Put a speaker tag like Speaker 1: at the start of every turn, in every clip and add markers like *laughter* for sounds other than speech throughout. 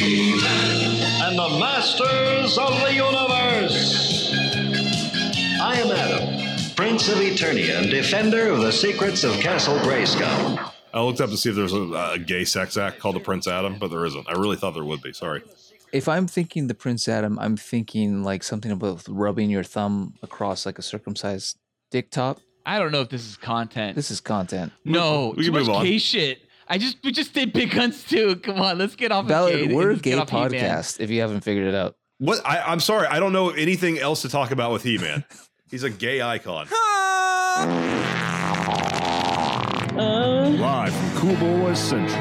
Speaker 1: and the masters of the universe. I am Adam, Prince of Eternia and defender of the secrets of Castle Grayskull.
Speaker 2: I looked up to see if there's a, a gay sex act called the Prince Adam, but there isn't. I really thought there would be. Sorry.
Speaker 3: If I'm thinking the Prince Adam, I'm thinking like something about rubbing your thumb across like a circumcised dick top.
Speaker 4: I don't know if this is content.
Speaker 3: This is content.
Speaker 4: no,
Speaker 2: we
Speaker 4: too
Speaker 2: can move
Speaker 4: much
Speaker 2: on.
Speaker 4: gay shit. I just we just did big guns too. *laughs* Come on, let's get off. of
Speaker 3: Valid,
Speaker 4: gay,
Speaker 3: we're a
Speaker 4: let's
Speaker 3: gay
Speaker 4: get off He-Man.
Speaker 3: podcast. If you haven't figured it out,
Speaker 2: What? I, I'm sorry. I don't know anything else to talk about with He Man. He's a gay icon.
Speaker 5: Live from Cool Boys Central.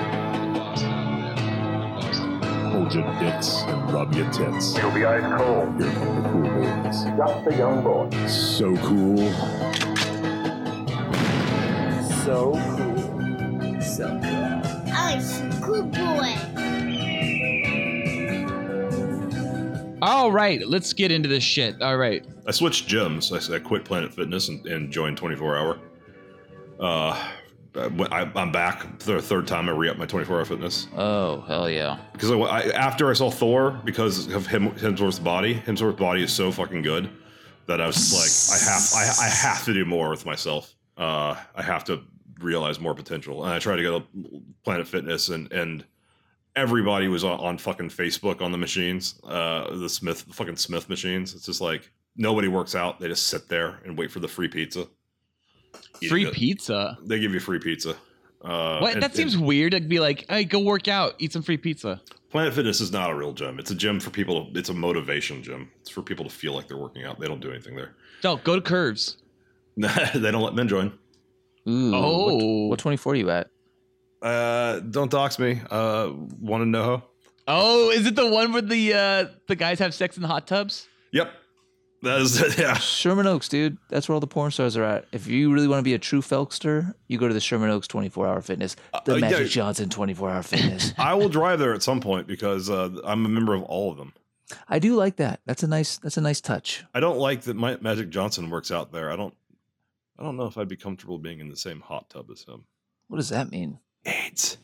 Speaker 5: Hold your dicks and rub your tits. You'll be ice cold. Here come the Cool Boys.
Speaker 6: Drop the young boy.
Speaker 5: So cool.
Speaker 6: So cool.
Speaker 7: I'm a good boy.
Speaker 4: All right, let's get into this shit. All right,
Speaker 2: I switched gyms. I, I quit Planet Fitness and, and joined 24 Hour. Uh, I, went- I- I'm back the third time I re up my 24 Hour Fitness
Speaker 3: oh hell yeah!
Speaker 2: because I, I- after I saw Thor because of him Hemsworth's body. Hemsworth's body is so fucking good that I was just like, I have I, I have to do more with myself. Uh, I have to realize more potential, and I tried to go to Planet Fitness and and. Everybody was on, on fucking Facebook on the machines, uh, the Smith, the fucking Smith machines. It's just like nobody works out; they just sit there and wait for the free pizza. Eat
Speaker 4: free
Speaker 2: it.
Speaker 4: pizza.
Speaker 2: They give you free pizza. Uh,
Speaker 4: What?
Speaker 2: and-
Speaker 4: that seems
Speaker 2: and
Speaker 4: weird. I'd be like, hey, go work out, eat some free pizza.
Speaker 2: Planet Fitness is not a real gym. It's a gym for people. It's a motivation gym. It's for people to feel like they're working out. They don't do anything there. *laughs*
Speaker 4: No, go to Curves.
Speaker 2: they don't let men join.
Speaker 3: Ooh, Mm, what-
Speaker 4: Oh.
Speaker 3: what, twenty four you at?
Speaker 2: Uh, don't dox me. Uh, one in NoHo.
Speaker 4: Oh, is it the one where the uh the guys have sex in the hot tubs?
Speaker 2: Yep. That is *laughs* yeah.
Speaker 3: Sherman Oaks, dude. That's where all the porn stars are at. If you really want to be a true Felkster, you go to the Sherman Oaks twenty four hour fitness, the
Speaker 2: Uh, yeah.
Speaker 3: Magic Johnson twenty four hour fitness.
Speaker 2: I will drive there at some point because uh, I'm a member of all of them.
Speaker 3: I do like that. That's a nice. That's a nice touch.
Speaker 2: I don't like that my, Magic Johnson works out there. I don't. I don't know if I'd be comfortable being in the same hot tub as him.
Speaker 3: What does that mean?
Speaker 2: AIDS.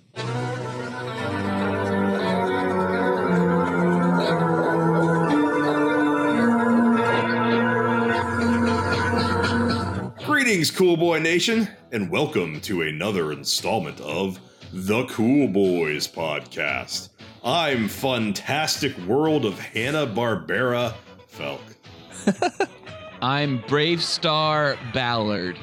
Speaker 2: Greetings, Cool Boy Nation, and welcome to another installment of the Cool Boys Podcast. I'm Fantastic World of Hanna Barbera Felk.
Speaker 4: I'm Brave Star Ballard.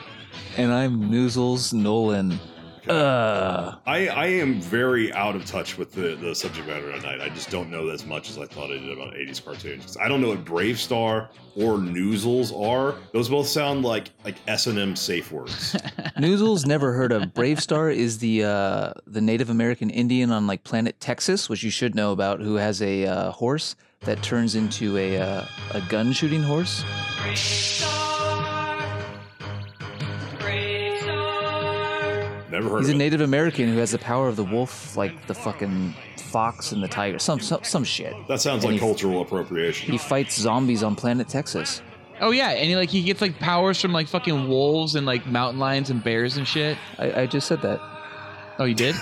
Speaker 3: And I'm Noozles Nolan. Uh,
Speaker 2: I, I am very out of touch with the, the subject matter tonight. I just don't know as much as I thought I did about 80s cartoons. 'Cause I don't know what Brave Star or Noozles are. Those both sound like like S&M safe
Speaker 3: *laughs*
Speaker 2: words.
Speaker 3: Noozles never heard of Brave Star is the uh, the Native American Indian on like planet Texas, which you should know about, who has a uh, horse that turns into a uh, a gun shooting horse.
Speaker 2: Never heard
Speaker 3: He's
Speaker 2: of
Speaker 3: a
Speaker 2: it.
Speaker 3: Native American who has the power of the wolf, like the fucking fox and the tiger, some some, some shit.
Speaker 2: that sounds like
Speaker 3: Any-
Speaker 2: cultural appropriation.
Speaker 3: He fights zombies on planet Texas.
Speaker 4: Oh yeah, and he like he gets like powers from like fucking wolves and like mountain lions and bears and shit.
Speaker 3: I, I just said that.
Speaker 4: Oh, you did?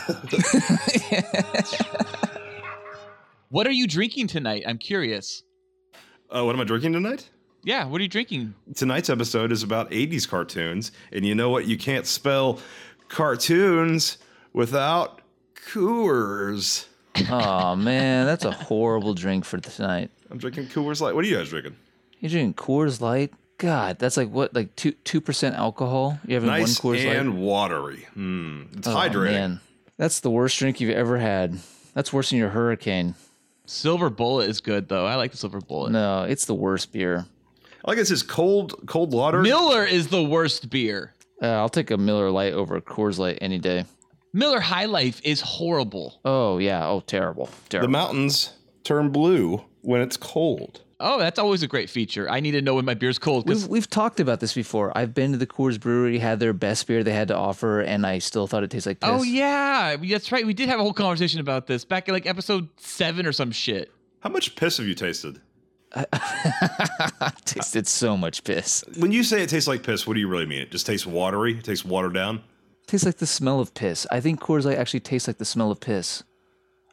Speaker 4: what are you drinking tonight? I'm curious.
Speaker 2: Uh, what am I drinking tonight?
Speaker 4: Yeah, what are you drinking?
Speaker 2: Tonight's episode is about 80s cartoons, and you know what? You can't spell cartoons without Coors.
Speaker 3: Oh man, that's a horrible drink for tonight.
Speaker 2: I'm drinking Coors Light. What are you guys drinking?
Speaker 3: You're drinking Coors Light. God, that's like what, like two two percent alcohol. You're having
Speaker 2: nice
Speaker 3: one Coors
Speaker 2: and
Speaker 3: Light.
Speaker 2: watery. Mm, it's
Speaker 3: Oh,
Speaker 2: hydrating.
Speaker 3: man. That's the worst drink you've ever had. That's worse than your hurricane.
Speaker 4: Silver Bullet is good though. I like the Silver Bullet.
Speaker 3: No, it's the worst beer.
Speaker 2: I guess it's cold, cold water.
Speaker 4: Miller is the worst beer.
Speaker 3: Uh, I'll take a Miller Light over a Coors Light any day.
Speaker 4: Miller High Life is horrible.
Speaker 3: Oh yeah. Oh terrible.
Speaker 2: the
Speaker 3: Terrible.
Speaker 2: mountains turn blue when it's cold.
Speaker 4: Oh, that's always a great feature. I need to know when my beer's cold
Speaker 3: We've,
Speaker 4: because
Speaker 3: we've talked about this before. I've been to the Coors Brewery, had their best beer they had to offer, and I still thought it tastes like piss.
Speaker 4: Oh yeah, that's right. We did have a whole conversation about this back in like episode seven or some shit.
Speaker 2: How much piss have you tasted?
Speaker 3: *laughs* tasted so much piss.
Speaker 2: When you say it tastes like piss, what do you really mean? It just tastes watery. It tastes watered down.
Speaker 3: Tastes like the smell of piss. I think Coors Light actually tastes like the smell of piss.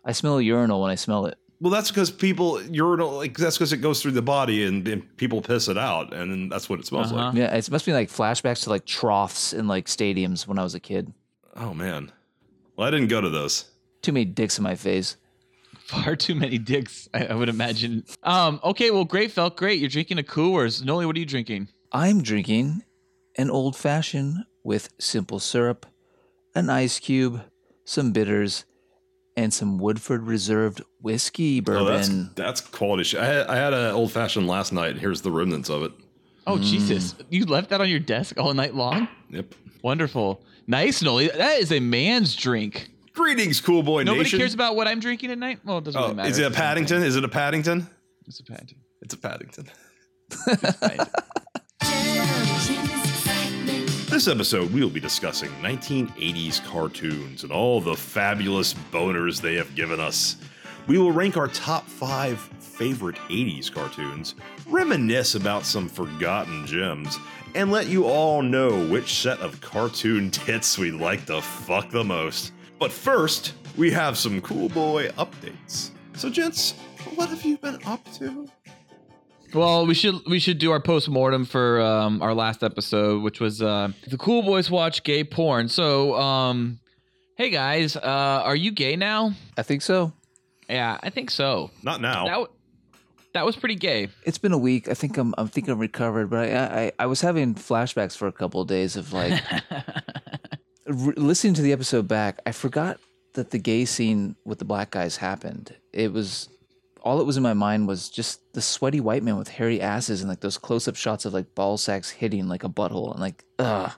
Speaker 3: I smell a urinal when I smell it.
Speaker 2: Well, that's because people urinal like that's because it goes through the body and, and people piss it out, and then that's what it smells
Speaker 4: Uh-huh.
Speaker 2: like.
Speaker 3: Yeah, it must be like flashbacks to like troughs in like stadiums when I was a kid.
Speaker 4: Uh-huh.
Speaker 2: Oh man, well I didn't go to those.
Speaker 3: Too many dicks in my face.
Speaker 4: Far too many dicks, I, I would imagine. Um, okay, well, great, felt great. You're drinking a Coors. Noli, what are you drinking?
Speaker 3: I'm drinking an old fashioned with simple syrup, an ice cube, some bitters, and some Woodford Reserved whiskey
Speaker 2: Oh, that's
Speaker 3: bourbon.
Speaker 2: that's quality. Sh- I had, I had an old fashioned last night. and Here's the remnants of it.
Speaker 4: Oh,
Speaker 2: Mm.
Speaker 4: Jesus. You left that on your desk all night long?
Speaker 2: Yep.
Speaker 4: Wonderful. Nice, Noli. That is a man's drink.
Speaker 2: Greetings, cool boy
Speaker 4: Nobody
Speaker 2: nation.
Speaker 4: cares about what I'm drinking at night? Well, it doesn't
Speaker 2: Oh,
Speaker 4: really matter.
Speaker 2: is it a Paddington? Is it a Paddington?
Speaker 4: It's a Paddington.
Speaker 2: It's a Paddington. This episode, we will be discussing 1980s cartoons and all the fabulous boners they have given us. We will rank our top five favorite 80s cartoons, reminisce about some forgotten gems, and let you all know which set of cartoon *laughs* tits we like to fuck the most. But first, we have some cool boy updates. So, gents, what have you been up to?
Speaker 4: Well, we should we should do our post mortem for um, our last episode, which was uh, the cool boys watch gay porn. So, um, hey guys, uh, are you gay now?
Speaker 3: I think so.
Speaker 4: Yeah, I think so.
Speaker 2: Not now.
Speaker 4: That w- that was pretty gay.
Speaker 3: It's been a week. I think I'm. I'm think I'm recovered, but I. I, I was having flashbacks for a couple of days of like re- listening to the episode back. I forgot that the gay scene with the black guys happened. It was all that was in my mind was just the sweaty white man with hairy asses and like those close-up shots of like ball sacks hitting like a butthole and like ugh.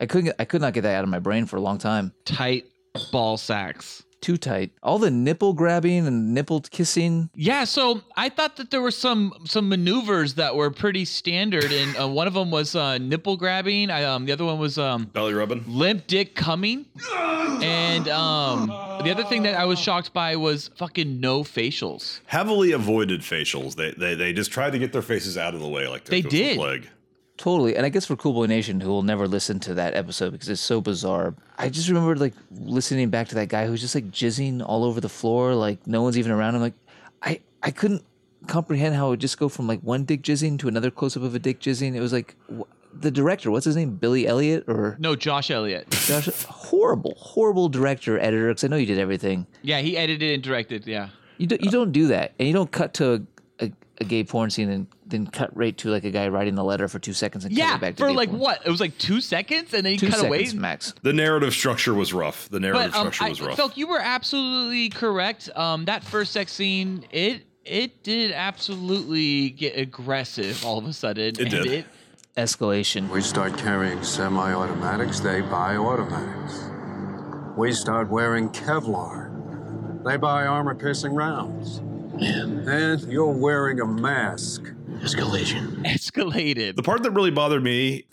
Speaker 3: I couldn't. get- I could not get that out of my brain for a long time.
Speaker 4: Tight ball sacks.
Speaker 3: Too tight. All the nipple grabbing and nipple kissing.
Speaker 4: Yeah, so I thought that there were some some maneuvers that were pretty standard, and uh, one of them was uh, nipple grabbing. I, um, the other one was um,
Speaker 2: Belly rubbing?
Speaker 4: limp dick coming, and um, the other thing that I was shocked by was fucking no facials.
Speaker 2: heavily avoided facials. They they, they just tried to get their faces out of the way, like
Speaker 4: They
Speaker 2: it was the
Speaker 4: did.
Speaker 2: Plague.
Speaker 3: Totally. And I guess for Cool Boy Nation, who will never listen to that episode because it's so bizarre, I just remember like listening back to that guy who's just like jizzing all over the floor, like no one's even around. I'm like, I, I couldn't comprehend how it would just go from like one dick jizzing to another close up of a dick jizzing. It was like wh- the director, what's his name? Billy Elliot or
Speaker 4: No, Josh Elliott. *laughs*
Speaker 3: Josh? horrible, horrible director, editor, because I know you did everything.
Speaker 4: Yeah, he edited and directed. Yeah,
Speaker 3: You,
Speaker 4: Uh.
Speaker 3: do, you don't do that. And you don't cut to a, a, a gay porn scene and then cut right to like a guy writing the letter for two seconds and cut
Speaker 4: yeah,
Speaker 3: it back to
Speaker 4: for
Speaker 3: gay
Speaker 4: like
Speaker 3: porn.
Speaker 4: what? It was like two seconds, and then he
Speaker 3: Two
Speaker 4: cut away.
Speaker 3: seconds max.
Speaker 2: The narrative structure was rough. The narrative
Speaker 4: But um,
Speaker 2: structure
Speaker 4: I,
Speaker 2: was rough.
Speaker 4: Felk, you were absolutely correct. Um, that first sex scene, it it did absolutely get aggressive all of a sudden. and
Speaker 2: did.
Speaker 4: It,
Speaker 3: escalation.
Speaker 8: We start carrying semi automatics, they buy automatics. We start wearing Kevlar, they buy armor piercing rounds. And you're wearing a mask.
Speaker 4: escalated.
Speaker 2: the part that really bothered me,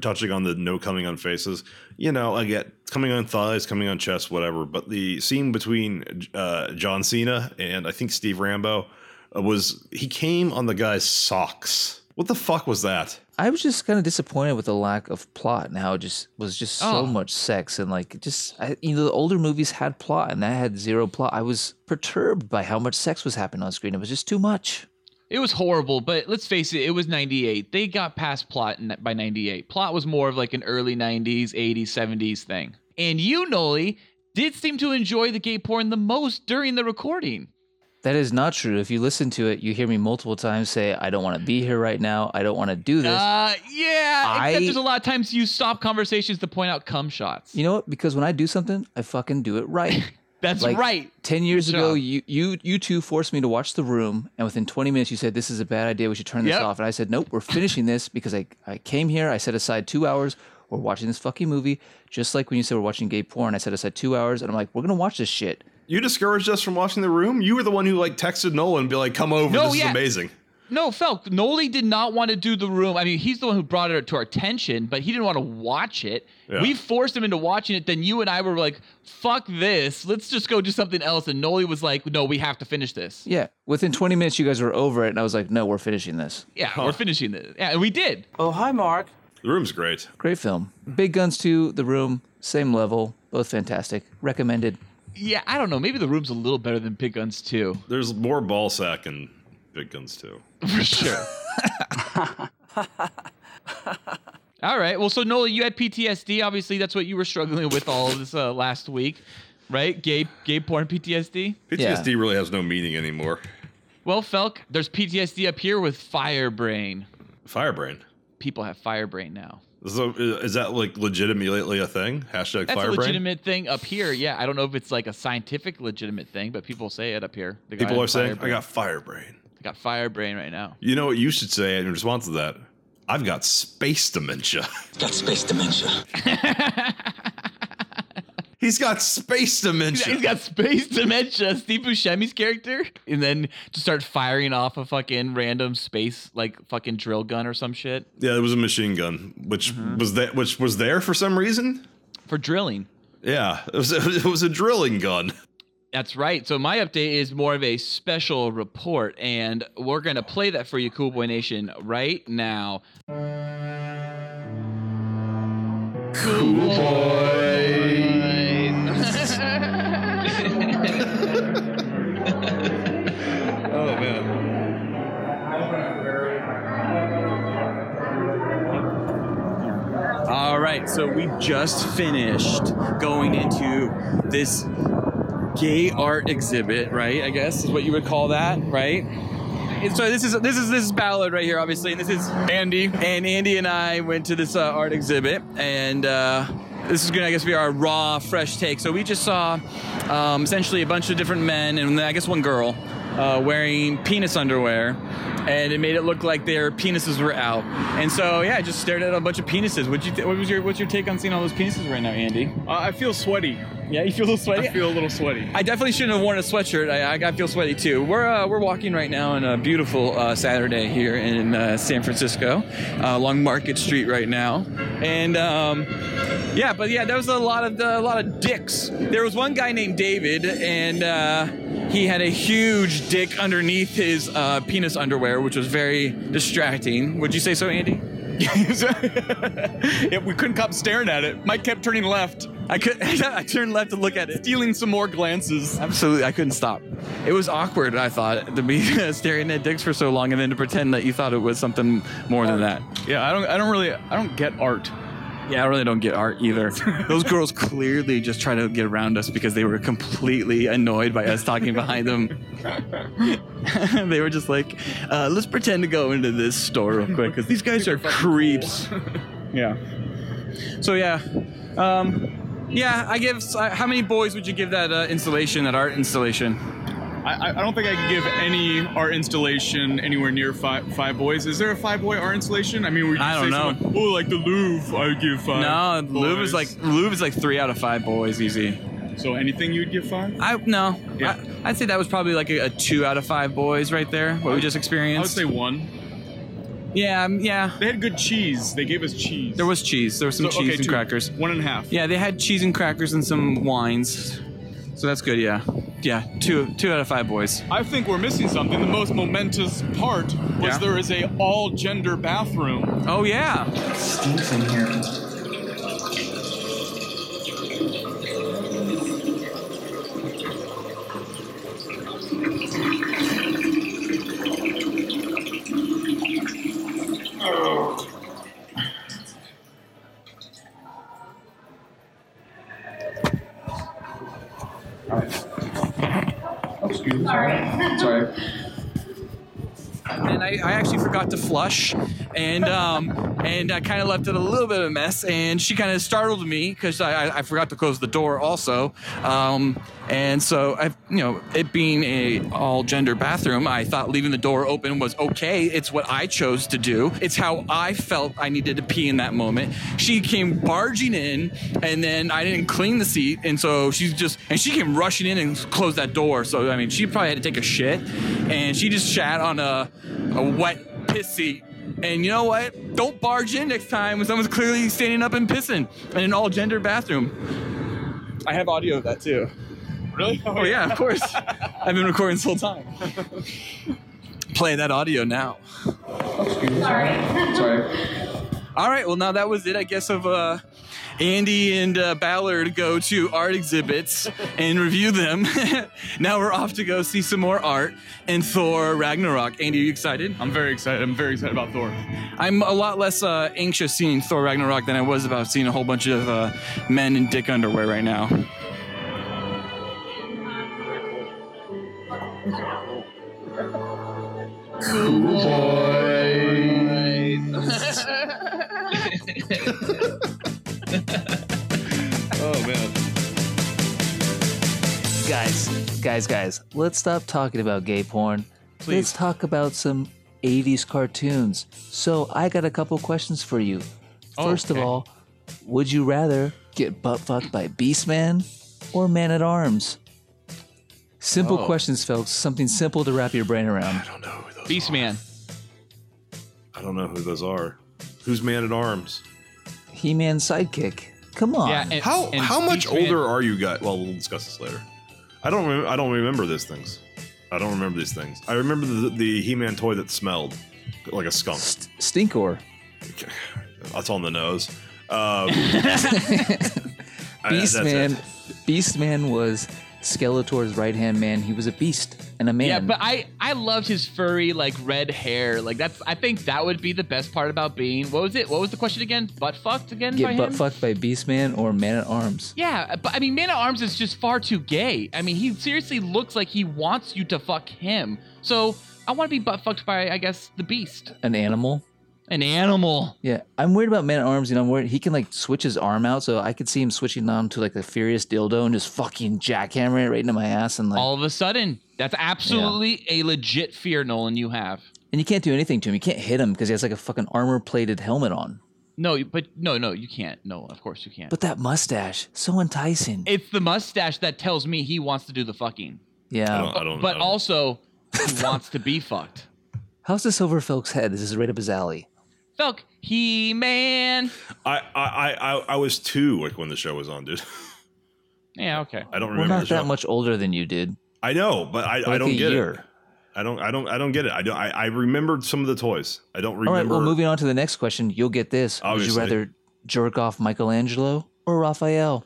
Speaker 2: touching on the no coming on faces, you know, I get coming on thighs, coming on chest, whatever. But the scene between uh, John Cena and I think Steve Rambo uh, was he came on the guy's socks. What the fuck was that?
Speaker 3: I was just kind of disappointed with the lack of plot and how it just was just so
Speaker 4: Oh.
Speaker 3: much sex and like just I, you know the older movies had plot and that had zero plot. I was perturbed by how much sex was happening on screen. It was just too much.
Speaker 4: It was horrible, but let's face it, it was 98. They got past plot in, by 98. Plot was more of like an early 90s, 80s, 70s thing. And you, Noli, did seem to enjoy the gay porn the most during the recording.
Speaker 3: That is not true. If you listen to it, you hear me multiple times say, "I don't want to be here right now. I don't want to do this."
Speaker 4: Uh, yeah,
Speaker 3: I-
Speaker 4: except there's a lot of times you stop conversations to point out cum shots.
Speaker 3: you know what? Because when I do something, I fucking do it
Speaker 4: *laughs*
Speaker 3: right.
Speaker 4: That's
Speaker 3: like,
Speaker 4: right.
Speaker 3: 10 years
Speaker 4: Good
Speaker 3: ago
Speaker 4: job.
Speaker 3: you, you you two forced me to watch the room and within 20 minutes you said this is a bad idea we should turn this
Speaker 4: Yep.
Speaker 3: off and i said nope we're finishing this because I, I came here i set aside two hours we're watching this fucking movie just like when you said we're watching gay porn i set aside two hours and i'm like we're gonna watch this shit
Speaker 2: You discouraged us from watching the room. You were the one who like texted Nolan and be like, "Come over,
Speaker 4: No,
Speaker 2: this
Speaker 4: yeah.
Speaker 2: is amazing."
Speaker 4: No, Felk, Noli did not want to do the room. I mean, he's the one who brought it to our attention, but he didn't want to watch it.
Speaker 2: Yeah.
Speaker 4: We forced him into watching it. Then you and I were like, fuck this. Let's just go do something else. And Noli was like, no, we have to finish this.
Speaker 3: yeah within 20 minutes you guys were over it and i was like no we're finishing this
Speaker 4: Yeah, we're finishing this. Yeah, and we did.
Speaker 2: The room's great.
Speaker 3: great film big guns 2 the room same level both fantastic recommended
Speaker 9: yeah, I don't know. Maybe the room's a little better than Big Guns
Speaker 4: *laughs*
Speaker 9: 2.
Speaker 2: There's more ball sack in Big Guns too.
Speaker 9: For sure. all right. Well, so Nola, you had PTSD. Obviously, that's what you were struggling with all this uh, last week, right? Gay, gay porn PTSD.
Speaker 2: PTSD really has no meaning anymore.
Speaker 9: Well, Felk, there's PTSD up here with Firebrain.
Speaker 2: Firebrain.
Speaker 9: People have Firebrain now.
Speaker 2: So i- is that like legitimately a thing? Hashtag
Speaker 9: That's a
Speaker 2: Firebrain.
Speaker 9: legitimate thing up here. Yeah, I don't know if it's like a scientific legitimate thing, but people say it up here. They got
Speaker 2: People are saying,
Speaker 9: Firebrain.
Speaker 2: "I got Firebrain."
Speaker 9: They got Firebrain right now.
Speaker 2: You know what you should say in response to that? I've got space dementia.
Speaker 10: Got
Speaker 9: *laughs*
Speaker 10: space dementia.
Speaker 2: He's got space dementia.
Speaker 9: He's got space dementia, Steve Buscemi's character, and then just start firing off a fucking random space like fucking drill gun or some shit
Speaker 2: yeah, it was a machine gun, which
Speaker 9: Mm-hmm.
Speaker 2: was that which was there for some reason.
Speaker 9: for drilling.
Speaker 2: Yeah, *laughs* it was it was a drilling gun.
Speaker 9: That's right. So my update is more of a special report, and we're gonna play that for you, Cool Boy Nation, right now. Cool *laughs* boys.
Speaker 2: Oh man.
Speaker 4: All right, so we just finished going into this gay art exhibit, right? I guess is what you would call that, right? And so this is this is this is Ballard right here, obviously, and this is Andy. And Andy and I went to this uh, art exhibit, and uh, this is gonna, I guess, be our raw, fresh take. So we just saw um, essentially a bunch of different men, and I guess one girl uh, wearing penis underwear, and it made it look like their penises were out. And so yeah, I just stared at a bunch of penises. What you th- what was your what's your take on seeing all those penises right now, Andy?
Speaker 8: Uh, I feel sweaty.
Speaker 4: Yeah, you feel a little sweaty.
Speaker 8: I feel a little sweaty.
Speaker 4: I definitely shouldn't have worn a sweatshirt. I, I, I feel sweaty too. We're uh, we're walking right now on a beautiful uh, Saturday here in uh, San Francisco, uh, along Market Street right now, and um, yeah, but yeah, there was a lot of uh, a lot of dicks. There was one guy named David, and uh, he had a huge dick underneath his uh, penis underwear, which was very distracting. Would you say so, Andy?
Speaker 8: *laughs* yeah, we couldn't stop staring at it. Mike kept turning left,
Speaker 4: I could. *laughs* I turned left to look at it.
Speaker 8: stealing some more glances.
Speaker 4: Absolutely, I couldn't stop. It was awkward, I thought, to be *laughs* staring at dicks for so long and then to pretend that you thought it was something more than that.
Speaker 8: Yeah, I don't. I don't really. I don't get art.
Speaker 4: Yeah, I really don't get art
Speaker 8: *laughs*
Speaker 4: either. Those girls clearly just try to get around us because they were completely annoyed by us talking behind them. *laughs* they were just like, uh, let's pretend to go into this store real quick because these guys are creeps. *laughs* yeah. So, yeah. Um, yeah, I give. I- How many boys would you give that uh, installation, that art installation?
Speaker 8: I, I- I don't think I could give any art installation anywhere near five, five boys. Is there a five boy art installation? I mean, we
Speaker 4: I don't know.
Speaker 8: oh, like the Louvre, I would give five.
Speaker 4: No, Louvre is like
Speaker 8: boys.
Speaker 4: Louvre is like three out of five boys easy.
Speaker 8: So anything you'd give five?
Speaker 4: I no,
Speaker 8: Yeah.
Speaker 4: I, I'd say that was probably like a, a two out of five boys right there. What we just
Speaker 8: I would
Speaker 4: experienced.
Speaker 8: say one.
Speaker 4: yeah, um, yeah.
Speaker 8: They had good cheese. They gave us cheese.
Speaker 4: There was cheese. There was some
Speaker 8: So,
Speaker 4: cheese
Speaker 8: okay,
Speaker 4: and
Speaker 8: two.
Speaker 4: crackers.
Speaker 8: One and a half.
Speaker 4: Yeah, they had cheese and crackers and some wines. So that's good. Yeah, yeah. Two two out of five boys.
Speaker 8: I think we're missing something. The most momentous part was
Speaker 4: Yeah.
Speaker 8: there is a all gender bathroom.
Speaker 4: Oh yeah.
Speaker 10: Stinks in here.
Speaker 4: And I, I actually forgot to flush, and um and I kind of left it a little bit of a mess. And she kind of startled me because I, I I forgot to close the door also. Um and so I you know it being a all gender bathroom, I thought leaving the door open was okay. It's what I chose to do. It's how I felt I needed to pee in that moment. She came barging in, and then I didn't clean the seat, and so she's just and she came rushing in and closed that door. So I mean, she probably had to take a shit, and she just shat on a a wet piss seat. And you know what? Don't barge in next time when someone's clearly standing up and pissing in an all gender bathroom. I have audio of that too.
Speaker 8: Really?
Speaker 4: Oh yeah, of course. I've been recording this whole time. Play that audio now. Sorry. Sorry. All right. Well, now that was it, I guess. Of uh,
Speaker 11: Andy and uh, Ballard go to art exhibits and review them. *laughs* now we're off to go see some more art in Thor Ragnarok. Andy, are you excited?
Speaker 8: I'm very excited. I'm very excited about Thor.
Speaker 11: I'm a lot less uh, anxious seeing Thor Ragnarok than I was about seeing a whole bunch of uh, men in dick underwear right now.
Speaker 12: Cool
Speaker 2: boys.
Speaker 3: Oh man. Guys, guys, guys, let's stop talking about gay porn. Let's talk about some 80s cartoons. So, I got a couple questions for you.
Speaker 13: Oh,
Speaker 3: First
Speaker 13: okay.
Speaker 3: of all, would you rather get butt fucked by Beastman or Man at Arms? Simple
Speaker 4: Oh.
Speaker 3: questions, folks. Something simple to wrap your brain around.
Speaker 4: Beast Man.
Speaker 2: I don't know who those are. Who's man at arms?
Speaker 3: He Man sidekick. Come on.
Speaker 2: how how much older are you guys? Well, we'll discuss this later. I don't rem- I don't remember these things. I don't remember these things. I remember the, the He-Man toy that smelled like a
Speaker 3: *laughs*
Speaker 2: skunk.
Speaker 3: Stinkor.
Speaker 2: That's on the nose.
Speaker 3: *laughs*
Speaker 2: Um, I- that's it.
Speaker 3: Beastman, Beastman was Skeletor's right hand man. He was a beast and a man.
Speaker 4: Yeah, but I I loved his furry like red hair. Like that's I think that would be the best part about being. What was it? What was the question again? Butt fucked again by
Speaker 3: get butt
Speaker 4: him?
Speaker 3: fucked by Beastman or Man at Arms.
Speaker 4: Yeah, but I mean, Man at Arms is just far too gay. I mean, he seriously looks like he wants you to fuck him. So I want to be butt fucked by, I guess, the Beast.
Speaker 3: An animal.
Speaker 4: An animal.
Speaker 3: Yeah, I'm worried about Man at Arms. You know, I'm worried he can like switch his arm out, so I could see him switching on to like the furious dildo and just fucking jackhammering it right into my ass, and like,
Speaker 4: All of a sudden, that's absolutely a legit fear, Nolan. You have
Speaker 3: and you can't do anything to him. You can't hit him because he has like a fucking armor plated helmet on.
Speaker 4: no, but no, no, you can't. No, of course you can't.
Speaker 3: But that mustache, so enticing.
Speaker 4: it's the mustache that tells me he wants to do the fucking.
Speaker 3: Yeah.
Speaker 4: but also,
Speaker 3: *laughs*
Speaker 4: he wants to be fucked.
Speaker 3: How's this over Felk's head? This is right up his alley.
Speaker 4: Fuck He Man.
Speaker 2: I, I, I, I was two like when the show was on, dude. *laughs*
Speaker 4: Yeah. Okay.
Speaker 2: I don't
Speaker 3: We're
Speaker 2: remember
Speaker 3: not
Speaker 2: the show.
Speaker 3: that much older than you did.
Speaker 2: I know, but I, I
Speaker 3: Like
Speaker 2: don't
Speaker 3: a
Speaker 2: get it.
Speaker 3: year.
Speaker 2: I don't I don't I don't get it. I don't I, I remembered some of the toys. I don't
Speaker 3: All right,
Speaker 2: remember
Speaker 3: well, moving on to the next question. You'll get this.
Speaker 2: Obviously.
Speaker 3: Would you rather jerk off Michelangelo or Raphael?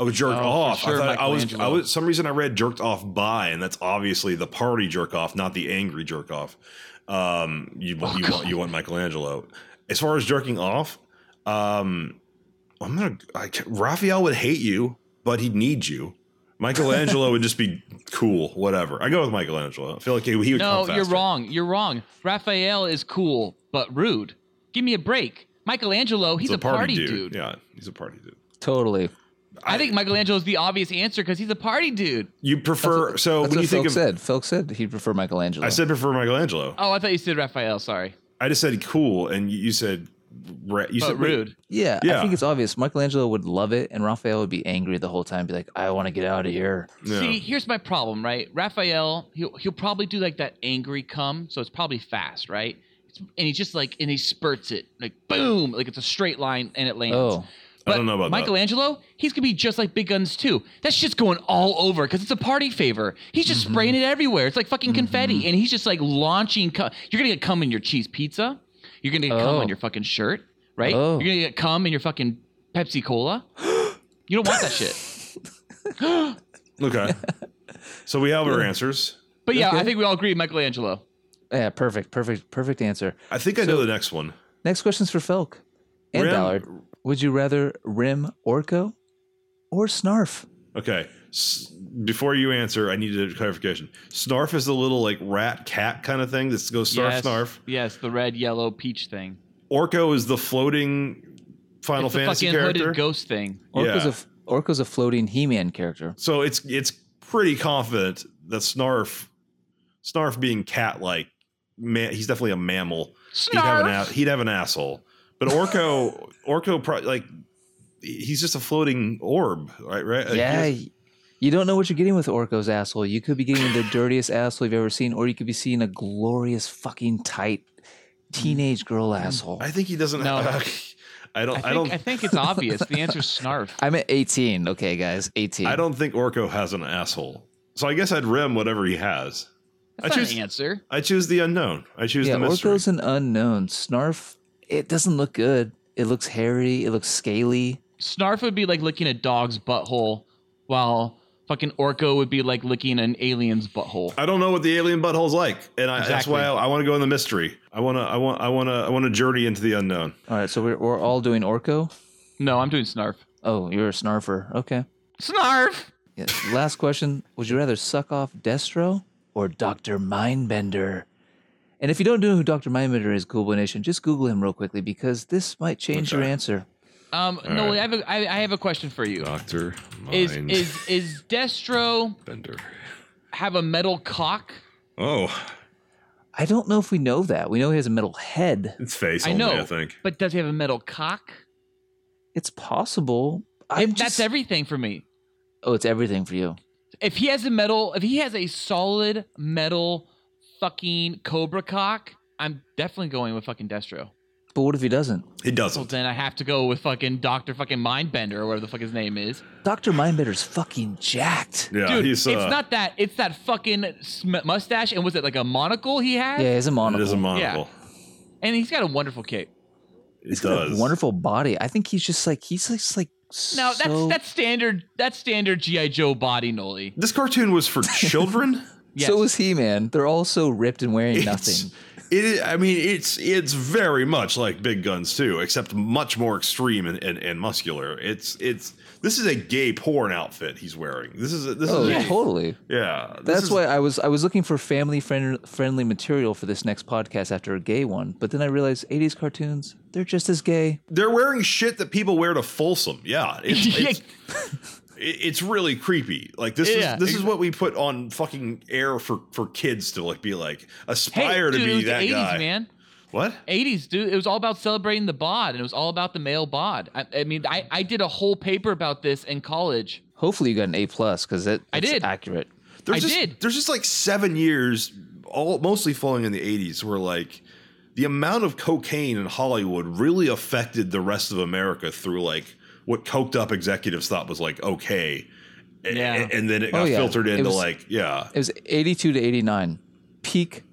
Speaker 2: Oh, jerk
Speaker 3: Oh, for
Speaker 2: off!
Speaker 3: sure,
Speaker 2: I, thought I was, I
Speaker 3: Michelangelo.
Speaker 2: was. Some reason I read jerked off by, and that's obviously the party jerk off, not the angry jerk off. Um, you
Speaker 4: Oh,
Speaker 2: want you want you want Michelangelo. As far as jerking off, um, I'm gonna. I can't- Raphael would hate you, but he'd need you. Michelangelo would just be cool, whatever. I go with Michelangelo. I feel like he, he would.
Speaker 4: No,
Speaker 2: come
Speaker 4: you're
Speaker 2: faster.
Speaker 4: wrong. You're wrong. Raphael is cool but rude. Give me a break. Michelangelo, he's, a, party, dude.
Speaker 2: Yeah, he's a party dude.
Speaker 3: Totally.
Speaker 4: I, think Michelangelo is the obvious answer because he's a party dude.
Speaker 2: You prefer so
Speaker 3: That's
Speaker 2: when
Speaker 3: what
Speaker 2: you think
Speaker 3: Felk
Speaker 2: of
Speaker 3: said. Felk said he'd prefer Michelangelo.
Speaker 2: I said prefer Michelangelo.
Speaker 4: Oh, I thought you said Raphael. Sorry.
Speaker 2: I just said cool, and you- you said ra- you
Speaker 4: But
Speaker 2: said wait.
Speaker 4: rude.
Speaker 3: Yeah, I
Speaker 2: Yeah.
Speaker 3: think it's obvious. Michelangelo would love it, and Raphael would be angry the whole time, be like, "I want to get out of here."
Speaker 4: See, here's my problem, right? Raphael, he'll, he'll probably do like that angry cum, so it's probably fast, right? It's, and he's just like, and he spurts it, like boom, like it's a straight line and it lands.
Speaker 3: Oh.
Speaker 2: I don't know about that.
Speaker 4: Michelangelo, he's gonna be just like Big Guns too. That shit's going all over because it's a party favor. He's
Speaker 2: Mm-hmm.
Speaker 4: just spraying it everywhere. It's like fucking confetti, and he's just like launching. Cum. You're gonna get cum in your cheese pizza. You're gonna get cum
Speaker 3: Oh.
Speaker 4: on your fucking shirt, right?
Speaker 3: Oh.
Speaker 4: You're gonna get cum in your fucking
Speaker 2: *gasps*
Speaker 4: Pepsi Cola. you don't want that shit. *laughs*
Speaker 2: Okay. so we have our answers.
Speaker 4: But yeah, I think we all agree, Michelangelo.
Speaker 3: Yeah, perfect, perfect, perfect answer.
Speaker 2: I think I know the next one.
Speaker 3: Next question's for Felk and
Speaker 2: Rim-
Speaker 3: Ballard. Would you rather rim Orko or Snarf?
Speaker 2: Okay. S- before you answer, I need a clarification. Snarf is the little like rat cat kind of thing that goes snarf
Speaker 4: yes,
Speaker 2: snarf.
Speaker 4: Yes, the red, yellow, peach thing.
Speaker 2: Orko is the floating Final
Speaker 4: It's the
Speaker 2: Fantasy
Speaker 4: fucking hooded
Speaker 2: character.
Speaker 4: ghost thing.
Speaker 3: Orko's
Speaker 2: Yeah.
Speaker 3: a f- Orko's a floating He-Man character.
Speaker 2: so it's it's pretty confident that Snarf, Snarf being cat like, man, he's definitely a mammal. He'd have an
Speaker 4: Snarf!
Speaker 2: a- he'd have an asshole. But Orko, Orko, pro- like he's just a floating orb, right? Right? Like,
Speaker 3: yeah,
Speaker 2: he's-
Speaker 3: y- you don't know what you're getting with Orko's asshole. You could be getting the dirtiest asshole you've ever seen, or you could be seeing a glorious fucking tight teenage girl asshole.
Speaker 2: Mm. I think he doesn't.
Speaker 4: No.
Speaker 2: Have, *laughs* I don't.
Speaker 4: I
Speaker 2: I,
Speaker 4: think,
Speaker 2: don't.
Speaker 4: I think it's obvious. The
Speaker 2: *laughs*
Speaker 4: answer's snarf.
Speaker 3: I'm at 18. Okay, guys, 18.
Speaker 2: I don't think Orko has an asshole. So I guess I'd rim whatever he has.
Speaker 4: That's
Speaker 2: I
Speaker 4: not
Speaker 2: choose.
Speaker 4: an answer.
Speaker 2: I choose the unknown. I choose
Speaker 3: yeah,
Speaker 2: the mystery.
Speaker 3: Orko's an unknown. Snarf, it doesn't look good. It looks hairy. It looks scaly.
Speaker 4: Snarf would be like licking a dog's butthole, while fucking Orko would be like licking an alien's butthole.
Speaker 2: I don't know what the alien butthole's like, and I, that's why I, I want to go in the mystery. I want to, I want, I want to, I want to journey into the unknown.
Speaker 3: All right, so we're, we're all doing Orco?
Speaker 4: No, I'm doing Snarf.
Speaker 3: Oh, you're a Snarfer. Okay.
Speaker 4: Snarf!
Speaker 3: Yeah, last question. Would you rather suck off Destro or Dr. Mindbender? And if you don't know who Dr. Mindbender is, Google Nation, just Google him real quickly because this might change your answer.
Speaker 4: Um,
Speaker 3: All
Speaker 4: no,
Speaker 3: right.
Speaker 4: I have a, I, I have a question for you.
Speaker 2: Doctor
Speaker 4: Is
Speaker 2: Mind
Speaker 4: is is Destro
Speaker 2: Bender.
Speaker 4: have a metal cock?
Speaker 2: Oh,
Speaker 3: I don't know if we know that. We know he has a metal head.
Speaker 2: It's face
Speaker 4: I only, know. I think. But does he have a metal cock?
Speaker 3: It's possible. I'm
Speaker 4: That's everything for me.
Speaker 3: Oh, it's everything for you.
Speaker 4: If he has a metal, if he has a solid metal fucking cobra cock, I'm definitely going with fucking Destro.
Speaker 3: But what if he doesn't?
Speaker 2: He
Speaker 4: Well,
Speaker 2: doesn't.
Speaker 4: then I have to go with fucking Doctor fucking Mindbender or whatever the fuck his name is.
Speaker 3: Dr. Mindbender's fucking jacked.
Speaker 2: Yeah, uh,
Speaker 4: Dude, it's not that. It's that fucking sm- mustache and was it like a monocle he had?
Speaker 3: Yeah, he's a monocle.
Speaker 2: It is a monocle.
Speaker 4: And he's got a wonderful cape.
Speaker 2: It
Speaker 3: got a
Speaker 2: does.
Speaker 3: wonderful body. I think he's just like he's just like
Speaker 4: Now that's
Speaker 3: so-
Speaker 4: that's standard that's standard GI Joe body, Noli.
Speaker 2: This cartoon was for children.
Speaker 4: Yes.
Speaker 3: So is he, man. They're all so ripped and wearing
Speaker 2: It's-
Speaker 3: nothing.
Speaker 2: It, I mean, it's it's very much like Big Guns too, except much more extreme and, and, and muscular. It's it's this is a gay porn outfit he's wearing. This is a, this
Speaker 3: Oh,
Speaker 2: is
Speaker 3: yeah,
Speaker 2: a-
Speaker 3: totally.
Speaker 2: yeah. this
Speaker 3: That's
Speaker 2: is-
Speaker 3: why I was I was looking for family friend, friendly material for this next podcast after a gay one, but then I realized 80s cartoons they're just as gay.
Speaker 2: they're wearing shit that people wear to Folsom.
Speaker 4: *laughs*
Speaker 2: Yeah, it's it's, it- it's really creepy. Like this
Speaker 4: Yeah,
Speaker 2: is this is what we put on fucking air for for kids to like be like
Speaker 4: Hey,
Speaker 2: aspire
Speaker 4: dude,
Speaker 2: to
Speaker 4: it
Speaker 2: be
Speaker 4: was
Speaker 2: that
Speaker 4: the 80s,
Speaker 2: guy.
Speaker 4: man.
Speaker 2: What?
Speaker 4: 80s, dude. It was all about celebrating the bod, and it was all about the male bod. I, I mean, I, I did a whole paper about this in college.
Speaker 3: Hopefully you got an A plus because it
Speaker 4: I
Speaker 3: it's
Speaker 4: did.
Speaker 3: accurate.
Speaker 2: There's
Speaker 4: I
Speaker 2: just,
Speaker 4: did.
Speaker 2: There's just like seven years, all mostly falling in the '80s, where like the amount of cocaine in Hollywood really affected the rest of America through like what coked up executives thought was like okay, A-
Speaker 4: Yeah. Oh,
Speaker 2: and, then it
Speaker 3: Oh,
Speaker 2: got
Speaker 3: yeah.
Speaker 2: filtered
Speaker 3: It
Speaker 2: into
Speaker 3: was-
Speaker 2: like yeah,
Speaker 3: It was 82 to 89, peak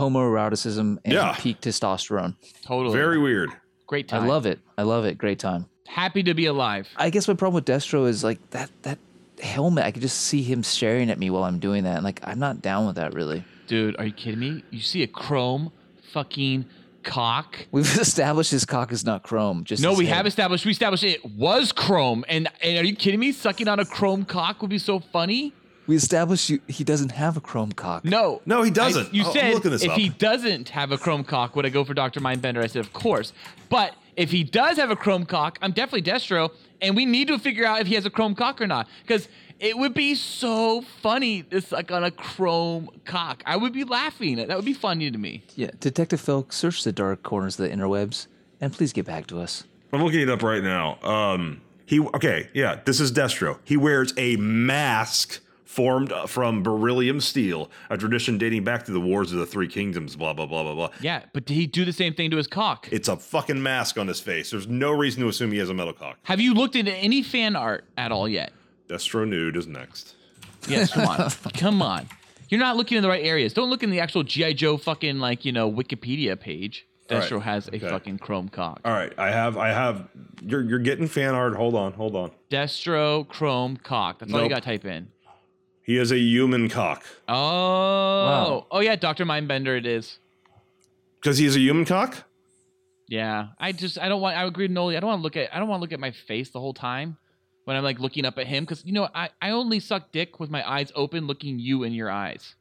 Speaker 3: homoeroticism and
Speaker 2: Yeah.
Speaker 3: peak testosterone.
Speaker 4: Totally.
Speaker 2: very weird.
Speaker 4: Great time.
Speaker 3: I love it. I love it. Great time.
Speaker 4: Happy to be alive.
Speaker 3: I guess my problem with Destro is like that that helmet. I could just see him staring at me while I'm doing that, and like I'm not down with that really. *laughs*
Speaker 4: Dude, are you kidding me? You see a chrome fucking cock?
Speaker 3: We've established his cock is not chrome. Just
Speaker 4: no,
Speaker 3: his
Speaker 4: we
Speaker 3: head.
Speaker 4: have established. We established it was chrome. And, and are you kidding me? Sucking on a chrome cock would be so funny.
Speaker 3: We established you, he doesn't have a chrome cock.
Speaker 4: No,
Speaker 2: No, he
Speaker 4: I-
Speaker 2: doesn't.
Speaker 4: you
Speaker 2: Oh, I'm
Speaker 4: said
Speaker 2: looking this
Speaker 4: if
Speaker 2: up.
Speaker 4: he doesn't have a chrome cock, would I go for Doctor Mindbender? I said, of course. But if he does have a chrome cock, I'm definitely Destro, and we need to figure out if he has a chrome cock or not, because it would be so funny to suck on a chrome cock. I would be laughing. That would be funny to me.
Speaker 3: Yeah, Detective Felk, search the dark corners of the interwebs, and please get back to us. *laughs*
Speaker 2: I'm looking it up right now. Um, he okay, yeah, this is Destro. He wears a mask formed uh, from beryllium steel, a tradition dating back to the Wars of the Three Kingdoms. Blah blah blah blah blah.
Speaker 4: Yeah, but did he do the same thing to his cock?
Speaker 2: It's a fucking mask on his face. There's no reason to assume he has a metal cock.
Speaker 4: Have you looked into any fan art at all yet?
Speaker 2: Destro nude is next.
Speaker 4: Yes, come on, *laughs* come on. You're not looking in the right areas. Don't look in the actual GI Joe fucking like you know Wikipedia page.
Speaker 2: All right,
Speaker 4: Destro has a
Speaker 2: okay.
Speaker 4: fucking chrome cock.
Speaker 2: All right, I have, I have. You're you're getting fan art. Hold on, hold on.
Speaker 4: Destro Chrome Cock. That's all you
Speaker 2: Nope.
Speaker 4: got to type in.
Speaker 2: He is a human cock
Speaker 4: Oh, oh yeah, Doctor Mindbender. It is.
Speaker 2: because he's a human cock.
Speaker 4: Yeah, I just I don't want. I agree, with Noli. I don't want to look at. I don't want to look at my face the whole time when I'm like looking up at him because you know I I only suck dick with my eyes open, looking you in your eyes.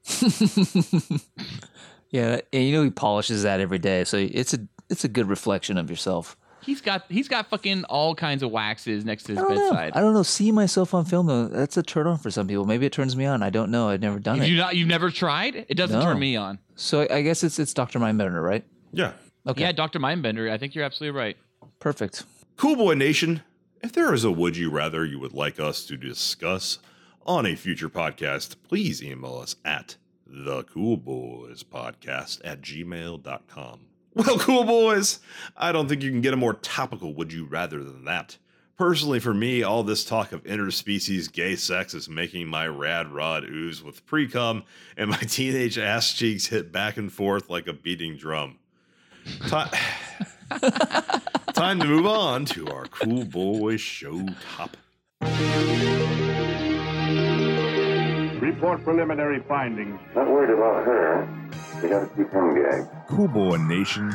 Speaker 3: Yeah, and you know he polishes that every day, so it's a it's a good reflection of yourself.
Speaker 4: He's got he's got fucking all kinds of waxes next to his
Speaker 3: I don't know.
Speaker 4: bedside.
Speaker 3: I don't know. Seeing myself on film though, that's a turn on for some people. Maybe it turns me on. I don't know. I've never done
Speaker 4: Have
Speaker 3: it.
Speaker 4: you not you've never tried? It doesn't
Speaker 3: No.
Speaker 4: turn me on.
Speaker 3: so I- I guess it's it's Doctor Mindbender, right?
Speaker 2: Yeah.
Speaker 3: Okay.
Speaker 4: Yeah, Doctor Mindbender. I think you're absolutely right.
Speaker 3: Perfect.
Speaker 2: Cool Boy Nation, if there is a would you rather you would like us to discuss on a future podcast, please email us at the cool boys podcast at gmail.com. Well, cool boys, I don't think you can get a more topical would you rather than that. Personally, for me, all this talk of interspecies gay sex is making my rad rod ooze with pre cum and my *laughs* teenage ass cheeks hit back and forth like a beating drum. Ti- Time to move on to our cool boy show top.
Speaker 14: Report preliminary findings. Not worried about her. We gotta keep him gagged.
Speaker 15: Cool Boy Nation,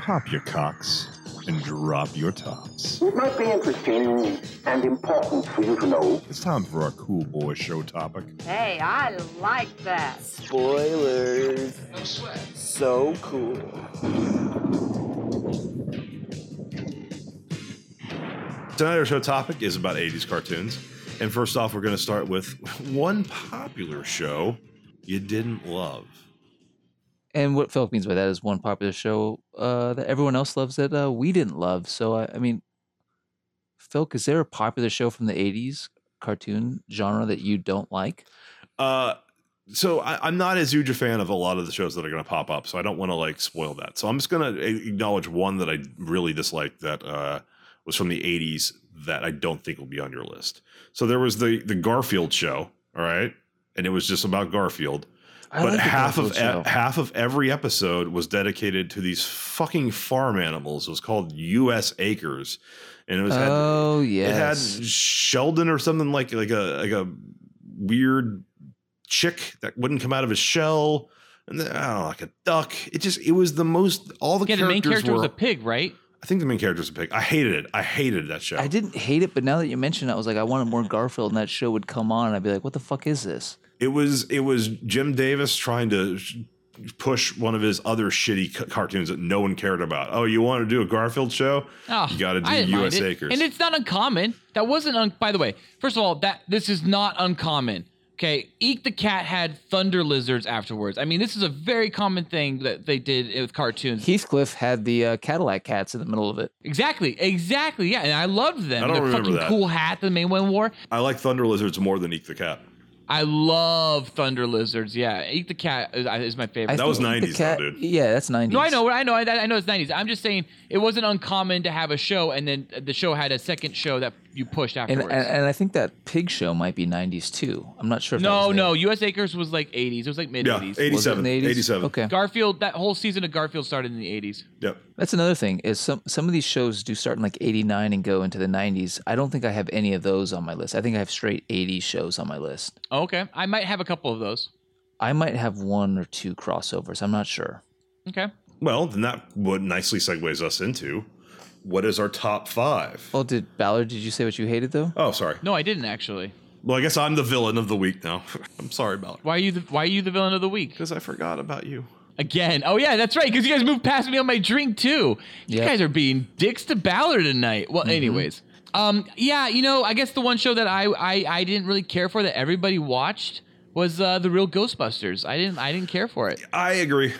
Speaker 15: pop your cocks and drop your tops.
Speaker 6: It might be interesting and important for you to know.
Speaker 15: It's time for our Cool Boy show topic.
Speaker 16: Hey, I like that.
Speaker 6: Spoilers. No sweat. So cool.
Speaker 2: Tonight, our show topic is about 80s cartoons. And first off, we're going to start with one popular show you didn't love.
Speaker 3: And what Philip means by that is one popular show uh, that everyone else loves that uh, we didn't love. So, I, I mean, Phil, is there a popular show from the 80s cartoon genre that you don't like?
Speaker 2: Uh, so I, I'm not as huge a fan of a lot of the shows that are going to pop up, so I don't want to like spoil that. So I'm just going to acknowledge one that I really disliked that uh, was from the '80s that I don't think will be on your list. So there was the the Garfield show, all right, and it was just about Garfield.
Speaker 15: I
Speaker 2: but
Speaker 15: like the
Speaker 2: half of
Speaker 15: Garfield
Speaker 2: e-
Speaker 15: show.
Speaker 2: half of every episode was dedicated to these fucking farm animals. It was called U.S. Acres, and it was had-
Speaker 3: Oh, yes.
Speaker 2: it had Sheldon or something like like a like a weird chick that wouldn't come out of his shell, and then, I don't know, like a duck. It just it was the most all the
Speaker 4: yeah, the
Speaker 2: characters
Speaker 4: main character
Speaker 2: were.
Speaker 4: was a pig, right?
Speaker 2: I think the main character was a pig. I hated it. I hated that show.
Speaker 3: I didn't hate it, but now that you mention it, I was like, I wanted more Garfield, and that show would come on, and I'd be like, what the fuck is this?
Speaker 2: It was it was Jim Davis trying to sh- push one of his other shitty c- cartoons that no one cared about. Oh, you want to do a Garfield show?
Speaker 4: Oh,
Speaker 2: you got to do
Speaker 4: I didn't mind
Speaker 2: U.S.
Speaker 4: it.
Speaker 2: Acres.
Speaker 4: and it's not uncommon. That wasn't un. By the way, first of all, that this is not uncommon. Okay, Eek the Cat had thunder lizards afterwards. I mean, this is a very common thing that they did with cartoons.
Speaker 3: Heathcliff had the uh, Cadillac cats in the middle of it.
Speaker 4: Exactly, exactly. Yeah, and I loved them.
Speaker 2: I don't
Speaker 4: Their
Speaker 2: remember
Speaker 4: fucking
Speaker 2: that.
Speaker 4: cool hat the main one wore.
Speaker 2: I like Thunder Lizards more than Eek the Cat.
Speaker 4: I love thunder lizards. Yeah, Eek the Cat is, uh, is my favorite.
Speaker 2: that was '90s,
Speaker 3: cat-
Speaker 2: though, dude.
Speaker 3: Yeah, that's 90s.
Speaker 4: No, I know, I know, I, I know it's nineties. I'm just saying it wasn't uncommon to have a show, and then the show had a second show that you pushed
Speaker 3: And,
Speaker 4: afterwards.
Speaker 3: and, and I think that pig show might be 90s too. I'm not sure. If that was
Speaker 4: no,
Speaker 3: there.
Speaker 4: no, U.S. Acres was like eighties. It was like mid
Speaker 3: Yeah,
Speaker 4: eighties.
Speaker 3: 87, Was it in the 80s? 87. Okay.
Speaker 4: Garfield. That whole season of Garfield started in the eighties.
Speaker 2: Yep.
Speaker 3: That's another thing is some some of these shows do start in like 89 and go into the 90s. I don't think I have any of those on my list. I think I have straight 80s shows on my list.
Speaker 4: Okay, I might have a couple of those.
Speaker 3: I might have one or two crossovers. I'm not sure.
Speaker 4: Okay.
Speaker 2: Well, then that would nicely segues us into what is our top five.
Speaker 3: Well, did Ballard? Did you say what you hated though?
Speaker 2: Oh, sorry.
Speaker 4: No, I didn't actually.
Speaker 2: Well, I guess I'm the villain of the week now. *laughs* I'm sorry, Ballard.
Speaker 4: Why are you the Why are you the villain of the week? Because
Speaker 2: I forgot about you.
Speaker 4: Again. Oh yeah, that's right. Because you guys moved past me on my drink too. You
Speaker 3: Yep.
Speaker 4: guys are being dicks to Ballard tonight. Well,
Speaker 3: Mhm.
Speaker 4: anyways. Um. Yeah. You know, I guess the one show that I I, I didn't really care for that everybody watched was uh, the real Ghostbusters. I didn't I didn't care for it.
Speaker 2: I agree.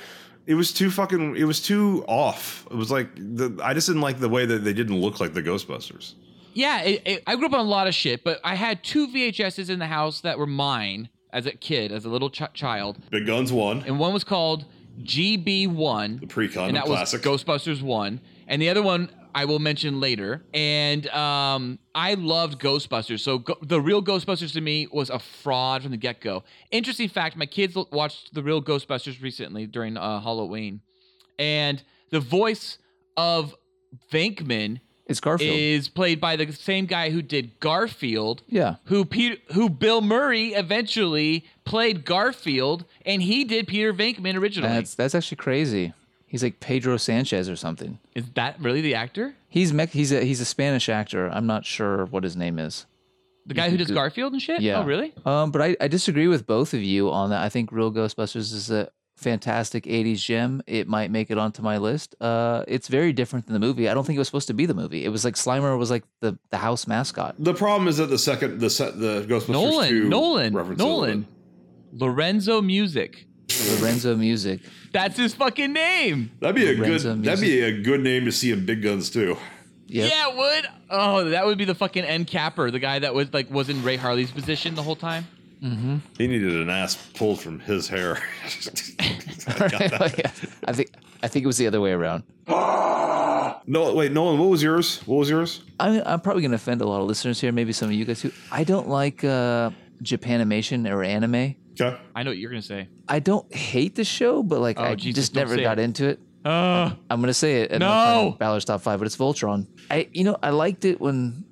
Speaker 2: It was too fucking. It was too off. It was like the. I just didn't like the way that they didn't look like the Ghostbusters.
Speaker 4: Yeah, it, it, I grew up on a lot of shit, but I had two VHSs in the house that were mine as a kid, as a little ch- child.
Speaker 2: Big Guns one,
Speaker 4: and one was called GB one, the
Speaker 2: pre-con
Speaker 4: and that
Speaker 2: classic. *laughs*
Speaker 4: was Ghostbusters one, and the other one I will mention later. And um, I loved Ghostbusters, so go- the real Ghostbusters to me was a fraud from the get go. Interesting fact: my kids l- watched the real Ghostbusters recently during uh, Halloween, and the voice of Venkman
Speaker 3: It's Garfield.
Speaker 4: is played by the same guy who did Garfield.
Speaker 3: Yeah.
Speaker 4: Who Peter, who Bill Murray eventually played Garfield, and he did Peter Venkman originally.
Speaker 3: That's that's actually crazy. He's like Pedro Sanchez or something.
Speaker 4: Is that really the actor?
Speaker 3: He's Mex- he's a he's a Spanish actor. I'm not sure what his name is.
Speaker 4: The
Speaker 3: You
Speaker 4: guy who
Speaker 3: can
Speaker 4: does
Speaker 3: Goo-
Speaker 4: Garfield and shit?
Speaker 3: Yeah.
Speaker 4: Oh, really?
Speaker 3: Um, but I, I disagree with both of you on that. I think Real Ghostbusters is a fantastic 80s gem. It might make it onto my list. Uh, it's very different than the movie. I don't think it was supposed to be the movie. It was like Slimer was like the, the house mascot.
Speaker 2: The problem is that the second the se- the Ghostbusters
Speaker 4: Nolan,
Speaker 2: 2
Speaker 4: Nolan,
Speaker 2: reference
Speaker 4: Nolan. Lorenzo Music.
Speaker 3: Lorenzo Music.
Speaker 4: That's his fucking name.
Speaker 2: That'd be a
Speaker 4: Lorenzo
Speaker 2: good. That'd be a good name to see in Big Guns too.
Speaker 4: Yeah, it would. Oh, that would be the fucking end capper, the guy that was like was in Ray Harley's position the whole time.
Speaker 3: Mm-hmm.
Speaker 2: He needed an ass pulled from his hair. *laughs*
Speaker 3: *laughs* I think I think it was the other way around.
Speaker 2: No, wait, Nolan, what was yours? What was yours?
Speaker 3: I, I'm probably going to offend a lot of listeners here. Maybe some of you guys who I don't like uh, Japanimation or anime.
Speaker 2: Okay.
Speaker 4: I know what you're gonna say.
Speaker 3: I don't hate the show, but like
Speaker 4: Oh,
Speaker 3: I
Speaker 4: Jesus,
Speaker 3: just
Speaker 4: don't
Speaker 3: never
Speaker 4: say
Speaker 3: got
Speaker 4: it. Uh,
Speaker 3: into it. I'm gonna say it. No, Balor's top five, but it's Voltron. I, you know, I liked it when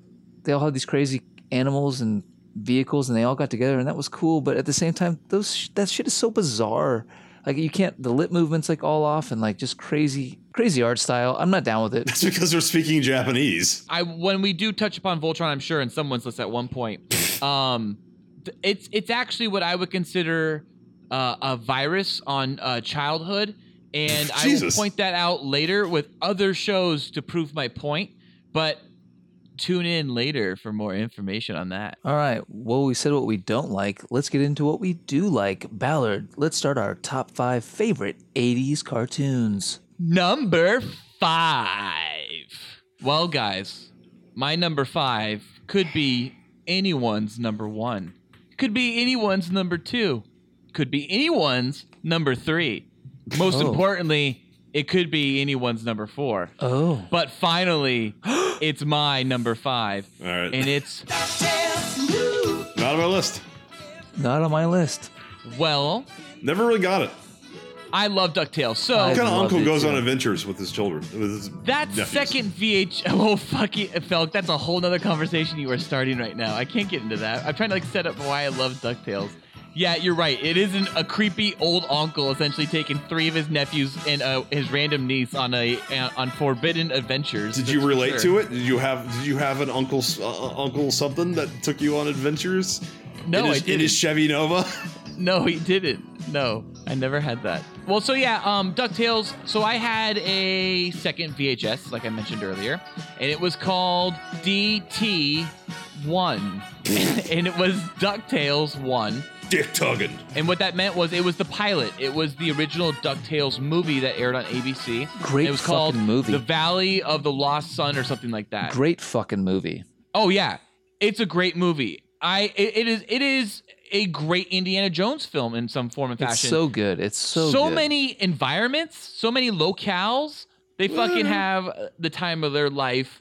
Speaker 3: they all had these crazy animals and vehicles, and they all got together, and that was cool. But at the same time, those sh- that shit is so bizarre. Like you can't. The lip movement's like all off, and like just crazy, crazy art style. I'm not down with
Speaker 4: *laughs*
Speaker 3: it.
Speaker 5: That's because they're speaking Japanese.
Speaker 4: I when we do touch upon Voltron, I'm sure in someone's list at one point. um, th- it's it's actually what I would consider uh, a virus on uh, childhood, and I will
Speaker 5: Jesus.
Speaker 4: point that out later with other shows to prove my point. But tune in later for more information on that.
Speaker 3: All right. Well, we said what we don't like. Let's get into what we do like. Ballard, let's start our top five favorite 80s cartoons.
Speaker 4: Number five. Well, guys, my number five could be anyone's number one, could be anyone's number two, could be anyone's number three. Most
Speaker 3: Oh.
Speaker 4: importantly, it could be anyone's number four.
Speaker 3: Oh.
Speaker 4: But
Speaker 5: *gasps*
Speaker 4: finally, it's my number five.
Speaker 5: All right.
Speaker 4: And it's
Speaker 5: Not on my list.
Speaker 3: Not on my list.
Speaker 4: Well,
Speaker 5: never really got it.
Speaker 4: I love DuckTales. So,
Speaker 5: what kind of uncle goes on adventures with his children? With his
Speaker 4: That
Speaker 5: nephews?
Speaker 4: second VH *laughs* oh fucking Felk, that's a whole nother conversation you are starting right now. I can't get into that. I'm trying to like set up why I love DuckTales. Yeah, you're right. It isn't a creepy old uncle essentially taking three of his nephews and uh, his random niece on a uh, on forbidden adventures.
Speaker 5: Did you relate to it? Did you have Did you have an uncle s- uh, uncle something that took you on adventures?
Speaker 4: No,
Speaker 5: in his,
Speaker 4: I didn't.
Speaker 5: In his Chevy Nova.
Speaker 3: *laughs*
Speaker 4: No, he didn't. No, I never had that. Well, so yeah, um, DuckTales. So I had a second VHS, like I mentioned earlier, and it was called DT1. *laughs* and it was DuckTales 1.
Speaker 5: Dick tugging.
Speaker 4: And what that meant was it was the pilot. It was the original DuckTales movie that aired on ABC.
Speaker 3: Great
Speaker 4: It was called
Speaker 3: fucking movie.
Speaker 4: The Valley of the Lost Sun or something like that.
Speaker 3: Great fucking movie.
Speaker 4: Oh yeah, it's a great movie. I it, it is it is a great Indiana Jones film in some form and
Speaker 3: It's
Speaker 4: fashion.
Speaker 3: so good. It's so
Speaker 4: So
Speaker 3: good.
Speaker 4: many environments, so many locales. They
Speaker 3: Mm.
Speaker 4: fucking have uh, the time of their life,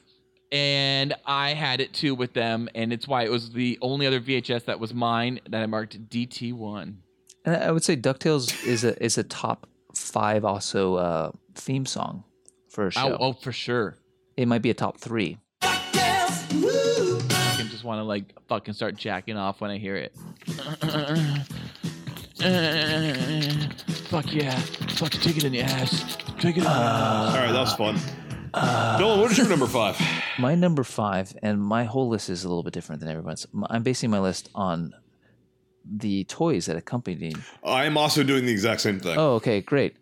Speaker 4: and I had it too with them, and it's why it was the only other VHS that was mine that I marked DT one.
Speaker 3: And I would say DuckTales is a is a top five also uh, theme song for a show.
Speaker 4: Oh, oh, for sure.
Speaker 3: It might be a top three.
Speaker 4: I can just want to like fucking start jacking off when I hear
Speaker 3: *laughs*
Speaker 4: it. Fuck yeah! Fuck, take it in the ass. Take it in the ass.
Speaker 5: All right, that was fun. Nolan, what is your number five?
Speaker 3: My number five, and my whole list is a little bit different than everyone's. M- I'm basing my list on the toys that accompanied.
Speaker 5: I am also doing the exact same thing.
Speaker 3: Oh, okay, great.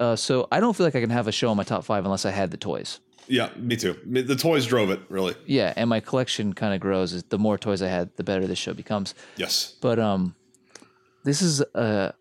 Speaker 3: Uh, so I don't feel like I can have a show on my top five unless I had the toys.
Speaker 5: Yeah, me too. I mean, The toys drove it, really.
Speaker 3: Yeah, and my collection kind of grows. As the more toys I had, the better this show becomes.
Speaker 5: Yes.
Speaker 3: But um, this is a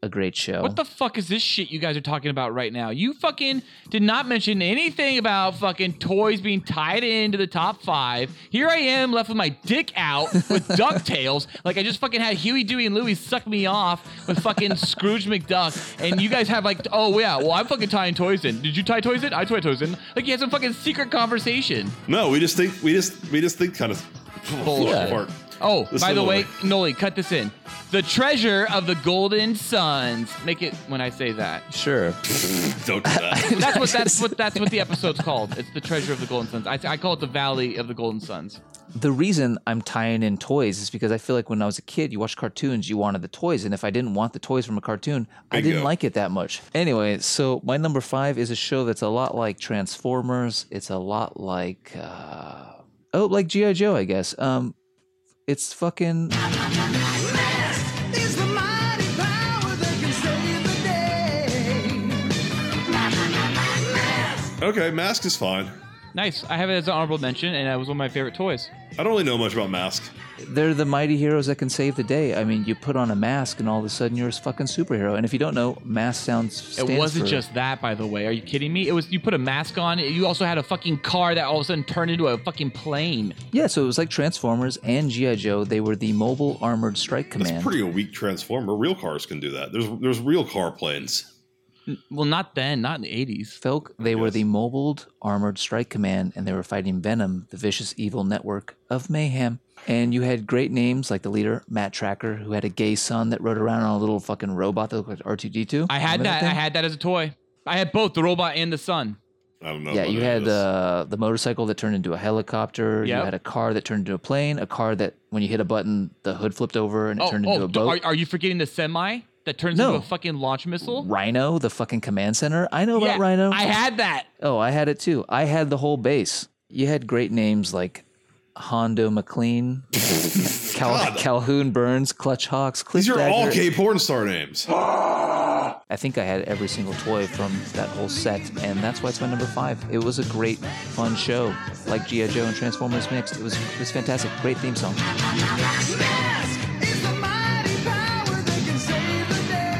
Speaker 3: a great show.
Speaker 5: Oh.
Speaker 4: What the fuck is this shit you guys are talking about right now? You fucking did not mention anything about fucking toys being tied into the top five. Here I am left with my dick out
Speaker 5: *laughs*
Speaker 4: with DuckTales. Like I just fucking had Huey, Dewey, and Louie suck me off with fucking Scrooge McDuck. And you guys have like, oh yeah, well I'm fucking tying toys in. Did you tie toys in? I tied toys in. Like you had some fucking secret conversation.
Speaker 5: No, we just think we just we just think kind of *laughs*
Speaker 4: Bullshit.
Speaker 5: apart.
Speaker 4: Oh,
Speaker 5: This
Speaker 4: by
Speaker 5: is
Speaker 4: the
Speaker 5: a
Speaker 4: way,
Speaker 5: little-
Speaker 4: Noli, cut this in. The treasure of the golden suns. Make it when I say that.
Speaker 3: Sure.
Speaker 5: Don't do that.
Speaker 4: That's what that's what that's what the episode's called. It's the treasure of the golden suns. I, I call it the valley of the golden suns.
Speaker 3: the reason I'm tying in toys is because I feel like when I was a kid, you watched cartoons, you wanted the toys, and if I didn't want the toys from a cartoon, I didn't
Speaker 7: Bingo.
Speaker 3: like it that much. Anyway, so my number five is a show that's a lot like Transformers. It's a lot like uh, oh, like GI Joe, I guess. Um, it's fucking
Speaker 7: Is the mighty power that can save the day.
Speaker 5: Okay, Mask is fine.
Speaker 4: Nice. I have it as an honorable mention, and it was one of my favorite toys.
Speaker 5: I don't really know much about Mask.
Speaker 3: they're the mighty heroes that can save the day. I mean, you put on a mask, and all of a sudden you're a fucking superhero. And if you don't know, mask sounds stands
Speaker 4: it wasn't
Speaker 3: for-
Speaker 4: just that, by the way. Are you kidding me? It was you put a mask on. You also had a fucking car that all of a sudden turned into a fucking plane.
Speaker 3: yeah. So it was like Transformers and GI Joe. They were the mobile armored strike command.
Speaker 5: It's pretty a weak transformer. Real cars can do that. There's there's real car planes.
Speaker 4: Well, not then, not in the eighties.
Speaker 3: Felk, they were the mobiled armored strike command, and they were fighting Venom, the vicious evil network of mayhem. And you had great names like the leader Matt Tracker, who had a gay son that rode around on a little fucking robot that looked like R two D two.
Speaker 4: I had that. I had that as a toy. I had both the robot and the son.
Speaker 5: I don't know.
Speaker 3: yeah, you
Speaker 5: about
Speaker 3: had uh, the motorcycle that turned into a helicopter. You
Speaker 4: Yep.
Speaker 3: had a car that turned into a plane. A car that, when you hit a button, the hood flipped over and it
Speaker 4: oh,
Speaker 3: turned
Speaker 4: oh,
Speaker 3: into a
Speaker 4: d-
Speaker 3: boat.
Speaker 4: Are, are you forgetting the semi that turns
Speaker 3: No.
Speaker 4: into a fucking launch missile?
Speaker 3: Rhino, the fucking command center. I know
Speaker 4: Yeah,
Speaker 3: about Rhino.
Speaker 4: I had that.
Speaker 3: Oh, I had it too. I had the whole base. You had great names like Hondo
Speaker 5: *laughs*
Speaker 3: McLean, Cal- Calhoun Burns, Clutch Hawks. Cliff
Speaker 5: These are all
Speaker 3: Dagger.
Speaker 5: gay porn star names.
Speaker 3: I think I had every single toy from that whole set, and that's why it's my number five. It was a great, fun show, like GI Joe and Transformers mixed. It was it was fantastic. Great theme song.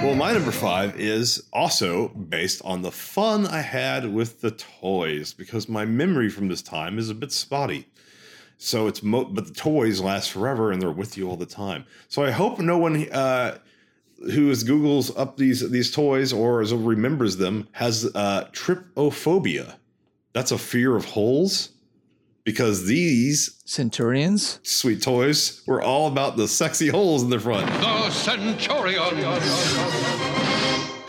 Speaker 5: Well, my number five is also based on the fun I had with the toys because my memory from this time is a bit spotty. So it's mo- but the toys last forever and they're with you all the time. So I hope no one uh, who is Google's up these these toys or is, remembers them has uh, tripophobia. That's a fear of holes because these
Speaker 3: centurions
Speaker 5: sweet toys were all about the sexy holes in the front.
Speaker 17: The Centurion.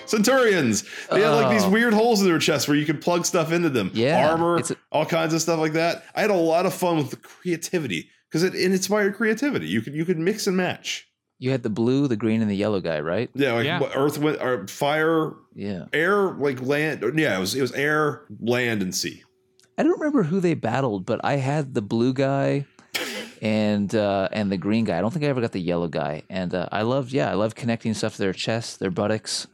Speaker 5: Centurions. They had like these
Speaker 17: Oh.
Speaker 5: weird holes in their chest where you could plug stuff into them.
Speaker 17: Yeah,
Speaker 5: armor, all kinds of stuff like that. I had a lot of fun with the creativity because it, it inspired creativity. You could you could mix and match.
Speaker 3: You had the blue, the green, and the yellow guy, right?
Speaker 5: Yeah, like what- earth, wind, or fire,
Speaker 3: yeah,
Speaker 5: air, like land. or- Yeah, it was it was air, land, and sea.
Speaker 3: I don't remember who they battled, but I had the blue guy and uh, and the green guy. I don't think I ever got the yellow guy. And uh, I loved, yeah, I loved connecting stuff to their chests, their buttocks,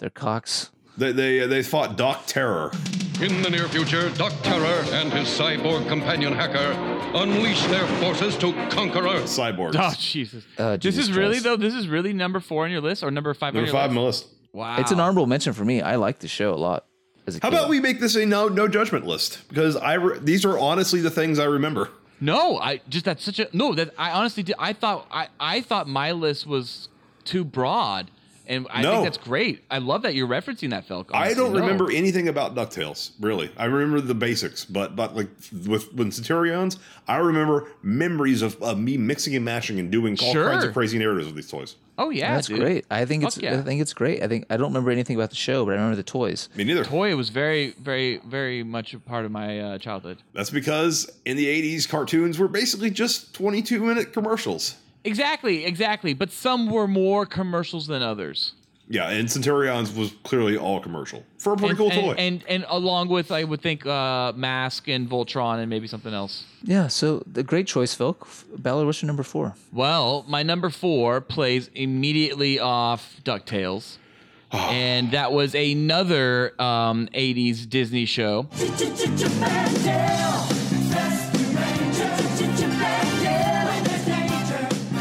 Speaker 3: their cocks.
Speaker 5: They they they fought Doc Terror.
Speaker 17: In the near future, Doc Terror and his cyborg companion hacker unleash their forces to conquer Earth.
Speaker 5: Cyborgs.
Speaker 4: *laughs* Oh Jesus!
Speaker 3: Uh,
Speaker 4: this
Speaker 3: Jesus
Speaker 4: is really
Speaker 3: Christ.
Speaker 4: though. This is really number four on your list or number five?
Speaker 5: Number
Speaker 4: on your
Speaker 5: five on my list.
Speaker 4: Wow.
Speaker 3: It's an honorable mention for me. I liked the show a lot. As a
Speaker 5: How
Speaker 3: kid.
Speaker 5: about we make this a no no judgment list because I re- these are honestly the things I remember.
Speaker 4: No, I just that's such a no. That I honestly did. I thought I I thought my list was too broad, and I
Speaker 5: No.
Speaker 4: think that's great. I love that you're referencing that, Felk.
Speaker 5: I
Speaker 4: honestly.
Speaker 5: don't
Speaker 4: No.
Speaker 5: remember anything about Ducktales. Really, I remember the basics, but but like with when Centurions, I remember memories of, of me mixing and mashing and doing all
Speaker 4: Sure.
Speaker 5: kinds of crazy narratives with these toys.
Speaker 4: Oh yeah,
Speaker 3: that's
Speaker 4: dude.
Speaker 3: great. I think
Speaker 4: Fuck
Speaker 3: it's
Speaker 4: yeah.
Speaker 3: I think it's great. I think I don't remember anything about the show, but I remember the toys.
Speaker 5: Me neither.
Speaker 4: Toy was very very very much a part of my uh, childhood.
Speaker 5: That's because in the '80s, cartoons were basically just 22 minute commercials.
Speaker 4: Exactly, exactly. But some were more commercials than others.
Speaker 5: Yeah, and Centurions was clearly all commercial for a pretty
Speaker 4: and,
Speaker 5: cool
Speaker 4: and,
Speaker 5: toy.
Speaker 4: And and along with I would think uh, Mask and Voltron and maybe something else.
Speaker 3: Yeah, so the great choice, Phil. Ballard, what's your number four?
Speaker 4: Well, my number four plays immediately off DuckTales.
Speaker 5: Ah.
Speaker 4: and that was another um, 80s Disney show.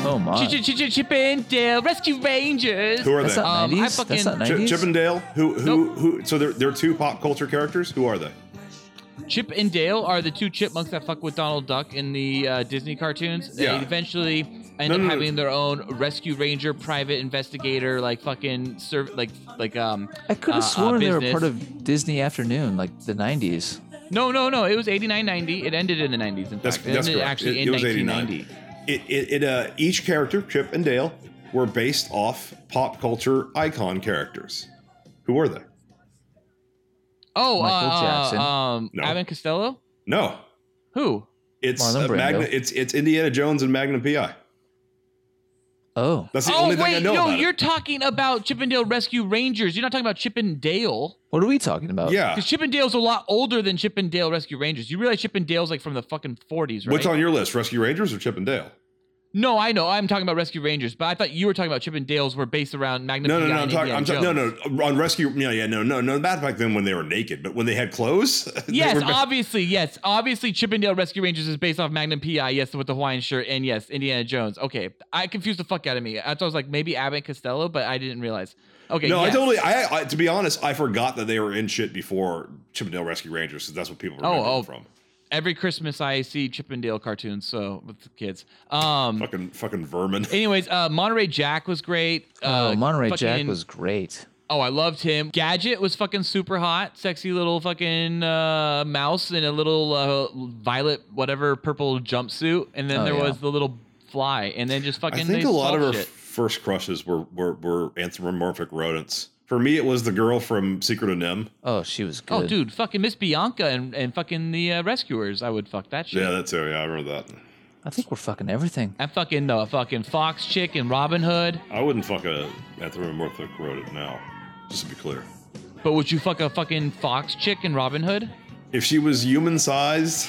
Speaker 3: Oh my!
Speaker 4: Chip and Dale Rescue Rangers.
Speaker 5: Uh. who are they?
Speaker 4: Um, I fucking
Speaker 5: Chip, Chip and Dale. Who who who? So they're they're two pop culture characters. Who are they?
Speaker 4: Chip and Dale are the two chipmunks that fuck with Donald Duck in the uh, Disney cartoons. They
Speaker 5: Yeah.
Speaker 4: eventually end
Speaker 5: No,
Speaker 4: up
Speaker 5: no, no.
Speaker 4: having their own rescue ranger, private investigator, like fucking serv- like like um.
Speaker 3: I could
Speaker 4: uh, uh,
Speaker 3: have sworn they were
Speaker 4: business.
Speaker 3: part of Disney Afternoon, like the '90s.
Speaker 4: No, no, no. It was 89, 90. It ended in the 90s. In fact, it ended
Speaker 5: correct.
Speaker 4: actually
Speaker 5: It-
Speaker 4: in
Speaker 5: it was
Speaker 4: 1990.
Speaker 5: 89. It, it, it uh, each character, Chip and Dale, were based off pop culture icon characters. Who were they?
Speaker 4: Oh,
Speaker 5: Michael
Speaker 4: uh,
Speaker 5: Jackson.
Speaker 4: Um, Abbott and Costello.
Speaker 5: No.
Speaker 4: Who?
Speaker 5: It's
Speaker 4: Marlon
Speaker 5: uh,
Speaker 4: Brando.
Speaker 5: Magna, It's it's Indiana Jones and Magnum PI.
Speaker 3: Oh,
Speaker 5: that's the
Speaker 4: oh
Speaker 5: only
Speaker 4: wait,
Speaker 5: thing I know
Speaker 4: no,
Speaker 5: about it.
Speaker 4: you're talking about Chippendale Rescue Rangers. You're not talking about Chippendale.
Speaker 3: What are we talking about?
Speaker 5: Ah.
Speaker 4: because Chippendale's a lot older than Chippendale Rescue Rangers. You realize Chippendale's like from the fucking 40s, right?
Speaker 5: What's on your list? Rescue Rangers or Chip and Dale?
Speaker 4: No, I know. I'm talking about Rescue Rangers, but I thought you were talking about Chippendales were based around Magnum.
Speaker 5: No, no,
Speaker 4: PI
Speaker 5: no. I'm
Speaker 4: and
Speaker 5: talking. I'm
Speaker 4: Indiana
Speaker 5: talking. No,
Speaker 4: Jones.
Speaker 5: no. On Rescue. Yeah, yeah. No, no, no. Not back then when they were naked, but when they had clothes. *laughs* they
Speaker 4: Yes,
Speaker 5: were ba-
Speaker 4: obviously, yes, obviously. Chippendale Rescue Rangers is based off Magnum PI. Yes, with the Hawaiian shirt, and yes, Indiana Jones. Okay, I confused the fuck out of me. I thought it was like maybe Abbott and Costello, but I didn't realize. Okay,
Speaker 5: no,
Speaker 4: yes.
Speaker 5: I totally. I, I to be honest, I forgot that they were in shit before Chip and Dale Rescue Rangers. 'cause that's what people remember
Speaker 4: oh,
Speaker 5: them
Speaker 4: oh.
Speaker 5: from.
Speaker 4: Every Christmas, I see Chippendale cartoons. So with the kids, um,
Speaker 5: fucking fucking vermin.
Speaker 4: Anyways, uh, Monterey Jack was great. Uh,
Speaker 3: oh, Monterey Jack
Speaker 4: fucking-
Speaker 3: was great.
Speaker 4: Oh, I loved him. Gadget was fucking super hot, sexy little fucking uh, mouse in a little uh, violet, whatever, purple jumpsuit, and then
Speaker 5: Oh,
Speaker 4: there
Speaker 5: yeah.
Speaker 4: was the little fly, and then just fucking.
Speaker 5: I think
Speaker 4: they
Speaker 5: a lot of
Speaker 4: solved
Speaker 5: her
Speaker 4: shit.
Speaker 5: first crushes were, were were anthropomorphic rodents. For me, it was the girl from Secret of Nim.
Speaker 3: Oh, she was
Speaker 4: Oh, dude, fucking Miss Bianca and, and fucking the uh, Rescuers. I would fuck that shit.
Speaker 5: Yeah, that's her. Yeah, I remember that.
Speaker 3: I think we're fucking everything.
Speaker 4: And fucking the fucking Fox chick and Robin Hood.
Speaker 5: I wouldn't fuck a Anthony Morthick wrote it now, just to be clear.
Speaker 4: But would you fuck a fucking Fox chick and Robin Hood?
Speaker 5: If she was human sized,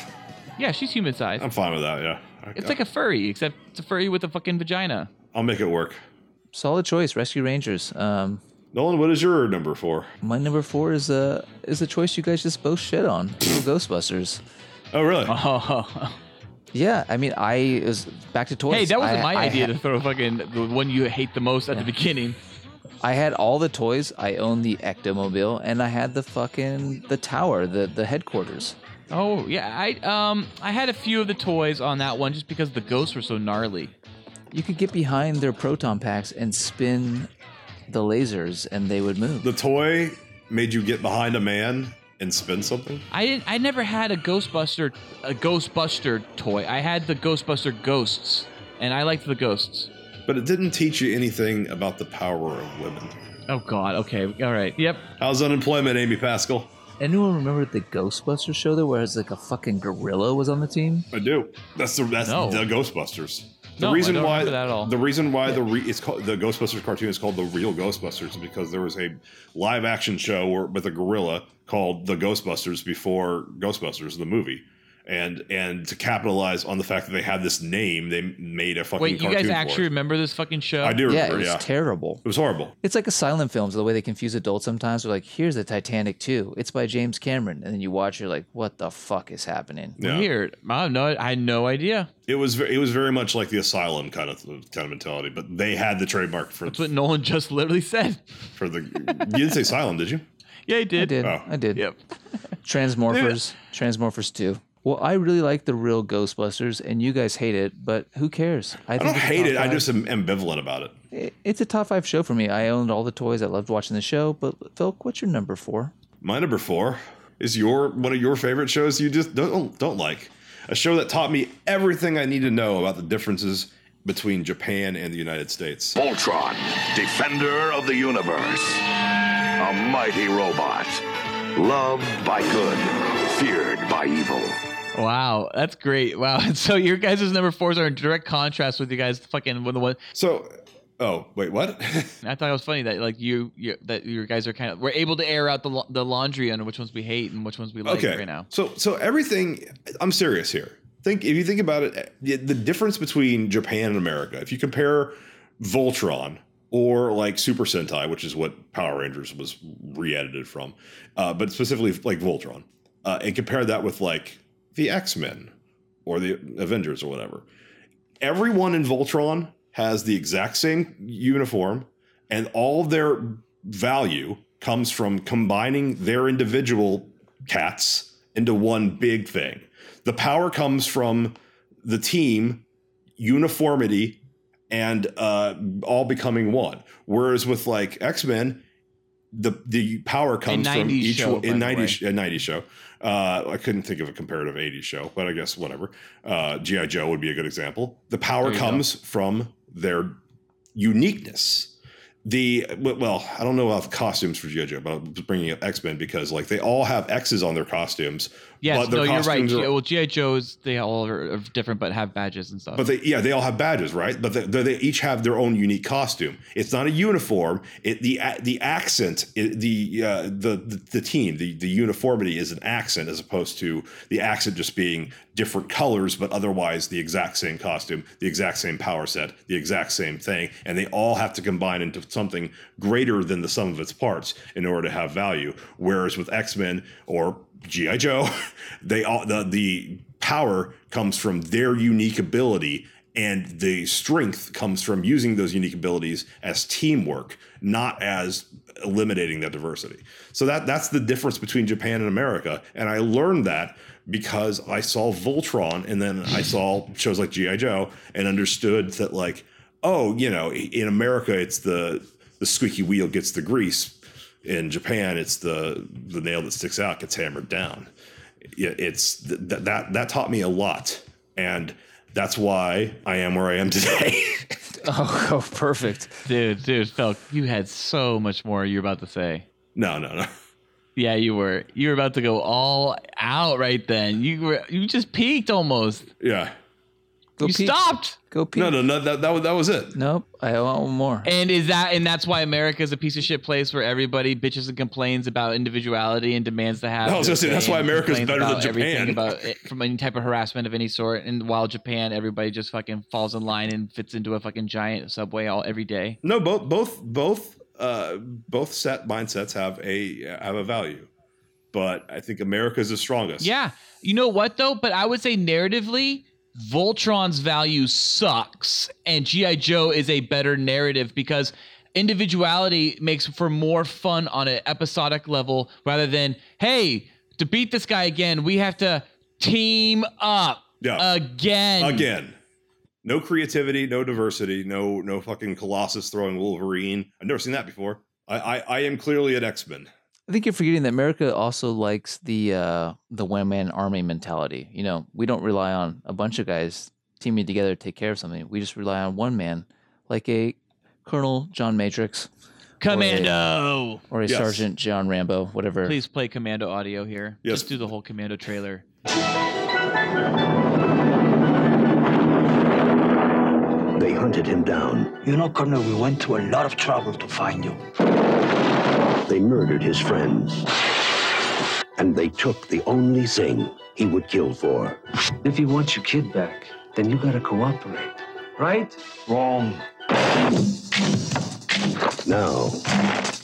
Speaker 4: Yeah, she's human sized.
Speaker 5: I'm fine with that. Oh, Yeah, I-
Speaker 4: It's like a furry, except it's a furry with a fucking vagina.
Speaker 5: I'll make it work.
Speaker 3: Solid choice, Rescue Rangers. Um,
Speaker 5: Nolan, what is your number four?
Speaker 3: My number four is uh is the choice you guys just both shit on,
Speaker 4: *laughs*
Speaker 3: Little Ghostbusters.
Speaker 5: Oh, really?
Speaker 4: Oh.
Speaker 3: Yeah, I mean, I it was back to toys.
Speaker 4: Hey, that wasn't
Speaker 3: I-
Speaker 4: my
Speaker 3: I
Speaker 4: idea
Speaker 3: had-
Speaker 4: to throw fucking the one you hate the most at the beginning.
Speaker 3: I had all the toys. I owned the Ectomobile, and I had the fucking the tower, the the headquarters.
Speaker 4: Oh yeah, I um I had a few of the toys on that one just because the ghosts were so gnarly.
Speaker 3: You could get behind their proton packs and spin the lasers, and they would move.
Speaker 5: The toy made you get behind a man and spin something.
Speaker 4: I didn't. I never had a Ghostbuster a Ghostbuster toy. I had the Ghostbuster ghosts, and I liked the ghosts.
Speaker 5: But it didn't teach you anything about the power of women.
Speaker 4: Oh God. Okay. All right. Yep.
Speaker 5: How's unemployment, Amy Pascal?
Speaker 3: Anyone remember the Ghostbusters show though, where it was like a fucking gorilla was on the team?
Speaker 5: I do. That's the that's
Speaker 3: No.
Speaker 5: the Ghostbusters. The
Speaker 3: No, I
Speaker 5: reason
Speaker 3: don't
Speaker 5: why
Speaker 3: remember that at all.
Speaker 5: the reason why the re, it's called the Ghostbusters cartoon is called the Real Ghostbusters because there was a live action show where, with a gorilla called the Ghostbusters before Ghostbusters the movie. And and to capitalize on the fact that they had this name, they made a fucking
Speaker 4: Wait, you
Speaker 5: cartoon
Speaker 4: guys
Speaker 5: for
Speaker 4: actually
Speaker 5: it.
Speaker 4: remember this fucking show?
Speaker 5: I do remember.
Speaker 3: Yeah, it was terrible.
Speaker 5: It was horrible.
Speaker 3: It's like asylum films, the way they confuse adults sometimes. They're like, here's the Titanic 2. It's by James Cameron. And then you watch, you're like, what the fuck is happening?
Speaker 4: Weird. I have no. I had no idea.
Speaker 5: It was ve- it was very much like the asylum kind of kind of mentality, but they had the trademark for
Speaker 4: That's what Nolan *laughs* just literally said.
Speaker 5: for the. you didn't say asylum, did you?
Speaker 4: Yeah, I did.
Speaker 3: I did.
Speaker 5: Oh.
Speaker 3: I did. Yep. Transmorphers. Transmorphers 2. Well, I really like the real Ghostbusters, and you guys hate it, but who cares?
Speaker 5: I don't
Speaker 3: it's a
Speaker 5: hate
Speaker 3: top
Speaker 5: it. I
Speaker 3: five-
Speaker 5: just am ambivalent about it.
Speaker 3: it- It's a top five show for me. I owned all the toys. I loved watching the show. But, Phil, what's your number four?
Speaker 5: My number four is your one of your favorite shows you just don't don't like. A show that taught me everything I need to know about the differences between Japan and the United States.
Speaker 6: Voltron, defender of the universe. A mighty robot. Loved by good, feared by evil.
Speaker 4: Wow, that's great. Wow. *laughs* And so your guys' number fours are in direct contrast with you guys fucking one of the one.
Speaker 5: So, oh wait, what? *laughs*
Speaker 4: I thought it was funny that like you, you that your guys are kind of we're able to air out the la- the laundry on which ones we hate and which ones we like
Speaker 5: okay,
Speaker 4: right now.
Speaker 5: so so everything. I'm serious here. Think if you think about it, the, the difference between Japan and America. If you compare Voltron or like Super Sentai, which is what Power Rangers was re-edited from, uh, but specifically like Voltron, uh, and compare that with like the X Men or the Avengers or whatever. Everyone in Voltron has the exact same uniform, and all their value comes from combining their individual cats into one big thing. The power comes from the team uniformity and uh, all becoming one. Whereas with like X Men, the the power comes from
Speaker 4: 90s
Speaker 5: each
Speaker 4: show,
Speaker 5: one-
Speaker 4: by the
Speaker 5: in ninety
Speaker 4: way.
Speaker 5: sh- a ninety show. Uh, I couldn't think of a comparative eighty show, but I guess whatever. Uh, GI Joe would be a good example. The power
Speaker 4: There you go.
Speaker 5: comes from their uniqueness. The well, I don't know about the costumes for GI Joe, but I'm bringing up X Men because like they all have X's on their costumes.
Speaker 4: Yes,
Speaker 5: but their
Speaker 4: no, you're right.
Speaker 5: costumes are-
Speaker 4: G- well, GI Joes they all are, are different but have badges and stuff.
Speaker 5: but they, yeah, they all have badges, right? But they, they they each have their own unique costume. It's not a uniform. It the a- the accent, it, the, uh, the the the team, the the uniformity is an accent as opposed to the accent just being different colors, but otherwise the exact same costume, the exact same power set, the exact same thing, and they all have to combine into something greater than the sum of its parts in order to have value. Whereas with X Men or GI Joe, *laughs* they all the the power comes from their unique ability and the strength comes from using those unique abilities as teamwork not as eliminating that diversity so that that's the difference between japan and america and i learned that because i saw voltron and then i saw shows like gi joe and understood that like oh you know in america it's the the squeaky wheel gets the grease in japan it's the the nail that sticks out gets hammered down yeah, it's th- th- that that taught me a lot and That's why I am where I am *laughs* today.
Speaker 3: *laughs* oh, perfect.
Speaker 4: Dude, dude, Phil, you had so much more you were about to say.
Speaker 5: No, no, no.
Speaker 4: Yeah, you were. You were about to go all out right then. You were you just peaked almost.
Speaker 5: Yeah.
Speaker 4: you
Speaker 3: peek.
Speaker 4: stopped.
Speaker 3: Go peek.
Speaker 5: No, no, no. That, that, was- that was it.
Speaker 3: Nope. I want more.
Speaker 4: And is that and that's why America is a piece of shit place where everybody bitches and complains about individuality and demands to have.
Speaker 5: I was gonna
Speaker 4: their
Speaker 5: say, that's
Speaker 4: say
Speaker 5: why
Speaker 4: and
Speaker 5: America's
Speaker 4: complains
Speaker 5: better than
Speaker 4: about everything
Speaker 5: Japan.
Speaker 4: about it- from any type of harassment of any sort. And while Japan, everybody just fucking falls in line and fits into a fucking giant subway all every day.
Speaker 5: No, both both both uh, both set mindsets have a have a value, but I think America's the strongest.
Speaker 4: Yeah, you know what though? But I would say narratively, Voltron's value sucks, and GI Joe is a better narrative because individuality makes for more fun on an episodic level rather than hey, to beat this guy again, we have to team up
Speaker 5: Yeah.
Speaker 4: again.
Speaker 5: Again, no creativity, no diversity, no no fucking Colossus throwing Wolverine. I've never seen that before. I I, I am clearly an X Men.
Speaker 3: I think you're forgetting that America also likes the uh, the one man army mentality. You know, we don't rely on a bunch of guys teaming together to take care of something. We just rely on one man, like a Colonel John Matrix,
Speaker 4: Commando.
Speaker 3: or a, or a
Speaker 4: Yes.
Speaker 3: Sergeant John Rambo, whatever.
Speaker 4: Please play Commando audio here.
Speaker 5: Yes.
Speaker 4: Just do the whole Commando trailer.
Speaker 18: They hunted him down. You know, Colonel, we went to a lot of trouble to find you.
Speaker 6: They murdered his friends. And they took the only thing he would kill for.
Speaker 18: If you want your kid back, then you gotta cooperate. Right? Wrong.
Speaker 6: Now,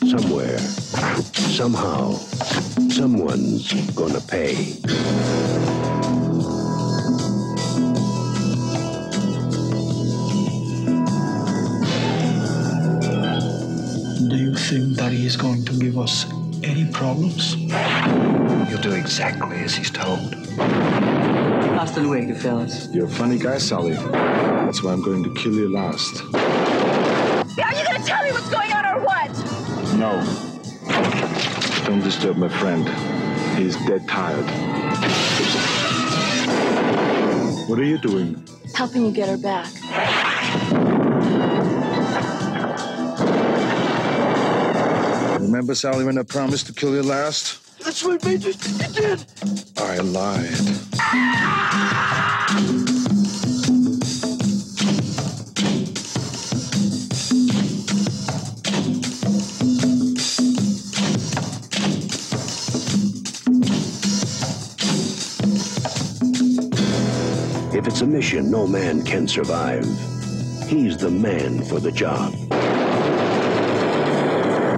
Speaker 6: somewhere, somehow, someone's gonna pay.
Speaker 18: Do you think that he is going to give us any problems? You'll do exactly as he's told.
Speaker 19: Hasta luego, fellas. You're a funny guy, Sally. That's why I'm going to kill you last.
Speaker 7: Are you gonna tell me what's going on or what?
Speaker 19: No. Don't disturb my friend. He's dead tired. What are you doing?
Speaker 20: Helping you get her back.
Speaker 19: Remember, Sally, when I promised to kill you last?
Speaker 7: That's what made you think you did.
Speaker 19: I lied.
Speaker 6: If it's a mission no man can survive, he's the man for the job.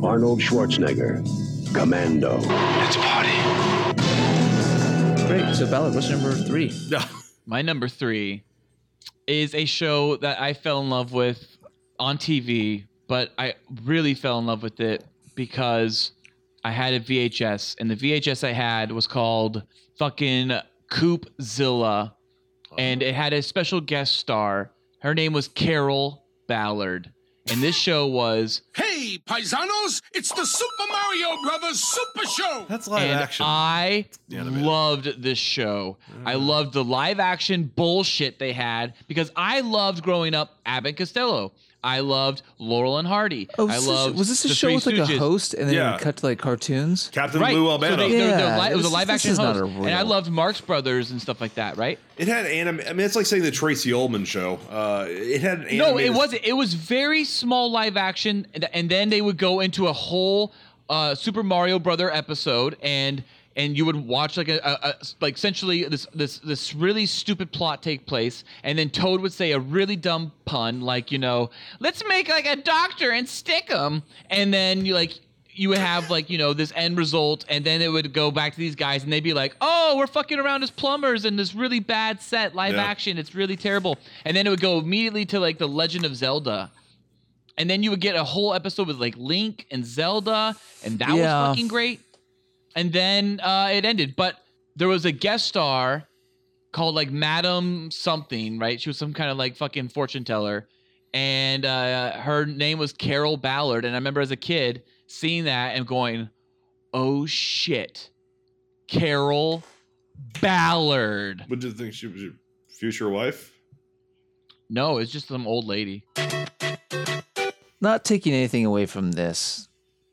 Speaker 6: Arnold Schwarzenegger, Commando. Let's party.
Speaker 3: Great. So, Ballard, what's number three?
Speaker 4: My number three is a show that I fell in love with on TV, but I really fell in love with it because I had a VHS, and the VHS I had was called fucking Coopzilla, and it had a special guest star. Her name was Carol Ballard, and this show was
Speaker 21: Hey, paisanos, it's the Super Mario Brothers Super Show.
Speaker 5: That's
Speaker 4: and I loved this show. I loved the live action bullshit they had because I loved growing up Abbott and Costello. I loved Laurel and Hardy.
Speaker 3: Oh,
Speaker 4: I
Speaker 3: was,
Speaker 4: loved
Speaker 3: this, was this a
Speaker 4: the
Speaker 3: show
Speaker 4: Three
Speaker 3: with like a
Speaker 4: Stooges.
Speaker 3: host and then it would cut to like cartoons?
Speaker 5: Captain
Speaker 4: Right.
Speaker 5: Lou
Speaker 4: So
Speaker 5: Albano.
Speaker 4: they- they're- they're
Speaker 3: Yeah,
Speaker 4: li- it was a
Speaker 3: this-
Speaker 4: live
Speaker 3: this
Speaker 4: action
Speaker 3: is not
Speaker 4: host.
Speaker 3: a
Speaker 4: And I
Speaker 3: real-
Speaker 4: loved Marx Brothers and stuff like that, right?
Speaker 5: It had anime. I mean, it's like saying the Tracy Ullman show. Uh, it had an
Speaker 4: No, it
Speaker 5: animated-
Speaker 4: wasn't. It was very small live action, and, and then they would go into a whole uh, Super Mario Brother episode, and and you would watch like a, a, a like essentially this this this really stupid plot take place, and then Toad would say a really dumb pun like you know let's make like a doctor and stick him, and then you like you would have like you know this end result and then it would go back to these guys and they'd be like oh we're fucking around as plumbers in this really bad set live
Speaker 8: Yeah.
Speaker 4: action it's really terrible and then it would go immediately to like the legend of zelda and then you would get a whole episode with like link and zelda and that
Speaker 3: Yeah.
Speaker 4: was fucking great and then uh, it ended but there was a guest star called like Madam something, right? She was some kind of like fucking fortune teller, and uh, her name was Carol Ballard. And I remember as a kid seeing that and going, "Oh shit, Carol Ballard."
Speaker 5: Would you think she was your future wife?
Speaker 4: No, it's just some old lady.
Speaker 3: Not taking anything away from this,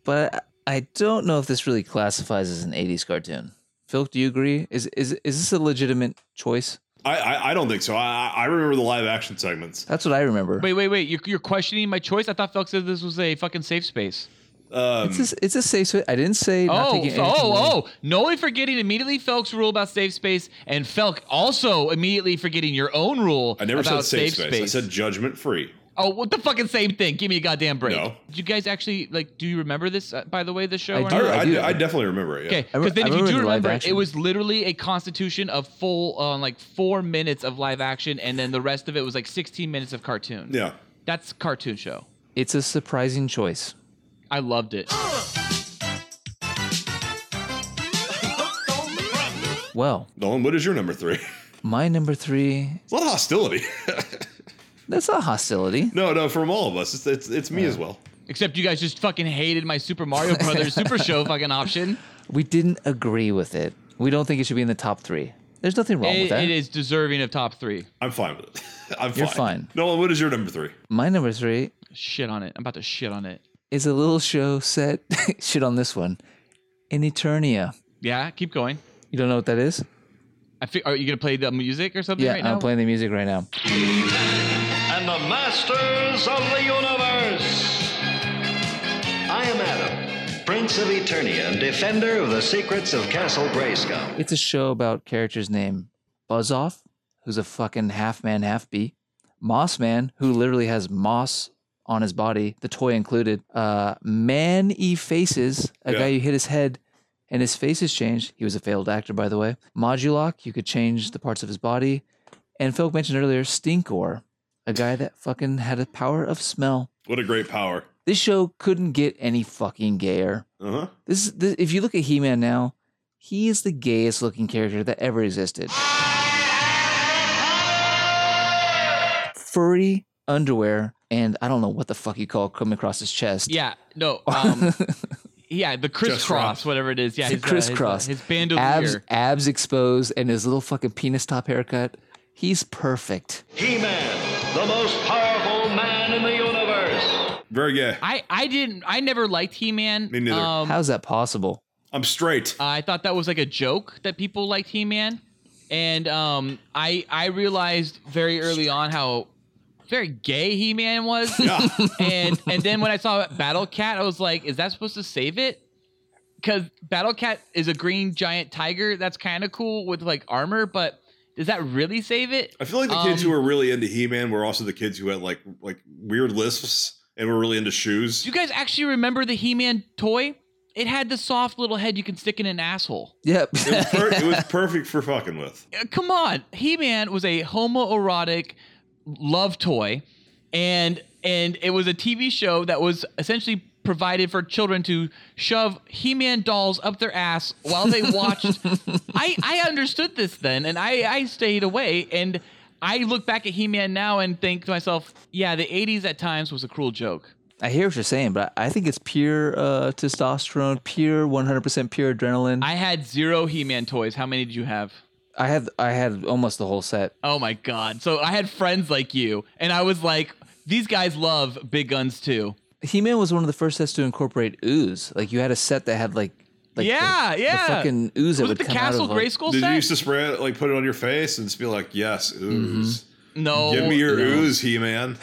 Speaker 3: but I don't know if this really classifies as an '80s cartoon. Phil, do you agree? Is is is this a legitimate choice?
Speaker 5: I, I, I don't think so. I, I remember the live action segments.
Speaker 3: That's what I remember.
Speaker 4: Wait, wait, wait. You're, you're questioning my choice? I thought Felix said this was a fucking safe space.
Speaker 5: Um,
Speaker 3: It's a, it's a safe space. I didn't say. not
Speaker 4: Oh,
Speaker 3: taking
Speaker 4: so-
Speaker 3: anything away.
Speaker 4: oh, oh! Noli forgetting immediately Felk's rule about safe space, and Felk also immediately forgetting your own rule.
Speaker 5: I never said
Speaker 4: about
Speaker 5: safe space. I said judgment free.
Speaker 4: oh, what the fucking same thing? Give me a goddamn break.
Speaker 5: No.
Speaker 4: Did you guys actually like? Do you remember this? Uh, by the way, the show.
Speaker 5: I,
Speaker 4: or
Speaker 5: do,
Speaker 4: not?
Speaker 5: I, do- I definitely remember it. Yeah.
Speaker 4: Okay, because then if you do remember, it, it was literally a constitution of full, uh, like four minutes of live action, and then the rest of it was like 16 minutes of cartoon.
Speaker 5: Yeah.
Speaker 4: that's cartoon show.
Speaker 3: It's a surprising choice.
Speaker 4: I loved it.
Speaker 3: Well,
Speaker 5: Nolan, what is your number three? *laughs*
Speaker 3: My number three.
Speaker 5: It's a lot of hostility. *laughs*
Speaker 3: That's not hostility.
Speaker 5: No, no, from all of us. It's it's, it's me as well.
Speaker 4: Except you guys just fucking hated my
Speaker 3: *laughs*
Speaker 4: Super Mario Brothers Super Show fucking option.
Speaker 3: We didn't agree with it. We don't think it should be in the top three. There's nothing wrong
Speaker 4: It-
Speaker 3: with that.
Speaker 4: it is deserving of top three.
Speaker 5: I'm fine with it. *laughs* I'm
Speaker 3: You're fine.
Speaker 5: Nolan, what is your number three?
Speaker 3: My number three
Speaker 4: Shit on it. I'm about to shit on it.
Speaker 3: is a little show set. *laughs* shit on this one. In Eternia.
Speaker 4: Yeah, keep going.
Speaker 3: You don't know what that is?
Speaker 4: I fi- are you gonna play the music or something
Speaker 3: yeah,
Speaker 4: right
Speaker 3: I'm
Speaker 4: now?
Speaker 3: playing the music right now.
Speaker 1: and the masters of the universe. I am Adam, Prince of Eternia and defender of the secrets of Castle Grayskull.
Speaker 3: It's a show about characters named Buzzoff, who's a fucking half man, half bee. Moss Man, who literally has moss on his body, the toy included. Uh, Man E Faces, a
Speaker 8: Yeah.
Speaker 3: guy who hit his head and his face has changed. He was a failed actor, by the way. Modulok, you could change the parts of his body. And Phil mentioned earlier, Stinkor, a guy that fucking had a power of smell.
Speaker 5: What a great power.
Speaker 3: This show couldn't get any fucking gayer.
Speaker 5: Uh-huh.
Speaker 3: This, is- this if you look at He-Man now, he is the gayest looking character that ever existed. Furry underwear and I don't know what the fuck you call coming across his chest.
Speaker 4: Yeah, no.
Speaker 3: *laughs*
Speaker 4: Um, yeah, the crisscross, whatever it is. Yeah,
Speaker 3: The
Speaker 4: his, uh, his, uh,
Speaker 3: crisscross.
Speaker 4: his, bandolier.
Speaker 3: abs, abs exposed, and his little fucking penis top haircut. He's perfect.
Speaker 1: He Man, the most powerful man in the universe.
Speaker 5: Very gay.
Speaker 4: I I didn't. I never liked Um, He Man.
Speaker 3: Me neither. How's that possible?
Speaker 5: I'm straight.
Speaker 4: I thought that was like a joke that people liked He Man, and um, I I realized very early on how very gay He Man was, and and then when I saw Battle Cat, I was like, is that supposed to save it? Because Battle Cat is a green giant tiger. That's kind of cool with like armor, but does that really save it?
Speaker 5: I feel like the kids
Speaker 3: Um,
Speaker 5: who were really into He-Man were also the kids who had like like weird lisps and were really into shoes.
Speaker 4: Do you guys actually remember the He-Man toy? It had the soft little head you can stick in an asshole.
Speaker 3: Yep.
Speaker 5: it, was per- it was perfect for fucking with.
Speaker 4: Uh, Come on, He-Man was a homoerotic love toy, and and it was a TV show that was essentially provided for children to shove He-Man dolls up their ass while they watched. I I understood this then, and I I stayed away and. I look back at He-Man now and think to myself, yeah, the 80s at times was a cruel joke.
Speaker 3: *laughs* I hear what you're saying, but I think it's pure uh, testosterone, pure 100% pure adrenaline.
Speaker 4: I had zero He-Man toys. How many did you have?
Speaker 3: I had I had almost the whole set.
Speaker 4: Oh my god. So I had friends like you and I was like these guys love big guns too.
Speaker 3: He-Man was one of the first sets to incorporate ooze. Like you had a set that had like, like
Speaker 4: Yeah,
Speaker 3: the,
Speaker 4: yeah.
Speaker 3: the fucking ooze that
Speaker 4: Was it
Speaker 3: would
Speaker 4: the
Speaker 3: come
Speaker 4: Castle
Speaker 3: out of like-
Speaker 4: Grayskull
Speaker 5: Did you used to spray it like put it on your face and just be like, yes, ooze.
Speaker 3: Mm-hmm.
Speaker 4: No,
Speaker 5: Give me your
Speaker 3: No.
Speaker 5: ooze,
Speaker 3: *laughs*
Speaker 5: He-Man.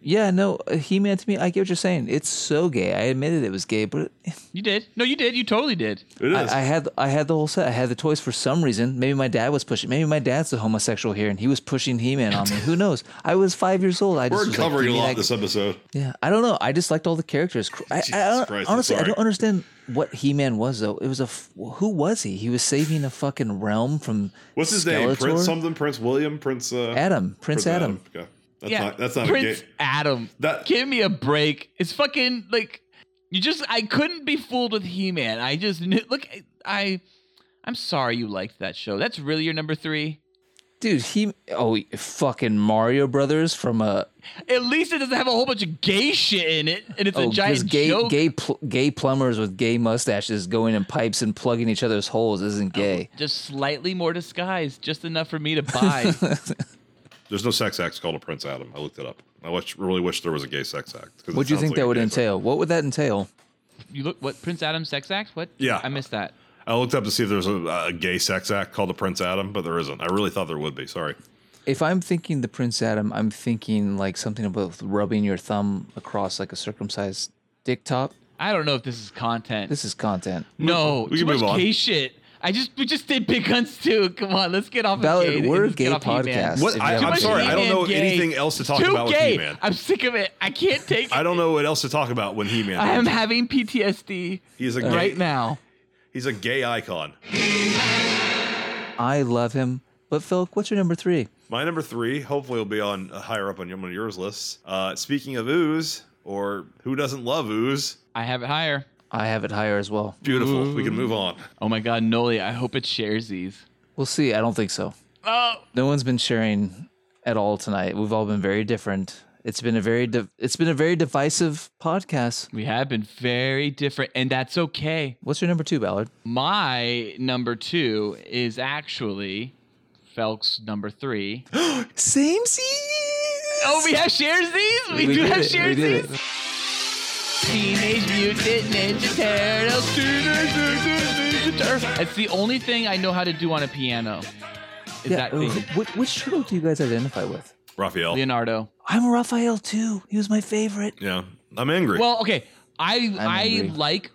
Speaker 3: Yeah, no, uh, He-Man to me, I get what you're saying. It's so gay. I admitted it was gay, but
Speaker 4: You did? No, you did. You totally did.
Speaker 3: I, I had I had the whole set. I had the toys for some reason. Maybe my dad was pushing. Maybe my dad's the homosexual here, and he was pushing He-Man on me. Who knows? I was five years old. I just
Speaker 5: We're
Speaker 3: was like,
Speaker 5: covering
Speaker 3: give
Speaker 5: a
Speaker 3: me
Speaker 5: lot
Speaker 3: that-
Speaker 5: this episode.
Speaker 3: Yeah, I don't know. I just liked all the characters. Cr- I, I don't-
Speaker 5: Christ, I'm
Speaker 3: honestly, I
Speaker 5: sorry.
Speaker 3: don't understand what He-Man was though. It was a f- who was he? He was saving a fucking realm from
Speaker 5: What's his name?
Speaker 3: Skeletor?
Speaker 5: Prince something? Prince William? Prince uh,
Speaker 3: Adam. Prince Adam.
Speaker 5: Okay. That's not that's not
Speaker 4: Prince
Speaker 5: a gay.
Speaker 4: Adam. Give me a break. It's fucking like you just I couldn't be fooled with He-Man. I just knew, look I I'm sorry you liked that show. That's really your number 3.
Speaker 3: Dude, he oh fucking Mario Brothers from uh, a
Speaker 4: At least it doesn't have a whole bunch of gay shit in it and it's
Speaker 3: oh,
Speaker 4: a
Speaker 3: 'cause
Speaker 4: giant
Speaker 3: gay
Speaker 4: joke.
Speaker 3: gay pl- gay plumbers with gay mustaches going in pipes and plugging each other's holes isn't gay. *laughs*
Speaker 4: just slightly more disguised, just enough for me to buy.
Speaker 5: There's no sex act called a Prince Adam. I looked it up. I wish, really wish there was a gay sex act. 'cause it
Speaker 3: What do you
Speaker 5: sounds
Speaker 3: think
Speaker 5: like
Speaker 3: that
Speaker 5: a
Speaker 3: would
Speaker 5: gay sex-
Speaker 3: entail? What would that entail?
Speaker 4: You look what Prince Adam sex act? What?
Speaker 5: Yeah.
Speaker 4: I missed that.
Speaker 5: I looked up to see if there's a, a gay sex act called a Prince Adam, but there isn't. I really thought there would be. Sorry.
Speaker 3: If I'm thinking the Prince Adam, I'm thinking like something about rubbing your thumb across like a circumcised dick top.
Speaker 4: I don't know if this is content.
Speaker 3: This is content.
Speaker 4: No,
Speaker 3: We
Speaker 4: too
Speaker 3: can move
Speaker 4: much
Speaker 3: on.
Speaker 4: gay shit. I just we just did big guns too. Come on, let's get off.
Speaker 3: Valid,
Speaker 4: of gay,
Speaker 3: we're a
Speaker 4: let's get
Speaker 3: gay
Speaker 4: off He-Man.
Speaker 3: podcast. What? If I- you
Speaker 4: Too
Speaker 3: I'm
Speaker 4: much
Speaker 3: sorry, I don't
Speaker 4: He-Man
Speaker 5: know
Speaker 4: gay.
Speaker 5: anything else to talk
Speaker 4: Too
Speaker 5: about with
Speaker 4: gay.
Speaker 5: He-Man.
Speaker 4: I'm sick of it. I can't take.
Speaker 5: I don't know what else to talk about when He Man.
Speaker 4: I am having PTSD.
Speaker 5: He's a gay,
Speaker 4: right now.
Speaker 5: He's a gay icon.
Speaker 3: I love him. But Phil, what's your number three?
Speaker 5: My number three, hopefully, will be on uh, higher up on one of yours lists. Uh, speaking of ooze, or who doesn't love ooze?
Speaker 4: I have it higher.
Speaker 3: I have it higher as well.
Speaker 5: Beautiful. We can move on.
Speaker 4: Oh my God, Noli! I hope it shares these.
Speaker 3: We'll see. I don't think so.
Speaker 4: Oh.
Speaker 3: No one's been sharing at all tonight. We've all been very different. It's been a very div it's been a very divisive podcast.
Speaker 4: We have been very different, and that's okay.
Speaker 3: What's your number two, Ballard?
Speaker 4: My number two is actually Felk's number three.
Speaker 3: Same scene.
Speaker 4: Oh, we have shares these? We, do have shares these? Teenage Mutant Ninja Turtles. Teenage Mutant Ninja Turtles. It's the only thing I know how to do on a piano. Is that
Speaker 3: uh,
Speaker 4: thing.
Speaker 3: wh- which turtle do you guys identify with?
Speaker 5: Raphael.
Speaker 4: Leonardo.
Speaker 3: I'm a Raphael too. He was my favorite.
Speaker 5: Yeah. I'm angry.
Speaker 4: Well, okay. I
Speaker 3: angry.
Speaker 4: I like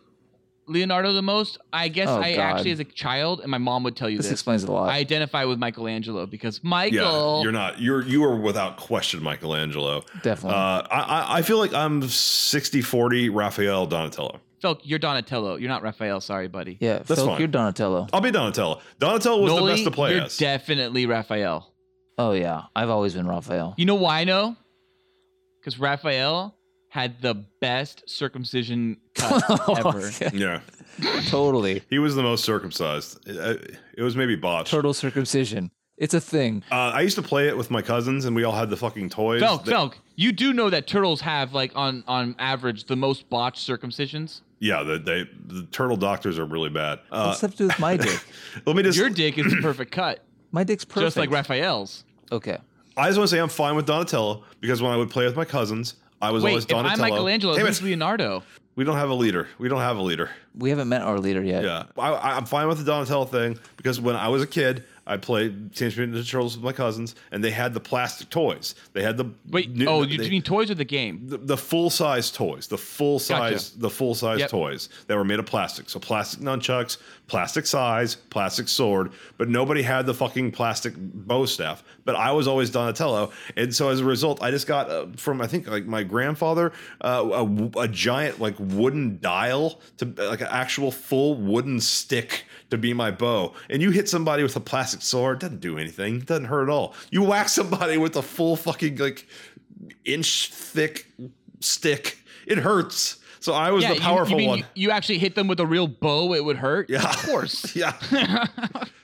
Speaker 4: Leonardo the most. I guess
Speaker 3: Oh,
Speaker 4: I
Speaker 3: God.
Speaker 4: actually, as a child, and my mom would tell you
Speaker 3: This
Speaker 4: this,
Speaker 3: explains a lot.
Speaker 4: I identify with Michelangelo because
Speaker 5: Yeah,
Speaker 4: Michael.
Speaker 5: you're not. You're you are without question Michelangelo.
Speaker 3: Definitely.
Speaker 5: Uh, I I- I feel like I'm 60-40 Raphael Donatello.
Speaker 4: Felk, you're Donatello. You're not Raphael. Sorry, buddy.
Speaker 3: Yeah,
Speaker 5: That's
Speaker 3: Phil,
Speaker 5: fine.
Speaker 3: you're Donatello.
Speaker 5: I'll be Donatello. Donatello was
Speaker 4: Noli,
Speaker 5: the best to play
Speaker 4: you're
Speaker 5: as.
Speaker 4: definitely Raphael.
Speaker 3: Oh yeah, I've always been Raphael.
Speaker 4: You know why I know? Because Raphael had the best circumcision
Speaker 3: *laughs*
Speaker 4: cut ever.
Speaker 5: yeah.
Speaker 3: totally.
Speaker 5: He was the most circumcised. It, uh, it was maybe botched.
Speaker 3: Turtle circumcision. It's a thing.
Speaker 5: Uh, I used to play it with my cousins, and we all had the fucking toys.
Speaker 4: Felk,
Speaker 5: They-
Speaker 4: Felk, you do know that turtles have like on on average the most botched circumcisions.
Speaker 5: Yeah, the, they the turtle doctors are really bad. Uh,
Speaker 3: What's that have to do with my dick?
Speaker 5: Let me just.
Speaker 4: Your dick
Speaker 5: *clears throat*
Speaker 4: is the perfect cut,
Speaker 3: My dick's perfect.
Speaker 4: *laughs* just like Raphael's.
Speaker 3: Okay.
Speaker 5: I just want to say I'm fine with Donatello because when I would play with my cousins, I was
Speaker 4: Wait,
Speaker 5: always
Speaker 4: if I'm
Speaker 5: Donatello.
Speaker 4: Michelangelo,
Speaker 5: Damn
Speaker 4: who's
Speaker 5: it.
Speaker 4: Leonardo?
Speaker 5: We don't have a leader. We don't have a leader.
Speaker 3: We haven't met our leader yet.
Speaker 5: Yeah, I- I, I'm fine with the Donatello thing because when I was a kid, I played Teenage Mutant Ninja Turtles with my cousins, and they had the plastic toys. They had the
Speaker 4: Wait,
Speaker 5: new-
Speaker 4: oh, you
Speaker 5: they-
Speaker 4: mean toys or the game?
Speaker 5: the, the full size toys, the full size, the full size
Speaker 4: Yep.
Speaker 5: toys that were made of plastic. So plastic nunchucks, plastic size, plastic sword, but nobody had the fucking plastic bow staff. But I was always Donatello, and so as a result, I just got uh, from I think like my grandfather uh, a w- a, giant like wooden dial to like an actual full wooden stick to be my bow. And you hit somebody with a plastic sword, doesn't do anything, doesn't hurt at all. You whack somebody with a full fucking like inch thick stick. It hurts. So I was
Speaker 4: yeah,
Speaker 5: the
Speaker 4: you-
Speaker 5: powerful
Speaker 4: you, mean
Speaker 5: one.
Speaker 4: You, you actually hit them with a real bow, it would hurt.
Speaker 5: Yeah.
Speaker 4: of course.
Speaker 5: *laughs* yeah.
Speaker 4: *laughs*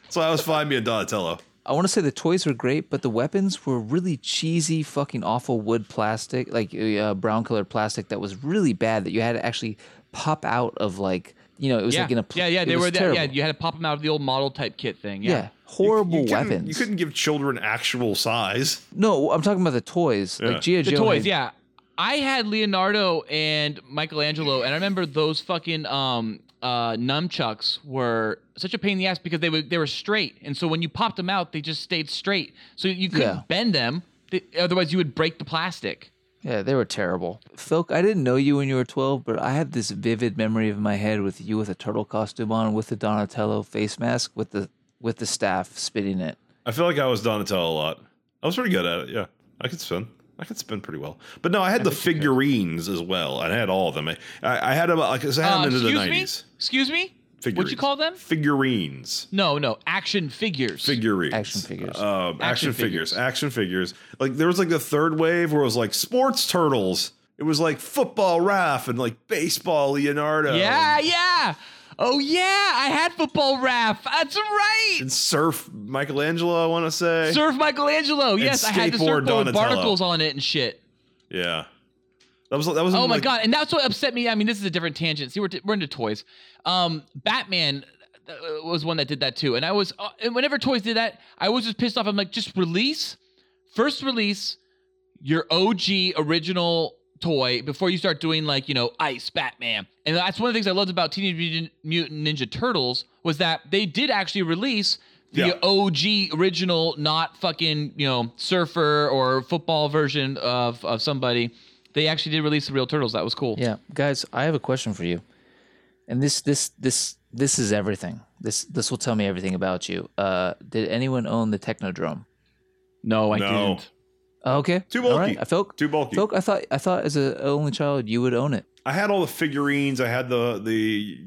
Speaker 5: so I was fine being Donatello.
Speaker 3: I want to say the toys were great, but the weapons were really cheesy, fucking awful wood plastic, like uh, brown colored plastic that was really bad. That you had to actually pop out of, like you know, it was
Speaker 4: yeah.
Speaker 3: like in a pl-
Speaker 4: yeah, yeah,
Speaker 3: it
Speaker 4: they
Speaker 3: was
Speaker 4: were there.
Speaker 3: terrible.
Speaker 4: Yeah, you had to pop them out of the old model type kit thing.
Speaker 3: Yeah, horrible
Speaker 5: You couldn't-
Speaker 3: weapons.
Speaker 5: You couldn't give children actual size.
Speaker 3: No, I'm talking about the toys,
Speaker 5: Yeah.
Speaker 3: like GI Joe.
Speaker 4: the toys,
Speaker 3: had-
Speaker 4: yeah. I had Leonardo and Michelangelo, and I remember those fucking um, uh, nunchucks were such a pain in the ass because they were they were straight, and so when you popped them out, they just stayed straight, so you couldn't
Speaker 3: Yeah.
Speaker 4: bend them. Th- Otherwise, you would break the plastic.
Speaker 3: Yeah, they were terrible. Philk, I didn't know you when you were 12, but I have this vivid memory of my head with you with a turtle costume on, with the Donatello face mask, with the with the staff spitting it.
Speaker 5: I feel like I was Donatello a lot. I was pretty good at it. Yeah. I could spin. I could spin pretty well. But no, I had the figurines as well. and I had all of them. I, I I had them, like, I had them
Speaker 4: Uh,
Speaker 5: into the
Speaker 4: excuse
Speaker 5: 90s.
Speaker 4: me, excuse me. What'd you
Speaker 5: Figurines.
Speaker 4: call them?
Speaker 5: Figurines.
Speaker 4: No, no, action figures.
Speaker 5: figurines,
Speaker 3: action figures,
Speaker 5: um, action,
Speaker 4: Action
Speaker 5: figures. action figures. Like there was like the third wave where it was like sports turtles. It was like football Raph and like baseball Leonardo.
Speaker 4: Yeah, yeah. Oh yeah, I had football Raph. That's right.
Speaker 5: and surf Michelangelo. I want to say
Speaker 4: Surf Michelangelo.
Speaker 5: And
Speaker 4: Yes, I had the
Speaker 5: skateboard
Speaker 4: surfboard with
Speaker 5: Donatello.
Speaker 4: barnacles on it and shit.
Speaker 5: Yeah, that was that was.
Speaker 4: Oh my
Speaker 5: like-
Speaker 4: god! And that's what upset me. I mean, this is a different tangent. See, we're, we're into toys. Um, Batman uh, was one that did that too, and I was uh, and whenever toys did that, I was just pissed off. I'm like, just release first release your OG original toy before you start doing like you know Ice Batman. And that's one of the things I loved about Teenage Mutant- Mutant Ninja Turtles was that they did actually release the
Speaker 5: Yeah.
Speaker 4: OG original, not fucking you know surfer or football version of of somebody. They actually did release the real turtles. That was cool.
Speaker 3: Yeah, guys, I have a question for you, and this this this this is everything. This this will tell me everything about you. Uh, did anyone own the Technodrome? Uh,
Speaker 4: No,
Speaker 5: I No. didn't.
Speaker 3: Okay,
Speaker 5: Too
Speaker 3: All
Speaker 5: bulky.
Speaker 3: right. I felt
Speaker 5: Too bulky.
Speaker 3: Folk, I thought I thought as a only child you would own it.
Speaker 5: I had all the figurines. I had the the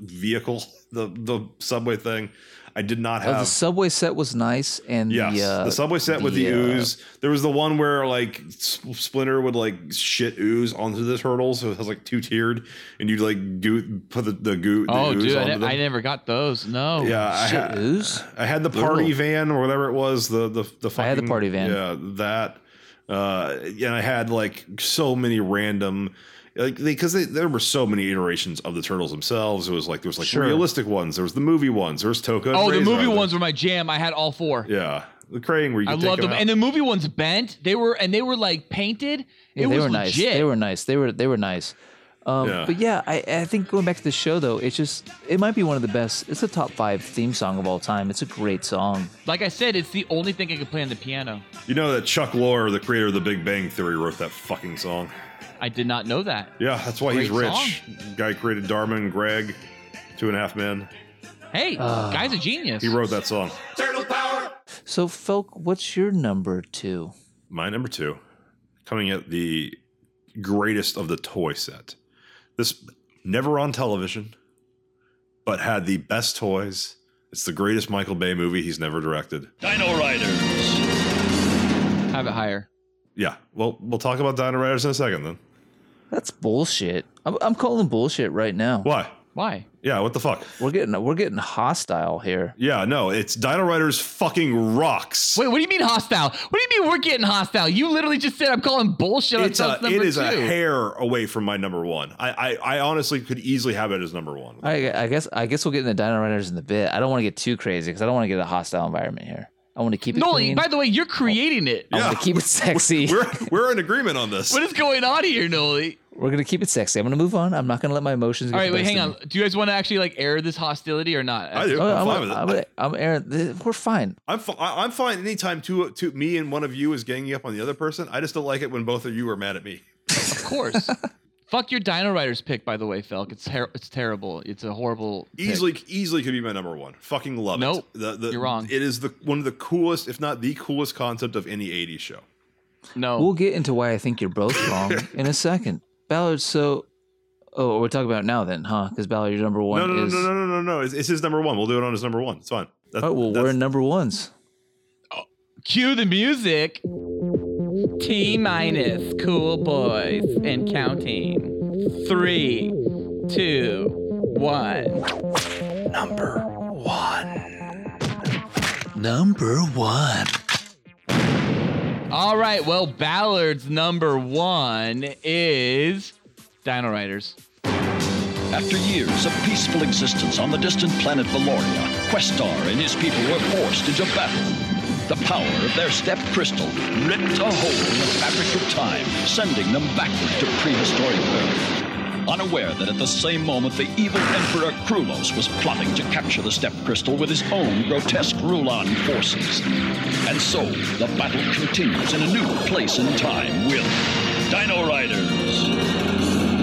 Speaker 5: vehicle, *laughs* the the subway thing. I did not
Speaker 3: Oh,
Speaker 5: have
Speaker 3: the subway set was nice, and
Speaker 5: Um, Yes,
Speaker 3: the, uh,
Speaker 5: the subway set with the
Speaker 3: uh,
Speaker 5: ooze. There was the one where like S- Splinter would like shit ooze onto the turtles, so it was like two tiered, and you'd like goo put the, the goo. The
Speaker 4: Oh,
Speaker 5: ooze
Speaker 4: dude, I,
Speaker 5: onto
Speaker 4: ne-
Speaker 5: them.
Speaker 4: I never got those. No.
Speaker 5: yeah, Uh, I
Speaker 4: Shit.
Speaker 5: had, I had the party
Speaker 4: Ooh.
Speaker 5: van or whatever it was. The the the fucking, I had the party van. Yeah, that. Uh, and I had like so many random. Like, because they, there were so many iterations of the turtles themselves, it was like there was like
Speaker 4: Sure.
Speaker 5: realistic ones, there was the movie ones, there was Toka. and
Speaker 4: Oh, the
Speaker 5: Razor
Speaker 4: movie
Speaker 5: out there.
Speaker 4: ones were my jam. I had all four.
Speaker 5: Yeah, the crane where you.
Speaker 4: I
Speaker 5: could take
Speaker 4: loved them.
Speaker 5: out.
Speaker 4: And the movie ones bent. They were and they were like painted.
Speaker 3: Yeah,
Speaker 4: it
Speaker 3: they
Speaker 4: was
Speaker 3: were nice.
Speaker 4: legit.
Speaker 3: They were nice. They were they were nice. Um,
Speaker 4: Yeah.
Speaker 3: But yeah, I, I think going back to the show though, it's just it might be one of the best. It's a top five theme song of all time. It's a great song.
Speaker 4: Like I said, it's the only thing I could play on the piano.
Speaker 5: You know that Chuck Lorre, the creator of The Big Bang Theory, wrote that fucking song.
Speaker 4: I did not know that.
Speaker 5: Yeah, that's why he's
Speaker 4: Great
Speaker 5: rich. Guy created Dharma and Greg, Two and a Half Men.
Speaker 4: Hey,
Speaker 3: Ah.
Speaker 4: guy's a genius.
Speaker 5: He wrote that song.
Speaker 3: So Felk, what's your number two?
Speaker 5: My number two, coming at the greatest of the toy set. This never on television, but had the best toys. It's the greatest Michael Bay movie he's never directed.
Speaker 17: Dino Riders.
Speaker 4: Have it higher.
Speaker 5: Yeah, well, we'll talk about Dino Riders in a second then.
Speaker 3: That's bullshit. I'm, I'm calling bullshit right now.
Speaker 5: Why?
Speaker 4: Why?
Speaker 5: Yeah, what the fuck?
Speaker 3: We're getting we're getting hostile here.
Speaker 5: Yeah, no, it's Dino Riders fucking rocks.
Speaker 4: Wait, what do you mean hostile? What do you mean we're getting hostile? You literally just said I'm calling bullshit
Speaker 5: it's
Speaker 4: on
Speaker 5: a,
Speaker 4: Felk's
Speaker 5: it
Speaker 4: number
Speaker 5: is
Speaker 4: two.
Speaker 5: a hair away from my number one. I, I, I honestly could easily have it as number one.
Speaker 3: I, I guess I guess we'll get into Dino Riders in a bit. I don't want to get too crazy because I don't want to get a hostile environment here. I want to keep it
Speaker 4: Nolly,
Speaker 3: clean.
Speaker 4: by the way, you're creating it.
Speaker 3: I want to keep it sexy. We're,
Speaker 5: we're *laughs* in agreement on this.
Speaker 4: What is going on here, Nolly?
Speaker 3: We're gonna keep it sexy. I'm gonna move on. I'm not gonna let my emotions.
Speaker 4: All
Speaker 3: get
Speaker 4: right,
Speaker 3: the
Speaker 4: wait,
Speaker 3: best
Speaker 4: hang
Speaker 3: of
Speaker 4: on.
Speaker 3: me.
Speaker 4: Do you guys want to actually like air this hostility or not?
Speaker 5: I do. I'm fine with it.
Speaker 3: Oh, I'm, with I'm, Aaron. th- We're fine.
Speaker 5: I'm fi- I- I'm fine anytime two two me and one of you is ganging up on the other person. I just don't like it when both of you are mad at me.
Speaker 4: Of
Speaker 3: *laughs*
Speaker 4: course. Fuck your Dino Riders pick, by the way, Felk. It's ter- it's terrible. It's a horrible. pick.
Speaker 5: Easily easily could be my number one. Fucking love
Speaker 4: Nope.
Speaker 5: it. The, the,
Speaker 4: You're wrong.
Speaker 5: It is the one of the coolest, if not the coolest, concept of any '80s show.
Speaker 4: No.
Speaker 3: We'll get into why I think you're both
Speaker 5: *laughs*
Speaker 3: wrong in a second. Ballard. So, oh, we're talking about it now then, huh? Because Ballard, your number one
Speaker 5: No, no, no,
Speaker 3: is.
Speaker 5: no, no, no, no, no. It's, it's his number one. We'll do it on his number one. It's fine. That's,
Speaker 3: Oh well, we're in number ones.
Speaker 4: Cue the music. T minus, cool boys, and counting. Three, two, one.
Speaker 3: Number one.
Speaker 4: All right, well, Ballard's number one is Dino Riders.
Speaker 8: After years of peaceful existence on the distant planet Valoria, Questar and his people were forced into battle. The power of their step crystal ripped a hole in the fabric of time, sending them backward to prehistoric Earth. Unaware that at the same moment the evil Emperor Krulos was plotting to capture the step crystal with his own grotesque Rulon forces. And so, the battle continues in a new place and time with Dino Riders.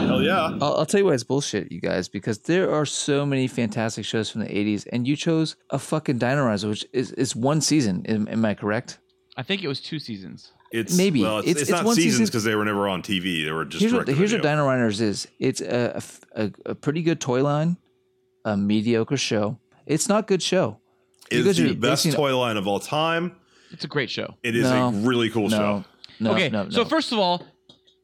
Speaker 5: Hell yeah.
Speaker 3: I'll, I'll tell you why it's bullshit, you guys, because there are so many fantastic shows from the 80s, and you chose a fucking Dino Riders, which is, is one season. Am, am I correct?
Speaker 4: I think it was two seasons.
Speaker 5: It's
Speaker 3: Maybe.
Speaker 5: well, it's,
Speaker 3: It's-
Speaker 5: it's,
Speaker 3: it's
Speaker 5: not
Speaker 3: one
Speaker 5: seasons
Speaker 3: season-
Speaker 5: because they were never on TV. They were just
Speaker 3: here's what,
Speaker 5: direct to
Speaker 3: here's what
Speaker 5: video.
Speaker 3: Dino Riders is it's a, a f- a- a pretty good toy line, a mediocre show. It's not good show. You
Speaker 5: It
Speaker 3: guys
Speaker 5: is
Speaker 3: are
Speaker 5: the best
Speaker 3: basing-
Speaker 5: toy line of all time.
Speaker 4: It's a great show.
Speaker 5: It is
Speaker 3: No.
Speaker 5: a really cool
Speaker 3: No.
Speaker 5: show.
Speaker 3: No,
Speaker 4: okay,
Speaker 3: no, no.
Speaker 4: so first of all,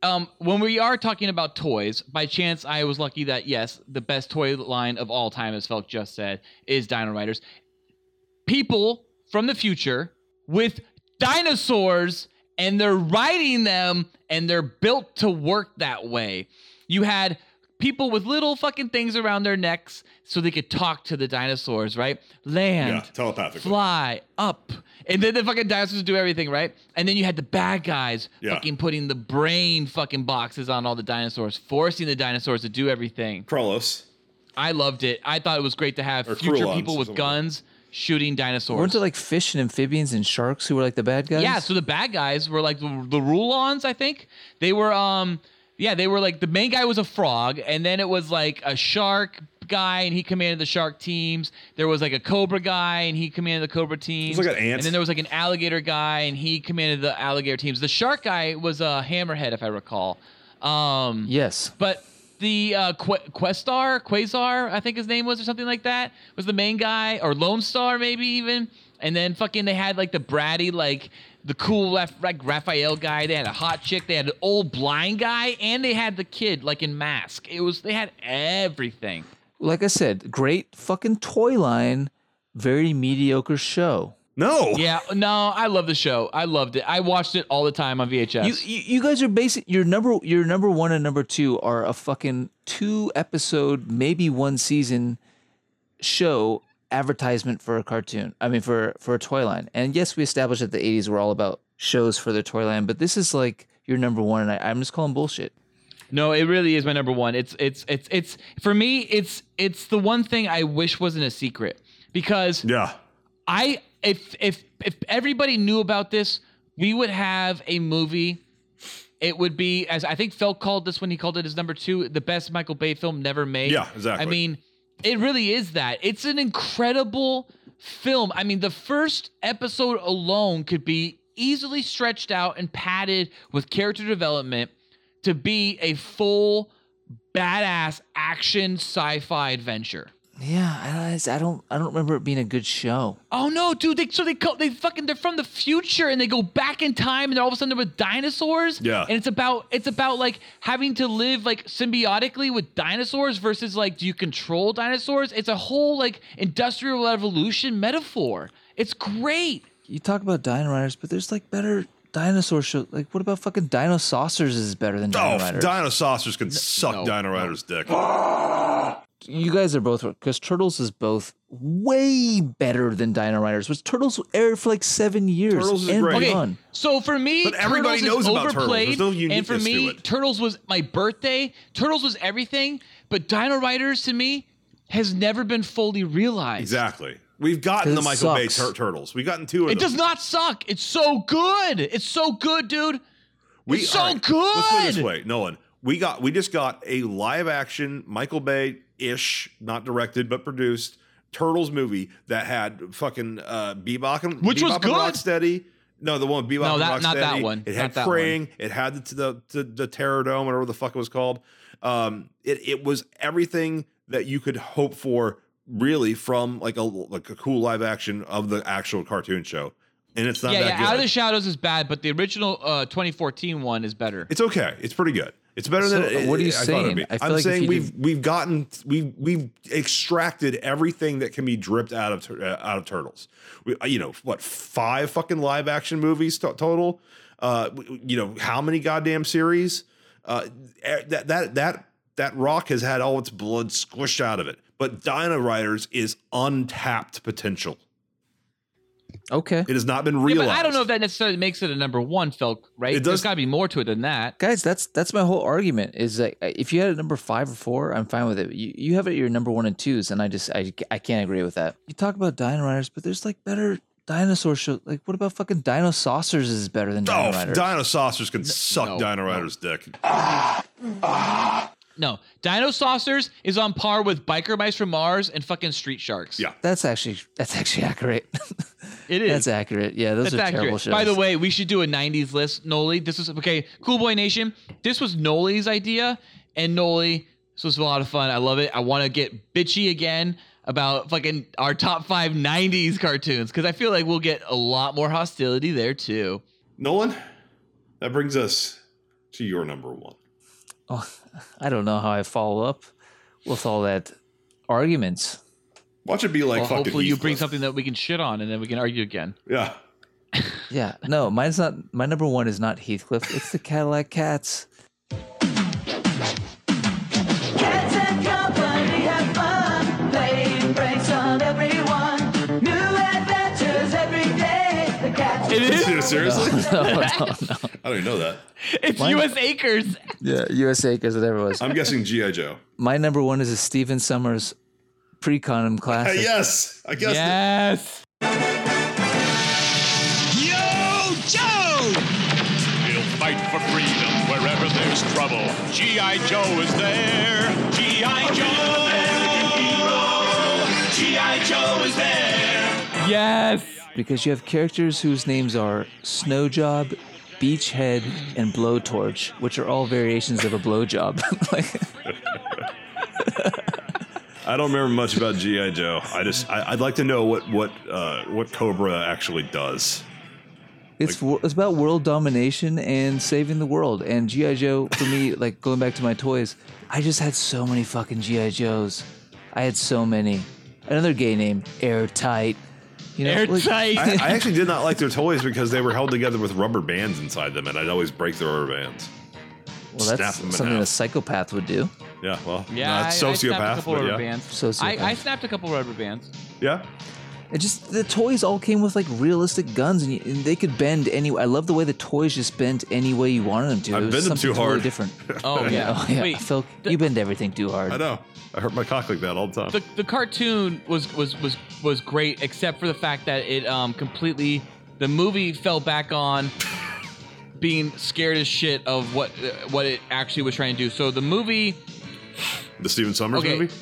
Speaker 4: um, when we are talking about toys, by chance I was lucky that yes, the best toy line of all time, as Felk just said, is Dino Riders. People from the future with dinosaurs, and they're riding them, and they're built to work that way. You had people with little fucking things around their necks so they could talk to the dinosaurs, right? Land,
Speaker 5: Yeah, telepathically.
Speaker 4: fly up, and then the fucking dinosaurs do everything, right? And then you had the bad guys
Speaker 5: Yeah.
Speaker 4: fucking putting the brain fucking boxes on all the dinosaurs, forcing the dinosaurs to do everything.
Speaker 5: Krolos.
Speaker 4: I loved it. I thought it was great to have
Speaker 3: Or
Speaker 4: future
Speaker 3: Krulons,
Speaker 4: people with
Speaker 3: something like
Speaker 4: guns shooting dinosaurs.
Speaker 3: Weren't there like fish and amphibians and sharks who were like the bad guys?
Speaker 4: Yeah, so the bad guys were like the, the Rulons, I think. They were um yeah, they were like the main guy was a frog and then it was like a shark guy and he commanded the shark teams. There was like a cobra guy and he commanded the cobra teams.
Speaker 5: like an ant.
Speaker 4: And then there was like an alligator guy and he commanded the alligator teams. The shark guy was a hammerhead if I recall. Um
Speaker 3: Yes.
Speaker 4: But the uh, Qu- Questar, Quasar, I think his name was, or something like that, was the main guy, or Lone Star, maybe even. And then fucking they had like the bratty, like the cool left, like Raphael guy. They had a hot chick. They had an old blind guy, and they had the kid like in mask. It was they had everything.
Speaker 3: like I said, great fucking toy line, very mediocre show.
Speaker 5: No.
Speaker 4: Yeah, no, I love the show. I loved it. I watched it all the time on VHS.
Speaker 3: You, you you guys are basic. Your number your number one and number two are a fucking two episode, maybe one season show advertisement for a cartoon. I mean, for for a toy line. And yes, we established that the '80s were all about shows for their toy line, but this is like your number one, and I, I'm just calling bullshit.
Speaker 4: No, it really is my number one. It's it's it's it's for me. It's it's the one thing I wish wasn't a secret because
Speaker 5: yeah,
Speaker 4: I if if if everybody knew about this, we would have a movie. It would be as I think Phil called this when he called it his number two, the best Michael Bay film never made.
Speaker 5: Yeah, exactly.
Speaker 4: I mean, it really is that. It's an incredible film. I mean, the first episode alone could be easily stretched out and padded with character development to be a full badass action sci-fi adventure.
Speaker 3: Yeah, I, I don't I don't remember it being a good show.
Speaker 4: Oh no, dude! They so they co- they fucking they're from the future and they go back in time and they're all of a sudden they're with dinosaurs.
Speaker 3: Yeah.
Speaker 4: And it's about it's about like having to live like symbiotically with dinosaurs versus like do you control dinosaurs? It's a whole like industrial revolution metaphor. It's great.
Speaker 3: You talk about Dino Riders, but there's like better dinosaur shows. Like, what about fucking Dino Saucers is better than Dino
Speaker 5: Oh,
Speaker 3: Riders?
Speaker 5: Dino Saucers can suck Dino Rider's dick.
Speaker 3: you guys are both because Turtles is both way better than Dino Riders, which Turtles aired for like seven years. and beyond.
Speaker 4: So for me,
Speaker 3: But everybody knows
Speaker 4: Turtles is
Speaker 3: about Turtles.
Speaker 4: overplayed,
Speaker 3: There's no
Speaker 4: and for
Speaker 3: uniqueness to
Speaker 4: me,
Speaker 3: it.
Speaker 4: Turtles was my birthday. Turtles was everything, but Dino Riders to me has never been fully realized.
Speaker 5: Exactly. We've gotten the
Speaker 4: It
Speaker 5: Michael Bay
Speaker 4: sucks.
Speaker 5: tur- Turtles. We've gotten two of
Speaker 4: It
Speaker 5: them.
Speaker 4: does not suck. It's so good. It's so good, dude.
Speaker 5: We,
Speaker 4: it's so
Speaker 5: all right,
Speaker 4: good.
Speaker 5: Let's put it this way, Nolan. We got we just got a live action Michael Bay ish, not directed but produced Turtles movie that had fucking uh, Bebop and
Speaker 4: Which was
Speaker 5: Bebop
Speaker 4: good.
Speaker 5: And Rocksteady. No, the one with Bebop
Speaker 4: No,
Speaker 5: and
Speaker 4: that-
Speaker 5: Rocksteady.
Speaker 4: not that one.
Speaker 5: It had
Speaker 4: Not that one.
Speaker 5: Krang. It had the the, the the Terror Dome, whatever the fuck it was called. Um, it it was everything that you could hope for, really, from like a like a cool live action of the actual cartoon show, and it's not
Speaker 4: yeah,
Speaker 5: that
Speaker 4: yeah.
Speaker 5: good.
Speaker 4: Out of the Shadows is bad, but the original uh, 2014 one is better.
Speaker 5: It's okay. It's pretty good. It's better
Speaker 4: So, uh,
Speaker 5: than
Speaker 4: what are you
Speaker 5: I thought it would
Speaker 4: saying?
Speaker 5: be.
Speaker 4: I feel
Speaker 5: I'm
Speaker 4: like if
Speaker 5: saying
Speaker 4: you
Speaker 5: we've we've gotten we've we've extracted everything that can be dripped out of tur- uh, out of turtles. We, uh, you know what? Five fucking live action movies to- total. Uh, w- you know how many goddamn series? Uh, e- that that that that rock has had all its blood squished out of it. But Dino Riders is untapped potential.
Speaker 3: Okay,
Speaker 5: it has not been
Speaker 4: Yeah,
Speaker 5: realized.
Speaker 4: but I don't know if that necessarily makes it a number one, Felk. Right?
Speaker 3: It
Speaker 4: There's
Speaker 3: does-
Speaker 4: got to be more to it than that.
Speaker 3: Guys, that's that's my whole argument. Is like if you had it number five or four, I'm fine with it. You, you have it your number one and twos, and I just I, I can't agree with that. You talk about Dino Riders, but there's like better dinosaur show. Like what about fucking Dino Saucers is better than Dino
Speaker 5: Oh,
Speaker 3: Riders?
Speaker 5: Dino Saucers can suck
Speaker 4: no,
Speaker 5: Dino Riders' dick.
Speaker 4: No, Dino Saucers is on par with Biker Mice from Mars and fucking Street Sharks.
Speaker 5: Yeah,
Speaker 3: that's actually that's actually *laughs* accurate.
Speaker 4: It is.
Speaker 3: That's accurate. Yeah, those are
Speaker 4: That's
Speaker 3: terrible
Speaker 4: accurate.
Speaker 3: shows.
Speaker 4: By the way, we should do a '90s list. Noli, this was okay. Cool Boy Nation. This was Noli's idea, and Noli. This was a lot of fun. I love it. I want to get bitchy again about fucking our top five '90s cartoons because I feel like we'll get a lot more hostility there too.
Speaker 5: Nolan, that brings us to your number one.
Speaker 3: Oh, *laughs* I don't know how I follow up with all that arguments.
Speaker 5: Watch it be
Speaker 4: Well, hopefully you bring something that we can shit on, and then we can argue again.
Speaker 5: Yeah.
Speaker 3: Yeah, no, mine's not. My number one is not Heathcliff. It's the Cadillac Cats.
Speaker 7: Cats and company have fun, playing pranks on everyone. New adventures every day. The cats.
Speaker 5: Dude, seriously?
Speaker 3: *laughs* No, no, no, no.
Speaker 5: I don't even know that.
Speaker 4: It's
Speaker 3: Why-
Speaker 4: U.S. Acres.
Speaker 3: Yeah, USA because it ever was.
Speaker 5: I'm guessing G.I. Joe.
Speaker 3: My number one is a Stephen Summers pre-condom
Speaker 2: *laughs*
Speaker 3: classic.
Speaker 5: *laughs* yes, I guessed it.
Speaker 4: *laughs* Yes.
Speaker 22: Yo, Joe! We'll fight for freedom wherever there's trouble. G.I. Joe is there. G.I. Joe! G.I. Joe is there.
Speaker 4: Yes.
Speaker 3: Because you have characters whose names are Snowjob, Beachhead, and Blowtorch, which are all variations of a blowjob. *laughs* like,
Speaker 5: I don't remember much about G.I. Joe. I just I, I'd like to know what what uh, what Cobra actually does.
Speaker 3: it's wor- it's about world domination and saving the world. And GI Joe for me, *laughs* like going back to my toys, I just had so many fucking GI Joes. I had so many. Another gay name, Airtight. You know, like-
Speaker 5: I, I actually did not like their toys because they were held together with rubber bands inside them, and I'd always break the rubber bands.
Speaker 3: Well,
Speaker 5: Snap
Speaker 3: that's
Speaker 5: 'em in
Speaker 3: something a
Speaker 5: half.
Speaker 3: psychopath would do.
Speaker 5: Yeah, well,
Speaker 4: Yeah,
Speaker 5: not
Speaker 4: I, I snapped a
Speaker 5: sociopath,
Speaker 4: couple
Speaker 5: but
Speaker 4: rubber
Speaker 5: yeah.
Speaker 4: bands.
Speaker 3: Sociopath.
Speaker 4: I, I snapped a couple rubber
Speaker 5: *laughs*
Speaker 4: bands.
Speaker 5: yeah.
Speaker 3: It just the toys all came with like realistic guns, and, you, and they could bend any. I love the way the toys just bent any way you wanted them to.
Speaker 5: I
Speaker 3: It was
Speaker 5: bent them
Speaker 3: something
Speaker 5: too
Speaker 3: Totally
Speaker 5: hard. *laughs*
Speaker 3: different.
Speaker 4: Oh, yeah.
Speaker 3: oh, *laughs* yeah.
Speaker 4: Wait,
Speaker 3: Phil, you bend everything too hard.
Speaker 5: I know. I hurt my cock like that all the time.
Speaker 4: The, the cartoon was was was was great, except for the fact that it um completely the movie fell back on being scared as shit of what uh, what it actually was trying to do. So the movie,
Speaker 5: The Steven Summers
Speaker 4: okay,
Speaker 5: movie.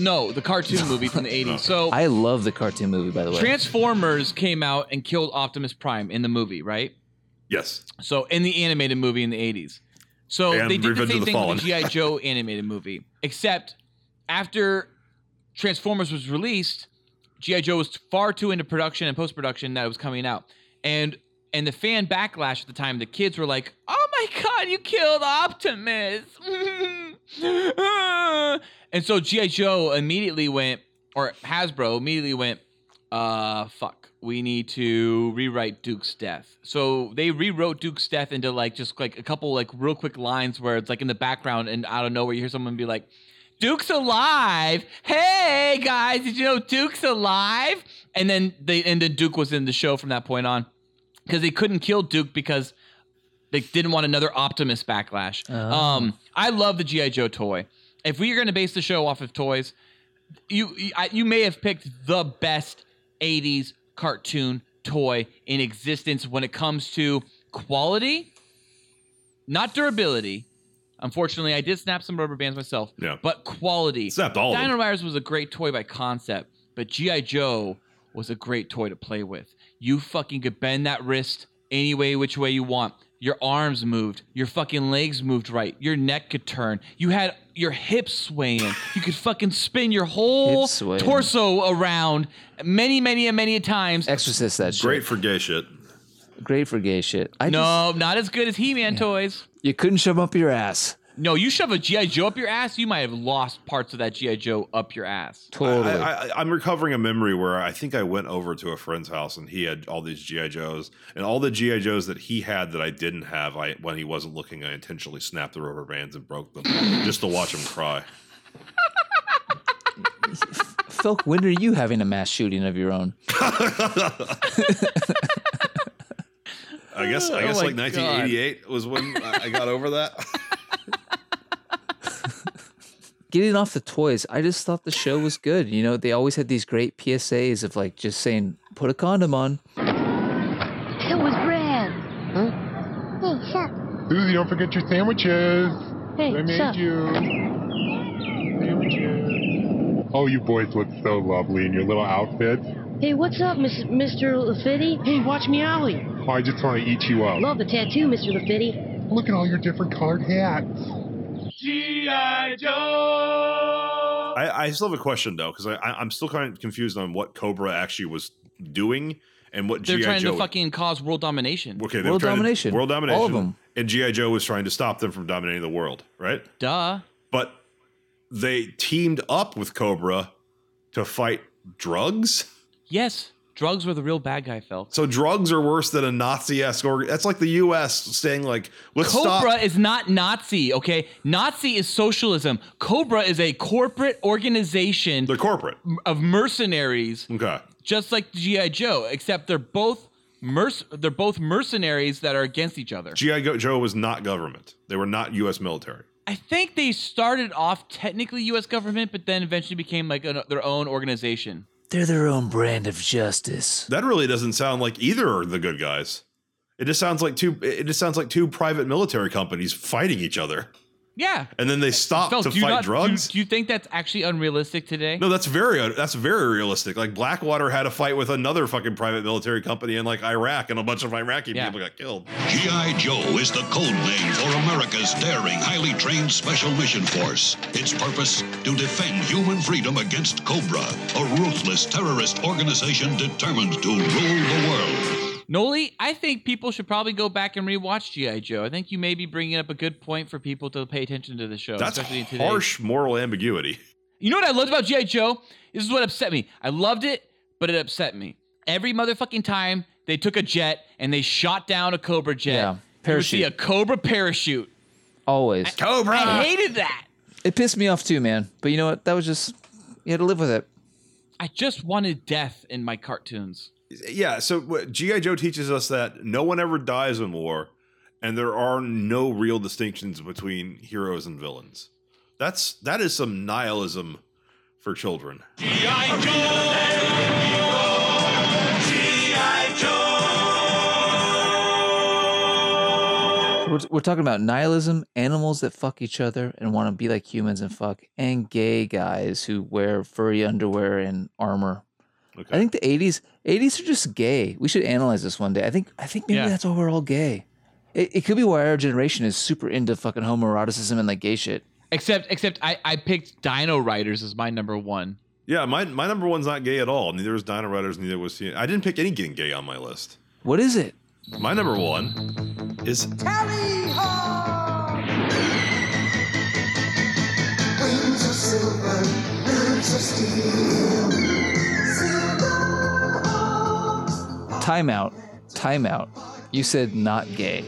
Speaker 4: no, the cartoon movie
Speaker 5: *laughs*
Speaker 4: from the '80s. So
Speaker 3: I love the cartoon movie, by the way.
Speaker 4: Transformers came out and killed Optimus Prime in the movie, right?
Speaker 5: Yes.
Speaker 4: So in the animated movie in the eighties. So
Speaker 5: And
Speaker 4: they did
Speaker 5: Revenge
Speaker 4: the
Speaker 5: of
Speaker 4: same
Speaker 5: the
Speaker 4: thing
Speaker 5: Fallen.
Speaker 4: with the GI Joe *laughs* animated movie, except after Transformers was released, GI Joe was far too into production and post production that it was coming out, and and the fan backlash at the time, the kids were like, "Oh my god, you killed Optimus!" *laughs* and so GI Joe immediately went, or Hasbro immediately went, uh, fuck. We need to rewrite Duke's death. So they rewrote Duke's death into like just like a couple like real quick lines where it's like in the background and out of nowhere you hear someone be like, Duke's alive. Hey guys, did you know Duke's alive? And then they and then Duke was in the show from that point on. Because they couldn't kill Duke because they didn't want another Optimus backlash. Um, I love the GI Joe toy. If we are going to base the show off of toys, you you- I- you may have picked the best 80s cartoon toy in existence when it comes to quality, not durability. Unfortunately, I did snap some rubber bands myself.
Speaker 5: Yeah.
Speaker 4: But quality.
Speaker 5: Snapped
Speaker 3: Oh.
Speaker 5: all of them.
Speaker 4: Dino Riders was a great toy by concept, but G.I. Joe was a great toy to play with. You fucking could bend that wrist any way, which way you want. Your arms moved. Your fucking legs moved right. Your neck could turn. You had your hips swaying. You could fucking spin your whole
Speaker 3: Hips swaying.
Speaker 4: torso around many, many, and many
Speaker 3: Eh.
Speaker 4: times.
Speaker 3: Exorcist that shit.
Speaker 5: Great for gay shit.
Speaker 3: Great for gay shit. I just,
Speaker 4: no, not as good as He-Man toys.
Speaker 3: you couldn't shove 'em up your ass.
Speaker 4: No, you shove a GI Joe up your ass, you might have lost parts of that GI Joe up your ass.
Speaker 3: Totally.
Speaker 5: I, I, I'm recovering a memory where I think I went over to a friend's house and he had all these GI Joes and all the GI Joes that he had that I didn't have. I when he wasn't looking, I intentionally snapped the rubber bands and
Speaker 4: *laughs*
Speaker 5: broke them just to watch him cry.
Speaker 3: Phil, when are you having a mass shooting of your own?
Speaker 5: I guess I
Speaker 4: Oh
Speaker 5: guess
Speaker 4: my
Speaker 5: like 1988 was when I I got
Speaker 4: *laughs*
Speaker 5: over that.
Speaker 3: getting off the toys, I just thought the show was good. You know, they always had these great PSAs of like just saying, put a condom on.
Speaker 7: So was Brad. Huh? Hey, sup?
Speaker 23: Susie, don't forget your sandwiches.
Speaker 7: Hey,
Speaker 23: I made
Speaker 7: sup?
Speaker 23: you. Sandwiches. Oh, you boys look so lovely in your little outfits.
Speaker 24: Hey, what's up, Miss, Mr. Lafitte? Hey, watch me alley.
Speaker 23: Oh, I just want to eat you up.
Speaker 24: Love the tattoo, Mr. Lafitte.
Speaker 23: Look at all your different colored hats.
Speaker 7: G.I. Joe!
Speaker 5: I, I still have a question though because I, I I'm still kind of confused on what Cobra actually was doing and what
Speaker 4: They're
Speaker 5: GI
Speaker 4: trying
Speaker 5: Joe.
Speaker 4: to fucking cause world domination.
Speaker 5: okay, they were trying to- world domination, and GI Joe was trying to stop them from dominating the world, right?
Speaker 4: Duh.
Speaker 5: But they teamed up with Cobra to fight drugs.
Speaker 4: Yes. Drugs were the real bad guy, Phelps.
Speaker 5: So drugs are worse than a Nazi-esque org. That's like the U.S. saying like, let's
Speaker 4: Cobra
Speaker 5: stop.
Speaker 4: is not Nazi, okay? Nazi is socialism. Cobra is a corporate organization. They're
Speaker 5: corporate
Speaker 4: of mercenaries.
Speaker 5: Okay.
Speaker 4: Just like the GI Joe, except they're both merc- they're both mercenaries that are against each other.
Speaker 5: GI Go- Joe was not government. They were not U.S. military.
Speaker 4: I think they started off technically U.S. government, but then eventually became like an, their own organization.
Speaker 3: They're their own brand of justice.
Speaker 5: That really doesn't sound like either are the good guys. It just sounds like two. It just sounds like two private military companies fighting each other,
Speaker 4: Yeah.
Speaker 5: and then they stop
Speaker 4: Phil,
Speaker 5: to
Speaker 4: do you
Speaker 5: fight
Speaker 4: not- do you-
Speaker 5: drugs.
Speaker 4: Do, you think that's actually unrealistic today?
Speaker 5: No, that's very uh, that's very realistic. Like Blackwater had a fight with another fucking private military company in like Iraq, and a bunch of Iraqi people got killed.
Speaker 25: G.I. Joe is the code name for America's daring, highly trained special mission force. Its purpose? To defend human freedom against Cobra, a ruthless terrorist organization determined to rule the world.
Speaker 4: Noli, I think people should probably go back and rewatch GI Joe. I think you may be bringing up a good point for people to pay attention to the show,
Speaker 5: That's
Speaker 4: especially in today's
Speaker 5: harsh moral ambiguity.
Speaker 4: You know what I loved about G.I. Joe? This is what upset me. I loved it, but it upset me. Every motherfucking time they took a jet and they shot down a Cobra jet,
Speaker 3: Yeah,
Speaker 4: you would see
Speaker 3: parachute.
Speaker 4: a Cobra parachute.
Speaker 3: Always.
Speaker 5: Cobra!
Speaker 4: I hated that.
Speaker 3: It pissed me off too, man. But you know what? That was just you had to live with it.
Speaker 4: I just wanted death in my cartoons.
Speaker 5: Yeah, so what- GI Joe teaches us that no one ever dies in war, and there are no real distinctions between heroes and villains. That's that is some nihilism for children.
Speaker 3: We're, we're talking about nihilism, animals that fuck each other and want to be like humans and fuck, and gay guys who wear furry underwear and armor. I think the '80s '80s are just gay. We should analyze this one day. I think I think maybe
Speaker 4: Yeah.
Speaker 3: that's why we're all gay. It, it could be why our generation is super into fucking homoeroticism and like gay shit.
Speaker 4: Except, except I, I picked Dino Riders as my number one.
Speaker 5: Yeah, my my number one's not gay at all. Neither was Dino Riders. Neither was CN. I didn't pick any getting gay on my list.
Speaker 3: What is it?
Speaker 5: My number one is
Speaker 7: Wings of silver, birds of steel.
Speaker 3: Timeout, timeout. You said not gay.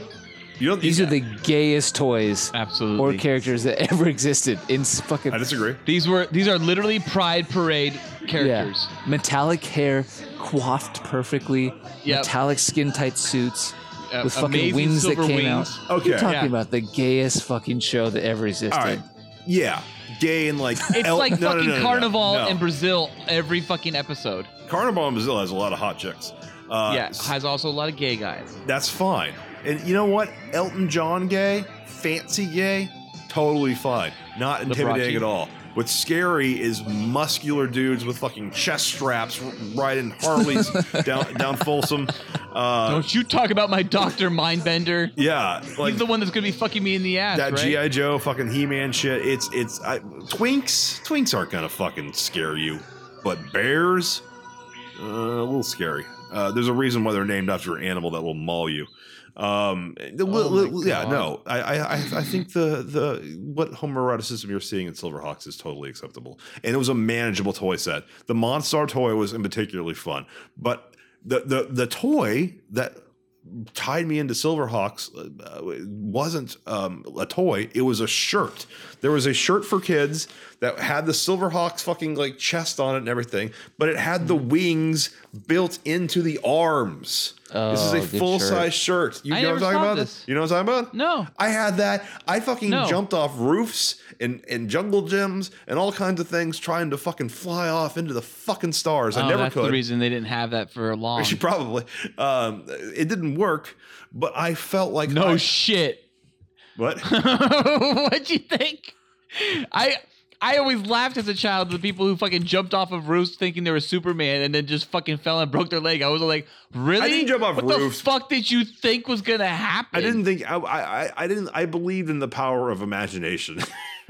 Speaker 5: You know,
Speaker 3: these are the gayest toys,
Speaker 4: absolutely,
Speaker 3: or characters that *laughs* ever existed in s- fucking. I
Speaker 5: disagree.
Speaker 4: These were these are literally Pride Parade characters.
Speaker 3: Metallic hair, coiffed perfectly.
Speaker 4: Yep.
Speaker 3: Metallic skin tight suits.
Speaker 4: Uh,
Speaker 3: with fucking
Speaker 4: amazing
Speaker 3: wings that
Speaker 4: silver
Speaker 3: came
Speaker 4: wings.
Speaker 3: out.
Speaker 5: Okay.
Speaker 3: You're talking
Speaker 5: Yeah.
Speaker 3: about the gayest fucking show that ever existed.
Speaker 5: all right. Yeah, gay and like
Speaker 4: It's
Speaker 5: el-
Speaker 4: like
Speaker 5: no, no,
Speaker 4: fucking
Speaker 5: no, no, no,
Speaker 4: Carnival
Speaker 5: no.
Speaker 4: in Brazil every fucking episode.
Speaker 5: Carnival in Brazil has a lot of hot chicks. Uh,
Speaker 4: yeah, has also a lot of gay guys.
Speaker 5: That's fine. And you know what? Elton John gay, fancy gay, totally fine. Not intimidating
Speaker 4: Liberace.
Speaker 5: at all. What's scary is muscular dudes with fucking chest straps r- riding Harleys
Speaker 4: *laughs*
Speaker 5: down down Folsom. Uh,
Speaker 4: Don't you talk about my doctor mindbender?
Speaker 5: *laughs* yeah, like
Speaker 4: He's the one that's gonna be fucking me in the ass,
Speaker 5: that
Speaker 4: right?
Speaker 5: GI Joe fucking He Man shit. It's it's I, twinks. Twinks aren't gonna fucking scare you, but bears, uh, a little scary. Uh, there's a reason why they're named after an animal that will maul you. Um, the
Speaker 4: Oh
Speaker 5: li- li- yeah, no, I, I I I think the the what homoeroticism you're seeing in Silverhawks is totally acceptable, and it was a manageable toy set. The Monstar toy was in particularly fun, but the the the toy that tied me into Silverhawks uh, wasn't um, a toy. It was a shirt. There was a shirt for kids that had the Silverhawks fucking like chest on it and everything, but it had
Speaker 3: Hmm.
Speaker 5: the wings built into the arms. this is
Speaker 3: Oh,
Speaker 5: a
Speaker 3: good
Speaker 5: full size shirt. You
Speaker 3: I
Speaker 5: know what I'm
Speaker 3: never
Speaker 5: talking
Speaker 3: saw
Speaker 5: about?
Speaker 3: this.
Speaker 5: You know what I'm talking about?
Speaker 4: No.
Speaker 5: I had that. I fucking
Speaker 4: No.
Speaker 5: jumped off roofs and, and jungle gyms and all kinds of things trying to fucking fly off into the fucking stars. I
Speaker 4: Oh,
Speaker 5: never
Speaker 4: that's
Speaker 5: could.
Speaker 4: the reason they didn't have that for long.
Speaker 5: *laughs* Actually, probably. Um, it didn't work, but I felt
Speaker 4: *laughs*
Speaker 5: like
Speaker 4: No
Speaker 5: I-
Speaker 4: shit. *laughs*
Speaker 5: What?
Speaker 4: What'd you think? I I always laughed as a child at the people who fucking jumped off of roofs thinking they were Superman and then just fucking fell and broke their leg. I was like, really?
Speaker 5: I didn't jump off
Speaker 4: what
Speaker 5: roofs.
Speaker 4: the fuck did you think was gonna happen?
Speaker 5: I didn't think I, I I- I didn't I believed in the power of imagination. *laughs*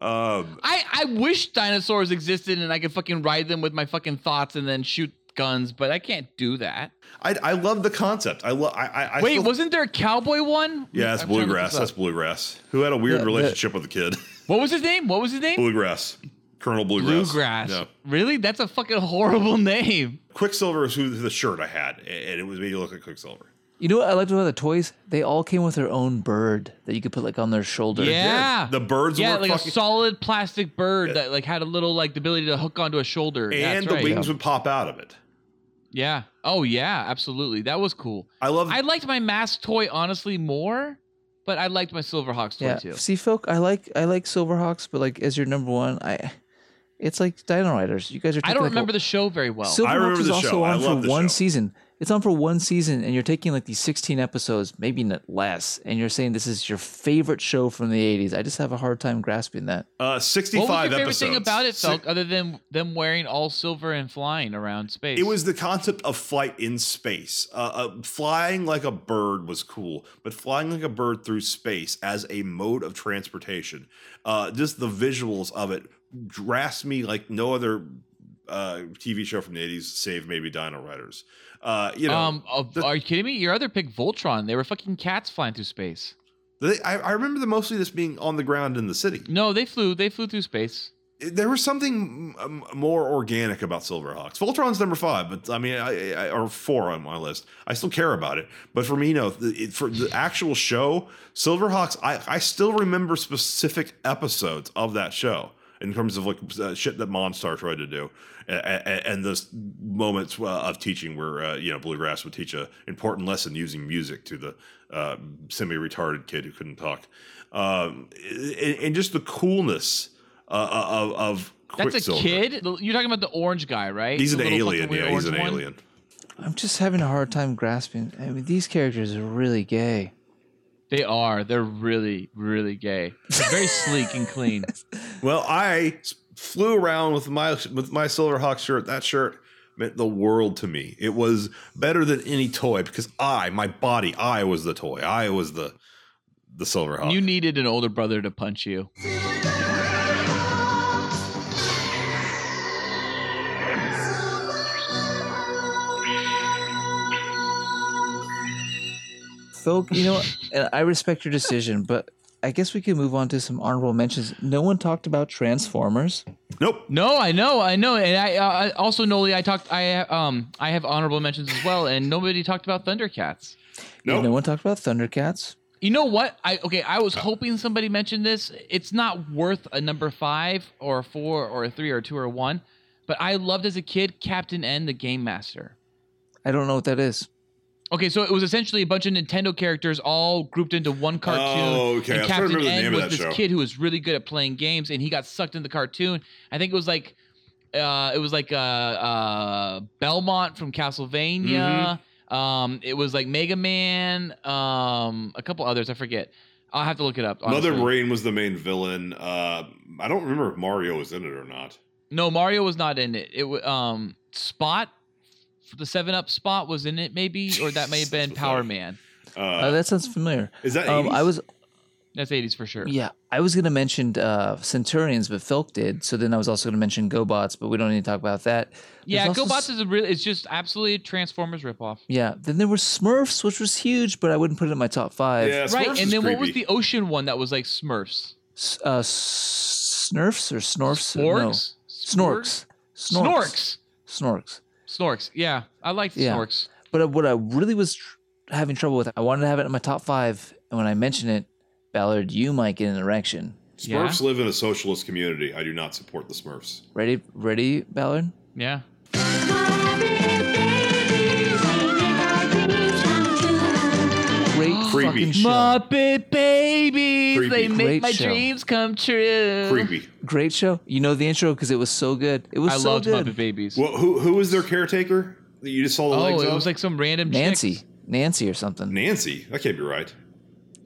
Speaker 5: um,
Speaker 4: I, I wish dinosaurs existed and I could fucking ride them with my fucking thoughts and then shoot guns, but I can't do that.
Speaker 5: I I love the concept. I love I, I I
Speaker 4: Wait,
Speaker 5: still-
Speaker 4: wasn't there a cowboy one?
Speaker 5: yeah, that's
Speaker 4: I'm trying to look
Speaker 5: bluegrass.
Speaker 4: this
Speaker 5: That's
Speaker 4: up.
Speaker 5: bluegrass. Who had a
Speaker 4: Yeah,
Speaker 5: weird
Speaker 4: that-
Speaker 5: relationship with the kid?
Speaker 4: What was his name? What was his name?
Speaker 5: bluegrass. Colonel Bluegrass.
Speaker 4: Bluegrass.
Speaker 5: Yeah.
Speaker 4: Really? That's a fucking horrible *laughs* name.
Speaker 5: Quicksilver is who the shirt I had, and it was made to look like Quicksilver.
Speaker 3: You know what I liked about the toys? They all came with their own bird that you could put like on their shoulder.
Speaker 4: Yeah.
Speaker 5: The birds
Speaker 4: Ah. yeah,
Speaker 5: were
Speaker 4: like
Speaker 5: fucking-
Speaker 4: a solid plastic bird that like had a little like the ability to hook onto a shoulder.
Speaker 5: and
Speaker 4: That's
Speaker 5: the
Speaker 4: right.
Speaker 5: wings would pop out of it.
Speaker 4: Yeah. Oh yeah, absolutely. That was cool.
Speaker 5: I love. uh,
Speaker 4: I liked my mask toy honestly more, but I liked my Silverhawks toy
Speaker 3: Yeah.
Speaker 4: too.
Speaker 3: See, folk, I like I like Silverhawks, but like as your number one, I it's like Dino Riders. You guys are.
Speaker 4: I
Speaker 3: Taking
Speaker 4: don't
Speaker 3: like,
Speaker 4: remember
Speaker 3: a,
Speaker 4: the show very well.
Speaker 3: Silverhawks is also on for one season. It's on for one season, and you're taking like these 16 episodes, maybe not less, and you're saying this is your favorite show from the 80s. I just have a hard time grasping that.
Speaker 5: Uh,
Speaker 4: What was
Speaker 5: sixty-five
Speaker 4: your favorite
Speaker 5: episodes.
Speaker 4: thing about it,
Speaker 5: Si-
Speaker 4: Felk, other than them wearing all silver and flying around space?
Speaker 5: It was the concept of flight in space. Uh, uh, flying like a bird was cool, but flying like a bird through space as a mode of transportation, uh, just the visuals of it grasped me like no other uh, TV show from the '80s, save maybe Dino Riders. Uh, you know,
Speaker 4: um, of- are you kidding me? Your other pick, Voltron. They were fucking cats flying through space.
Speaker 5: They, I, I remember the, mostly this being on the ground in the city.
Speaker 4: No, they flew. They flew through space.
Speaker 5: There was something um, more organic about Silverhawks. Voltron's number five, but I mean, I, I, or four on my list. I still care about it, but for me, no. the- it- for the actual show, Silverhawks, I, I still remember specific episodes of that show in terms of like uh, shit that Monstar tried to do, and, and, and those moments uh, of teaching where uh, you know Bluegrass would teach a important lesson using music to the uh, semi-retarded kid who couldn't talk, um, and, and just the coolness uh, of of
Speaker 4: That's a
Speaker 5: Quicksilver.
Speaker 4: kid. The- You're talking about the orange guy, right?
Speaker 5: He's
Speaker 4: The
Speaker 5: an
Speaker 4: little
Speaker 5: alien.
Speaker 4: fucking weird
Speaker 5: Yeah, he's an
Speaker 4: orange one?
Speaker 5: alien.
Speaker 3: I'm just having a hard time grasping. I mean, these characters are really gay.
Speaker 4: They are. They're really, really gay. They're
Speaker 5: *laughs*
Speaker 4: very sleek and clean.
Speaker 5: Well, I s- flew around with my with my Silverhawk shirt. That shirt meant the world to me. It was better than any toy because I, my body, I was the toy. I was the the Silverhawk.
Speaker 4: You needed an older brother to punch you.
Speaker 3: Phil, you know,
Speaker 4: *laughs*
Speaker 3: what? and I respect your decision, but I guess we could move on to some honorable mentions. No one talked about Transformers.
Speaker 5: Nope.
Speaker 4: No, I know, I know, and I uh, I- also Noli. I talked. I um I have honorable mentions as well, and nobody talked about Thundercats.
Speaker 3: No, no one talked about Thundercats.
Speaker 4: You know what? I okay. I was hoping somebody mentioned this. It's not worth a number five or a four or a three or a two or a one, but I loved as a kid Captain N, the Game Master.
Speaker 3: I don't know what that is.
Speaker 4: Okay, so it was essentially a bunch of Nintendo characters all grouped into one cartoon.
Speaker 5: Oh, okay.
Speaker 4: And
Speaker 5: I'm trying to
Speaker 4: Captain
Speaker 5: remember the
Speaker 4: N
Speaker 5: name of
Speaker 4: was
Speaker 5: that
Speaker 4: this
Speaker 5: show.
Speaker 4: kid who was really good at playing games, and he got sucked in the cartoon. I think it was like, uh, it was like uh, uh, Belmont from Castlevania.
Speaker 5: Mm-hmm.
Speaker 4: Um, it was like Mega Man. Um, a couple others I forget. I'll have to look it up.
Speaker 5: Mother
Speaker 4: honestly.
Speaker 5: Brain was the main villain. Uh, I don't remember if Mario was in it or not.
Speaker 4: No, Mario was not in it. It wa- um Spot, the Seven Up Spot was in it maybe, or that may have
Speaker 5: *laughs*
Speaker 4: been Power Man.
Speaker 3: Uh, that sounds familiar.
Speaker 4: is that
Speaker 3: Um, I
Speaker 4: 80s?
Speaker 3: was
Speaker 4: That's eighties for sure.
Speaker 3: Yeah, I was going to mention uh, Centurions, but Philk did. So then I was also going to mention GoBots, but we don't need to talk about that. There's
Speaker 4: Yeah,
Speaker 3: also s-
Speaker 4: GoBots is a real. It's just absolutely a Transformers ripoff.
Speaker 3: Yeah, then there were Smurfs, which was huge, but I wouldn't put it in my top five.
Speaker 4: right. And then what was the ocean one that was like Smurfs?
Speaker 3: S- uh, s- Snurfs or Snorfs?
Speaker 4: Snorks?
Speaker 3: No. Snorks. Snorks. Snorks.
Speaker 4: Snorks. Yeah, I liked
Speaker 3: Yeah.
Speaker 4: Snorks.
Speaker 3: But uh, what I really was tr- having trouble with, I wanted to have it in my top five, and when I mention it, Ballard, you might get an erection.
Speaker 5: Smurfs live in a socialist community. I do not support the Smurfs.
Speaker 3: Ready, ready, Ballard?
Speaker 4: Yeah.
Speaker 3: Great
Speaker 5: Creepy.
Speaker 3: fucking show.
Speaker 4: Muppet Babies,
Speaker 3: Creepy.
Speaker 4: they make
Speaker 3: Great
Speaker 4: my
Speaker 3: show.
Speaker 4: dreams come true.
Speaker 3: Great show. You know the intro because it was so good. It was
Speaker 4: I
Speaker 3: so
Speaker 4: loved
Speaker 3: good.
Speaker 4: Muppet Babies.
Speaker 5: Well, who who was their caretaker? that You just saw the
Speaker 4: Oh,
Speaker 5: legs.
Speaker 4: it
Speaker 5: of?
Speaker 4: was like some random
Speaker 3: Nancy. Nancy or something.
Speaker 5: Nancy. That can't be right.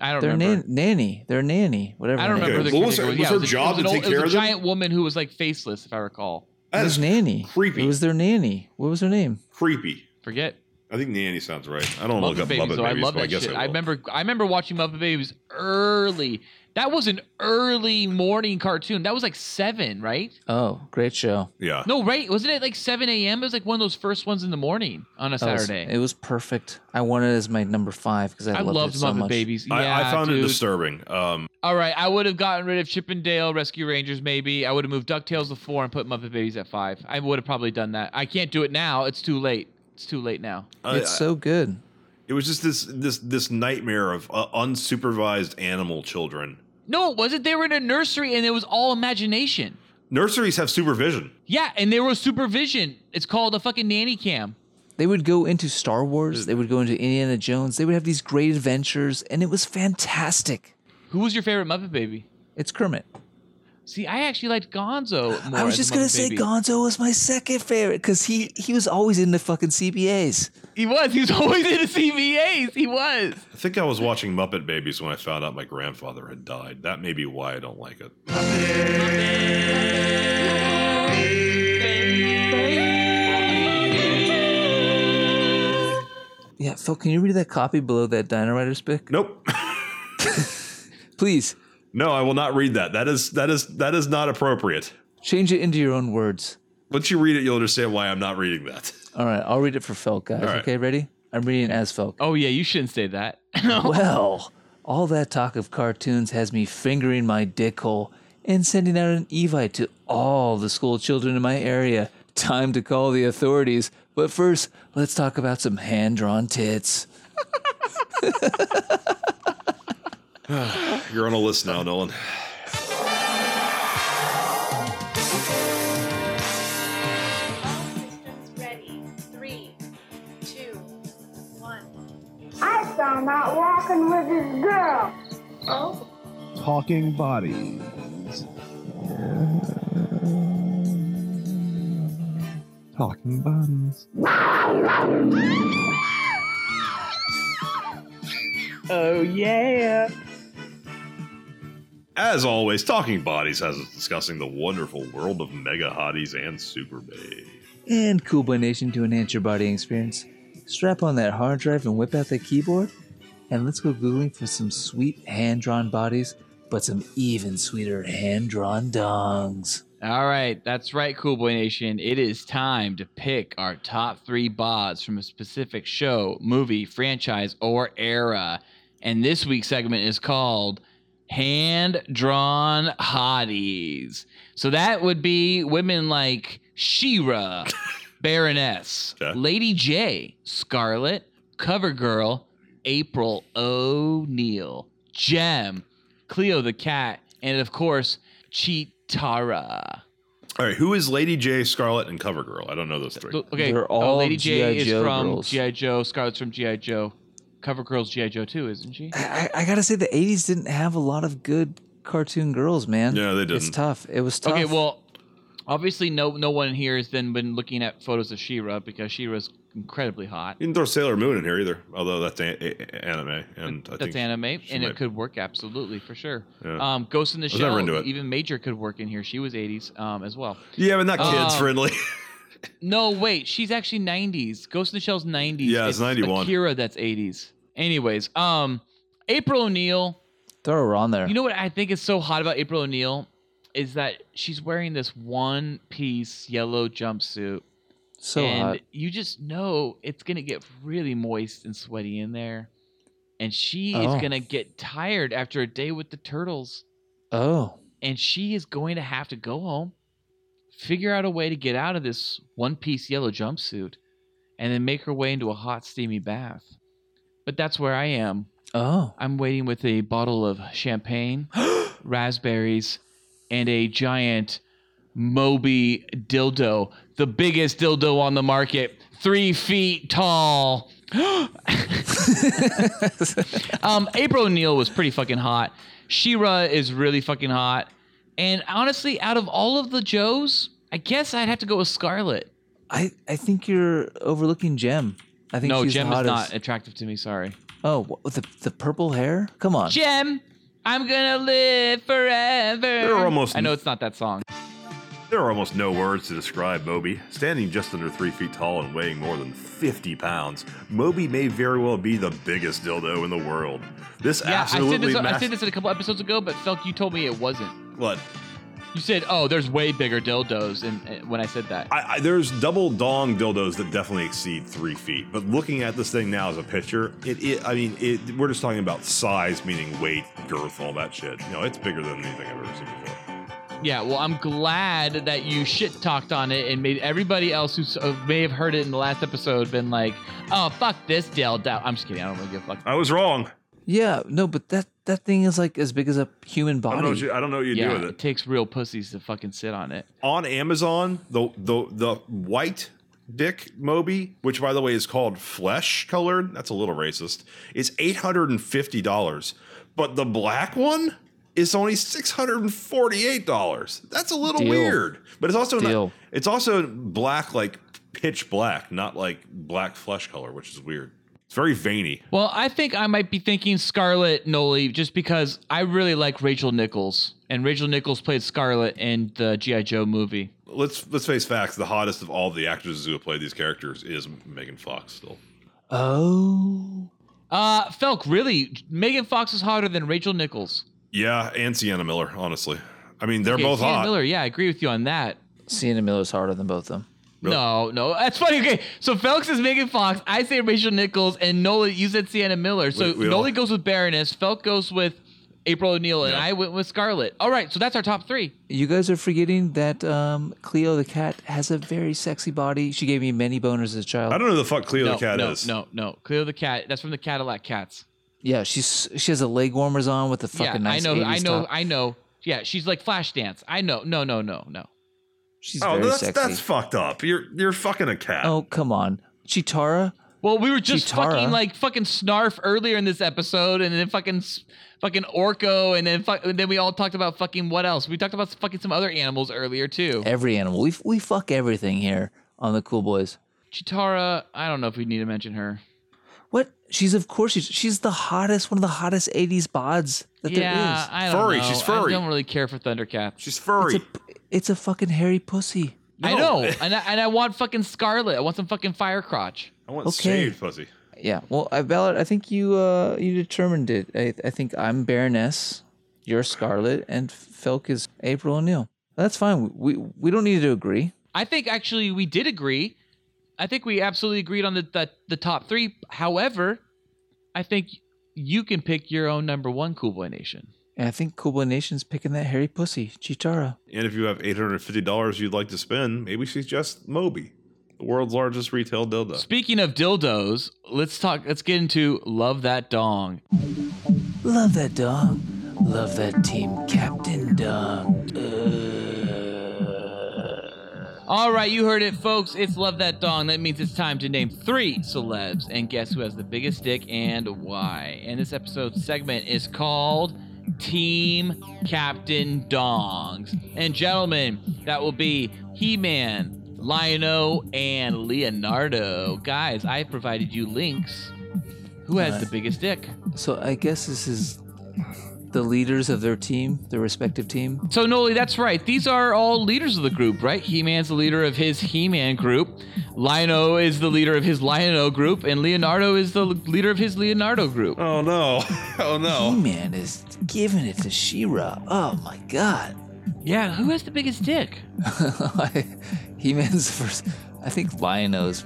Speaker 4: I don't
Speaker 3: Their
Speaker 4: remember.
Speaker 3: nan- nanny. Their nanny. Whatever.
Speaker 4: I don't
Speaker 3: her name
Speaker 4: remember
Speaker 3: is.
Speaker 4: the particular- yeah, it a- it was an old- it was a giant woman who was like faceless, if I recall.
Speaker 3: It was nanny. Creepy. It was their nanny. What was her name?
Speaker 5: Creepy.
Speaker 4: Forget.
Speaker 5: I think Nanny sounds right. I don't
Speaker 4: Muppet
Speaker 5: look up
Speaker 4: Babies,
Speaker 5: Muppet
Speaker 4: though.
Speaker 5: Babies,
Speaker 4: I love
Speaker 5: but
Speaker 4: that
Speaker 5: I guess
Speaker 4: shit.
Speaker 5: I
Speaker 4: I
Speaker 5: will.
Speaker 4: remember I remember watching Muppet Babies early. That was an early morning cartoon. That was like seven, right?
Speaker 3: Oh, great show.
Speaker 5: Yeah.
Speaker 4: No, right? Wasn't it like seven a.m.? It was like one of those first ones in the morning on a Saturday.
Speaker 3: it was perfect. I wanted it as my number five because I,
Speaker 4: I
Speaker 3: loved,
Speaker 4: loved
Speaker 3: it so
Speaker 4: Muppet
Speaker 3: much.
Speaker 4: Babies.
Speaker 5: I, I
Speaker 4: Yeah,
Speaker 5: found it
Speaker 4: dude.
Speaker 5: disturbing. Um,
Speaker 4: All right, I would have gotten rid of Chip and Dale, Rescue Rangers, maybe. I would have moved DuckTales to four and put Muppet Babies at five. I would have probably done that. I can't do it now. It's too late. It's too late now.
Speaker 5: I-
Speaker 3: it's
Speaker 5: I-
Speaker 3: so good.
Speaker 5: It was just this this this nightmare of uh, unsupervised animal children.
Speaker 4: No, it wasn't. They were in a nursery and it was all imagination.
Speaker 5: Nurseries have supervision.
Speaker 4: Yeah, and there was supervision. It's called a fucking nanny cam.
Speaker 3: They would go into Star Wars. They would go into Indiana Jones. They would have these great adventures, and it was fantastic.
Speaker 4: Who was your favorite Muppet Baby?
Speaker 3: It's Kermit.
Speaker 4: See, I actually liked Gonzo more.
Speaker 3: I was
Speaker 4: as
Speaker 3: just
Speaker 4: Muppet
Speaker 3: gonna say
Speaker 4: Baby.
Speaker 3: Gonzo was my second favorite because he he was always in the fucking CBAs.
Speaker 4: He was. He was *laughs* always in the CVAs. He was.
Speaker 5: I think I was watching Muppet Babies when I found out my grandfather had died. That may be why I don't like it.
Speaker 3: Yeah, Phil, can you read that copy below that Dino Riders pick?
Speaker 5: Nope. *laughs*
Speaker 3: Please
Speaker 5: No, I will not read that. That is that is that is not appropriate.
Speaker 3: change it into your own words.
Speaker 5: Once you read it, you'll understand why I'm not reading that.
Speaker 3: All right, I'll read it for Felk, guys.
Speaker 5: All right.
Speaker 3: Okay, ready? I'm reading as Felk.
Speaker 4: Oh yeah, you shouldn't say that.
Speaker 5: Oh.
Speaker 3: well, all that talk of cartoons has me fingering my dick hole and sending out an evite to all the school children in my area. Time to call the authorities. But first, let's talk about some hand drawn tits.
Speaker 5: You're on a list *laughs* now, Nolan.
Speaker 20: Three, two, one. I found out walking with this girl. Oh?
Speaker 2: Talking bodies. Talking bodies.
Speaker 7: Oh, yeah.
Speaker 5: As always, Talking Bodies has us discussing the wonderful world of mega hotties and super babe.
Speaker 3: And Cool Boy Nation to enhance your body experience. Strap on that hard drive and whip out that keyboard. And let's go Googling for some sweet hand drawn bodies, but some even sweeter hand drawn dongs.
Speaker 4: All right, that's right, Cool Boy Nation. It is time to pick our top three bods from a specific show, movie, franchise, or era. And this week's segment is called Hand Drawn Hotties. So that would be women like She-Ra, Baroness, Lady J, Scarlet, Cover Girl, April O'Neil, Gem, Cleo the Cat, and of course, Chitara.
Speaker 5: All right, who is Lady J, Scarlet, and Cover Girl? I don't know those three.
Speaker 4: Okay, oh, Lady J is from GI Joe. Scarlett's from GI Joe. Cover Girl's GI Joe too, isn't she?
Speaker 3: I, I gotta say, the 80s didn't have a lot of good cartoon girls, man.
Speaker 5: Yeah, they
Speaker 3: It's
Speaker 5: didn't.
Speaker 3: tough. It was tough.
Speaker 4: Okay, well, obviously no no one here has then been looking at photos of She-Ra because She-Ra's incredibly hot.
Speaker 5: You didn't throw Sailor Moon in here either, although that's an- a- a- anime, and I think
Speaker 4: That's anime, and
Speaker 5: she
Speaker 4: it
Speaker 5: might-
Speaker 4: could work absolutely for sure.
Speaker 5: Yeah.
Speaker 4: Um, Ghost in the
Speaker 5: I was never
Speaker 4: Shell,
Speaker 5: into it.
Speaker 4: even Major could work in here. She was 80s um, as well.
Speaker 5: Yeah, but not kids
Speaker 4: Um,
Speaker 5: friendly. *laughs*
Speaker 4: No, wait, she's actually 90s. Ghost in the Shell's 90s.
Speaker 5: Yeah, it's 91.
Speaker 4: Akira, that's 80s. Anyways, um, April O'Neil.
Speaker 3: Throw her on there.
Speaker 4: You know what I think is so hot about April O'Neil is that she's wearing this one piece yellow jumpsuit.
Speaker 3: So
Speaker 4: and
Speaker 3: hot.
Speaker 4: you just know it's gonna get really moist and sweaty in there. And she
Speaker 3: Oh.
Speaker 4: is gonna get tired after a day with the turtles.
Speaker 3: oh,
Speaker 4: And she is going to have to go home, figure out a way to get out of this one piece yellow jumpsuit, and then make her way into a hot, steamy bath. But that's where I am.
Speaker 3: oh. *laughs*
Speaker 4: I'm waiting with a bottle of champagne, raspberries, and a giant Moby dildo, the biggest dildo on the market, three feet tall. *gasps* um, April O'Neil was pretty fucking hot. Shira is really fucking hot. And honestly, out of all of the Joes, I guess I'd have to go with Scarlet.
Speaker 3: I, I think you're overlooking Jem. I think
Speaker 4: no,
Speaker 3: she's
Speaker 4: Gem
Speaker 3: the
Speaker 4: is
Speaker 3: hottest.
Speaker 4: not attractive to me. Sorry.
Speaker 3: Oh, what, with the, the purple hair? Come on.
Speaker 4: Gem, I'm gonna live forever.
Speaker 5: They're almost-
Speaker 4: I know it's not that song.
Speaker 5: There are almost no words to describe Moby. Standing just under three feet tall and weighing more than 50 pounds, Moby may very well be the biggest dildo in the world. This
Speaker 4: Yeah, I said
Speaker 5: absolutely
Speaker 4: this. I
Speaker 5: mas-
Speaker 4: said this in a couple episodes ago, but Felk, you told me it wasn't.
Speaker 5: What?
Speaker 4: You said, "Oh, there's way bigger dildos," and, and when I said that,
Speaker 5: I, I, there's double dong dildos that definitely exceed three feet. But looking at this thing now as a picture, it, it I mean, it, we're just talking about size, meaning weight, girth, all that shit. No, it's bigger than anything I've ever seen before.
Speaker 4: Yeah, well, I'm glad that you shit talked on it and made everybody else who s- uh, may have heard it in the last episode been like, "Oh, fuck this dildo." I'm just kidding. I don't really give a fuck.
Speaker 5: I was wrong.
Speaker 3: Yeah, no, but that that thing is like as big as a human body.
Speaker 5: I don't know. What you, I don't know what you
Speaker 4: Yeah,
Speaker 5: do with it.
Speaker 4: it takes real pussies to fucking sit on it.
Speaker 5: on Amazon, the the the white dick Moby, which by the way is called flesh colored, that's a little racist, is eight hundred and fifty dollars. But the black one is only six hundred and forty eight dollars. That's a little
Speaker 2: Deal.
Speaker 5: weird, but it's also
Speaker 2: Deal.
Speaker 5: not, it's also black like pitch black, not like black flesh color, which is weird. It's very veiny.
Speaker 4: Well, I think I might be thinking Scarlet Noli just because I really like Rachel Nichols, and Rachel Nichols played Scarlet in the GI Joe movie.
Speaker 5: Let's let's face facts. The hottest of all the actors who have played these characters is Megan Fox. Still,
Speaker 3: Oh.
Speaker 4: Uh, Felk, really? Megan Fox is hotter than Rachel Nichols.
Speaker 5: yeah, and Sienna Miller. Honestly, I mean they're
Speaker 4: Okay,
Speaker 5: both
Speaker 4: Sienna
Speaker 5: hot.
Speaker 4: Miller, yeah, I agree with you on that.
Speaker 3: Sienna Miller's harder than both of them.
Speaker 4: No, no, that's funny. Okay, so Felix is Megan Fox. I say Rachel Nichols, and Nola, you said Sienna Miller. So
Speaker 5: We- we
Speaker 4: Nola
Speaker 5: all-
Speaker 4: goes with Baroness, Felk goes with April O'Neil, and I went with Scarlet. All right, so that's our top three.
Speaker 3: You guys are forgetting that um, Cleo the cat has a very sexy body. She gave me many boners as a child.
Speaker 5: I don't know who the fuck Cleo
Speaker 4: no,
Speaker 5: the cat
Speaker 4: no,
Speaker 5: is.
Speaker 4: No, no, Cleo the cat. That's from the Cadillac Cats.
Speaker 3: Yeah, she's she has the leg warmers on with the fucking
Speaker 4: yeah,
Speaker 3: nice.
Speaker 4: I know, I
Speaker 3: 80s
Speaker 4: know,
Speaker 3: top.
Speaker 4: I know. Yeah, she's like Flashdance. I know. No, no, no, no.
Speaker 3: She's
Speaker 5: oh,
Speaker 3: very
Speaker 5: that's
Speaker 3: sexy.
Speaker 5: that's fucked up. You're you're fucking a cat.
Speaker 3: oh come on, Chitara.
Speaker 4: Well, we were just
Speaker 3: Chitara.
Speaker 4: fucking like fucking snarf earlier in this episode, and then fucking s- fucking orco, and then fuck, and then we all talked about fucking what else? We talked about s- fucking some other animals earlier too.
Speaker 3: Every animal. We we fuck everything here on the Cool Boys.
Speaker 4: Chitara, I don't know if we need to mention her.
Speaker 3: What? She's of course she's, she's the hottest, one of the hottest '80s bods that there
Speaker 4: yeah,
Speaker 3: is.
Speaker 4: I don't
Speaker 5: Furry,
Speaker 4: know.
Speaker 5: she's furry.
Speaker 4: I don't really care for Thundercats.
Speaker 5: She's furry.
Speaker 3: It's a, it's a fucking hairy pussy.
Speaker 4: I know,
Speaker 5: *laughs*
Speaker 4: and I, and I want fucking Scarlet. I want some fucking fire crotch.
Speaker 5: I want
Speaker 3: Okay. shaved
Speaker 5: pussy.
Speaker 3: Yeah. Well, I, Ballard, I think you uh you determined it. I, I think I'm Baroness, you're Scarlet, and Felk is April O'Neil. That's fine. We we don't need to agree.
Speaker 4: I think actually we did agree. I think we absolutely agreed on the the, the top three. However, I think you can pick your own number one Cool Boy Nation.
Speaker 3: And I think Cool Boy Nation's picking that hairy pussy, Chitara.
Speaker 5: And if you have eight hundred fifty dollars you'd like to spend, maybe suggest Moby, the world's largest retail dildo.
Speaker 4: Speaking of dildos, let's talk. Let's get into love that dong.
Speaker 3: Love that dog. Love that team captain dog. Uh.
Speaker 4: All right, you heard it, folks. It's love that dong. That means it's time to name three celebs and guess who has the biggest dick and why. And this episode segment is called Team Captain Dongs. And gentlemen, that will be He-Man, Lion-O, and Leonardo. Guys, I provided you links. Who has the biggest dick?
Speaker 3: So I guess this is the leaders of their team, their respective team.
Speaker 4: So Noli, that's right. These are all leaders of the group, right? He-Man's the leader of his He-Man group. Lion-O is the leader of his Lion-O group, and Leonardo is the leader of his Leonardo group.
Speaker 5: Oh no! *laughs* Oh
Speaker 4: *laughs*
Speaker 5: no!
Speaker 3: He-Man is giving it to She-Ra. Oh my god.
Speaker 4: Yeah, who has the biggest dick?
Speaker 3: *laughs* He-Man's the first. I think Lion-O's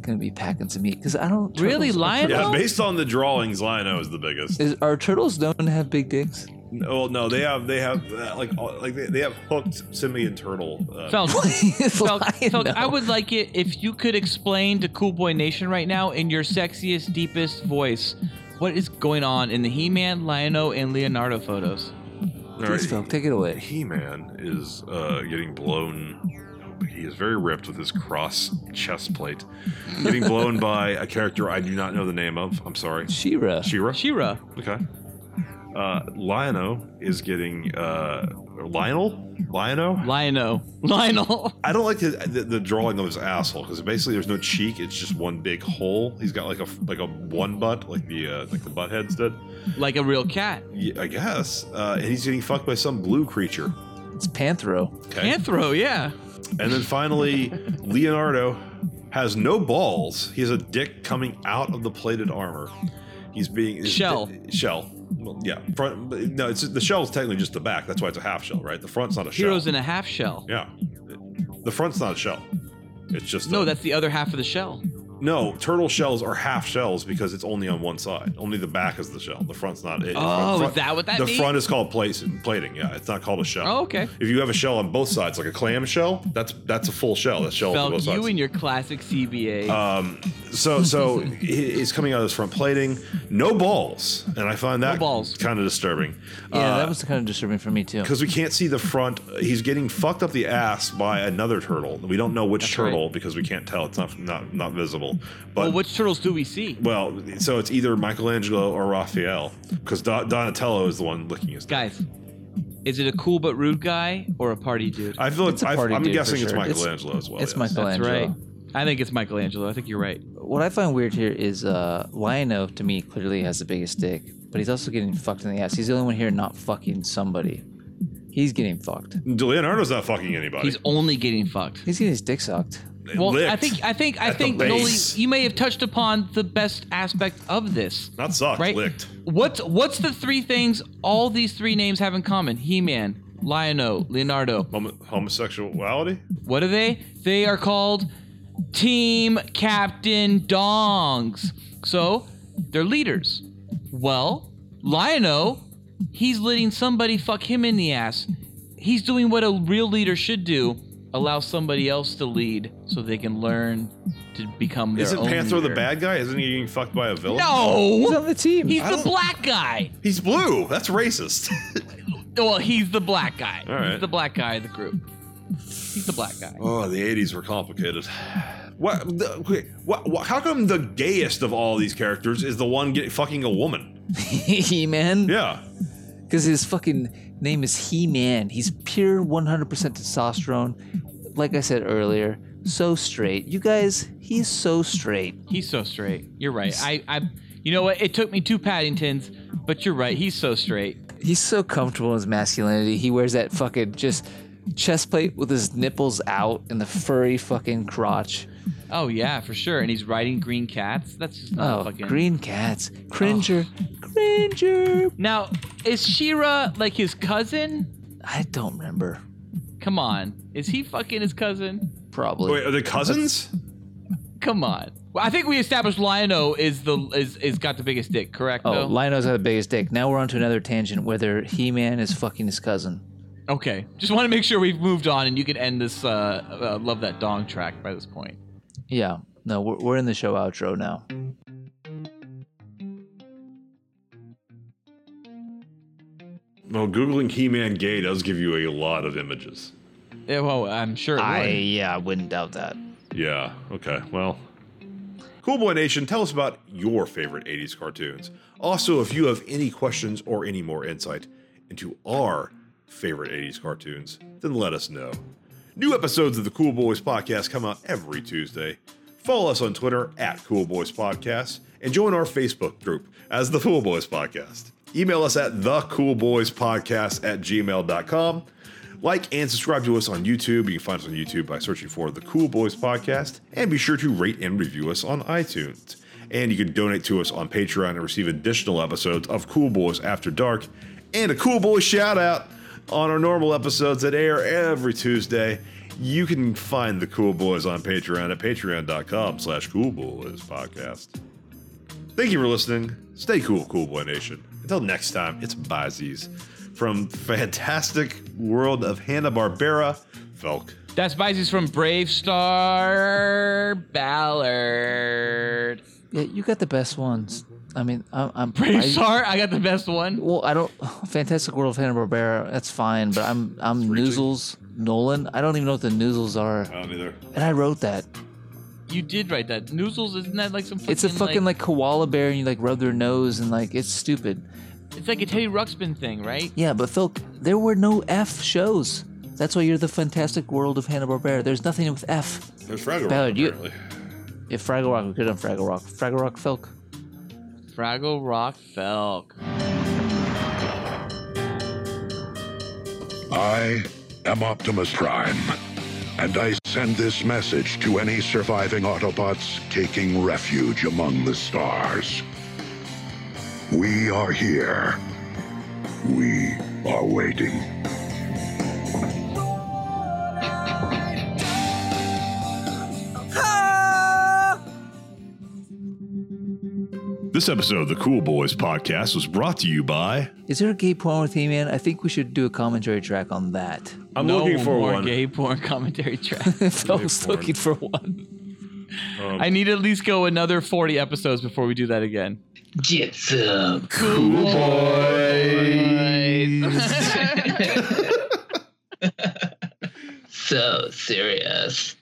Speaker 3: gonna be packing some meat because I don't
Speaker 4: Really,
Speaker 3: turtles-
Speaker 4: Lion-O?
Speaker 5: Yeah, based on the drawings, Lino is the biggest.
Speaker 3: Is, are turtles known to have big dicks? *laughs*
Speaker 5: No, well, no, they have they have uh, like all- like they, they have hooked simian turtle. Uh,
Speaker 4: Felk, Felk, Felk,
Speaker 3: Lion-O?
Speaker 4: I would like it if you could explain to Cool Boy Nation right now in your sexiest, deepest voice what is going on in the He-Man, Lion-O, and Leonardo photos.
Speaker 5: All
Speaker 3: Please, Felk, take it away.
Speaker 5: He-Man is uh, getting blown. He is very ripped with his cross chest plate, getting blown by a character I do not know the name of. I'm sorry.
Speaker 3: She-Ra.
Speaker 5: Shira.
Speaker 4: She-Ra.
Speaker 5: Okay. Uh, Lionel is getting uh, or Lionel. Lionel.
Speaker 4: Lionel. *laughs* Lionel.
Speaker 5: I don't like the, the, the drawing of his asshole because basically there's no cheek. It's just one big hole. He's got like a like a one butt, like the uh, like the butt heads did.
Speaker 4: Like a real cat.
Speaker 5: Yeah, I guess. Uh, and he's getting fucked by some blue creature.
Speaker 3: It's Panthro.
Speaker 5: Okay.
Speaker 4: Panthro, yeah.
Speaker 5: And then finally, Leonardo has no balls. He has a dick coming out of the plated armor. He's being his
Speaker 4: Shell.
Speaker 5: di- shell. Well, yeah, front. but No, it's the shell's technically just the back. That's why it's a half shell, right? The front's not a shell.
Speaker 4: Heroes in a half shell.
Speaker 5: Yeah, the front's not a shell. It's just
Speaker 4: No,
Speaker 5: a-
Speaker 4: that's the other half of the shell.
Speaker 5: no. Turtle shells are half shells because it's only on one side. Only the back is the shell. The front's not. It. The
Speaker 4: Oh, is
Speaker 5: front-
Speaker 4: that what that
Speaker 5: The
Speaker 4: means?
Speaker 5: front is called place, plating. Yeah, it's not called a shell.
Speaker 4: Oh, okay.
Speaker 5: If you have a shell on both sides, like a clam shell, that's that's a full shell. That shell on
Speaker 4: Belk,
Speaker 5: both sides.
Speaker 4: you and your classic CBA.
Speaker 5: Um, so so he- he's coming out of his front plating, no balls, and I find that kind of disturbing.
Speaker 3: Yeah, that was kind of disturbing for me too.
Speaker 5: because we can't see the front. He's getting fucked up the ass by another turtle. We don't know which turtle because we can't tell. It's not not not visible. But
Speaker 4: well, which turtles do we see?
Speaker 5: well, so it's either Michelangelo or Raphael because Donatello is the one licking his.
Speaker 4: Guys, is it a cool but rude guy or a party dude?
Speaker 5: I feel
Speaker 3: It's a I- party
Speaker 5: I'm
Speaker 3: dude for
Speaker 5: guessing it's
Speaker 3: sure. It's-
Speaker 5: Michelangelo as well.
Speaker 3: it's
Speaker 5: yes.
Speaker 3: Michelangelo.
Speaker 4: That's right. I think it's Michelangelo. I think you're right.
Speaker 3: What I find weird here is uh, Lionel to me clearly has the biggest dick, but he's also getting fucked in the ass. He's the only one here not fucking somebody. He's getting fucked.
Speaker 5: Leonardo's not fucking anybody.
Speaker 4: He's only getting fucked.
Speaker 3: He's getting his dick sucked.
Speaker 4: Well, I think I think I
Speaker 3: at the
Speaker 4: think Noli,
Speaker 3: base.
Speaker 4: you may have touched upon the best aspect of this.
Speaker 5: Not sucked,
Speaker 4: right?
Speaker 5: licked.
Speaker 4: What's what's the three things all these three names have in common? He-Man, Lion-O, Leonardo.
Speaker 5: homosexuality?
Speaker 4: What are they? They are called Team Captain Dongs. So, they're leaders. Well, Lion-O, he's letting somebody fuck him in the ass. He's doing what a real leader should do. Allow somebody else to lead so they can learn to become their
Speaker 5: Isn't
Speaker 4: own
Speaker 5: Panther the
Speaker 4: leader.
Speaker 5: bad guy? Isn't he getting fucked by a villain?
Speaker 4: No! He's
Speaker 3: on the team.
Speaker 4: He's
Speaker 5: I
Speaker 4: the
Speaker 5: don't-
Speaker 4: black guy.
Speaker 5: He's blue. That's racist. *laughs*
Speaker 4: Well, he's the black guy.
Speaker 5: All right.
Speaker 4: He's the black guy of the group. He's the black guy.
Speaker 5: Oh, the '80s were complicated. What? The, okay, what, what? How come the gayest of all these characters is the one get, fucking a woman?
Speaker 3: *laughs* He-Man.
Speaker 5: Yeah.
Speaker 3: Because his fucking name is He-Man. He's pure 100% testosterone. Like I said earlier, so straight. You guys, he's so straight.
Speaker 4: He's so straight. You're right. I, I, you know what? It took me two Paddingtons, but you're right. He's so straight.
Speaker 3: He's so comfortable in his masculinity. He wears that fucking just chest plate with his nipples out and the furry fucking crotch.
Speaker 4: Oh yeah, for sure. And he's riding green cats. That's just not
Speaker 3: Oh,
Speaker 4: fucking
Speaker 3: green cats. Cringer. Cringer.
Speaker 4: Now, is Shira like his cousin?
Speaker 3: I don't remember.
Speaker 4: Come on, is he fucking his cousin?
Speaker 3: Probably.
Speaker 5: Wait, are they cousins?
Speaker 4: Come on. Well, I think we established Lion-O is the is is got the biggest dick, correct?
Speaker 3: Oh,
Speaker 4: though?
Speaker 3: Lionel's got the biggest dick. Now we're on to another tangent whether He-Man is fucking his cousin.
Speaker 4: Okay. Just want to make sure we've moved on and you can end this uh, uh love that dong track by this point.
Speaker 3: Yeah. No, we're, we're in the show outro now.
Speaker 5: Well, googling He-Man gay does give you a lot of images.
Speaker 4: Yeah, well, I'm sure. It
Speaker 3: I
Speaker 4: would.
Speaker 3: yeah, I wouldn't doubt that.
Speaker 5: Yeah. Okay. Well, Cool Boy Nation, tell us about your favorite 80s cartoons. Also, if you have any questions or any more insight into our favorite 80s cartoons, then let us know. New episodes of the Cool Boys Podcast come out every Tuesday. Follow us on Twitter at Cool Boys Podcast and join our Facebook group as the Cool Boys Podcast. Email us at thecoolboyspodcast at gmail.com. Like and subscribe to us on YouTube. You can find us on YouTube by searching for the Cool Boys Podcast. And be sure to rate and review us on iTunes. And you can donate to us on Patreon and receive additional episodes of Cool Boys After Dark and a Cool Boy shout out on our normal episodes that air every Tuesday. You can find the Cool Boys on Patreon at patreon.com slash cool boys podcast. Thank you for listening. Stay cool, Cool Boy Nation. Until next time, it's Byzies from Fantastic World of Hanna-Barbera, Velk.
Speaker 4: That's Spicy's from Brave Star Ballard.
Speaker 3: Yeah, you got the best ones. I mean, I'm, I'm
Speaker 4: Brave
Speaker 3: I-
Speaker 4: Star, I got the best one.
Speaker 3: Well, I don't. Fantastic World of Hanna Barbera. That's fine, but I'm I'm Noozles Nolan. I don't even know what the Noozles are.
Speaker 5: I don't either.
Speaker 3: And I wrote that.
Speaker 4: You did write that. Noozles, isn't that like some fucking
Speaker 3: It's a fucking like, koala bear, and you like rub their nose, and like it's stupid.
Speaker 4: It's like a Teddy Ruxpin thing, right?
Speaker 3: Yeah, but Phil, there were no F shows. That's why you're the Fantastic World of Hanna Barbera. There's nothing with F.
Speaker 5: There's Fraggle Rock,
Speaker 3: Ballard, you-
Speaker 5: apparently.
Speaker 3: Yeah, Fraggle Rock. We could have done Fraggle Rock. Fraggle Rock, Phil.
Speaker 4: Fraggle Rock Felk.
Speaker 26: I am Optimus Prime, and I send this message to any surviving Autobots taking refuge among the stars.
Speaker 8: We are here. We are waiting.
Speaker 5: This episode of the Cool Boys podcast was brought to you by.
Speaker 3: Is there a gay porn theme, man? I think we should do a commentary track on that.
Speaker 5: I'm looking for
Speaker 4: more
Speaker 5: one.
Speaker 4: gay porn *laughs* commentary track. *laughs*
Speaker 3: I was looking for one.
Speaker 4: I need to at least go another 40 episodes before we do that again.
Speaker 27: Get
Speaker 3: uh,
Speaker 27: some
Speaker 4: cool
Speaker 3: *laughs*
Speaker 27: so serious.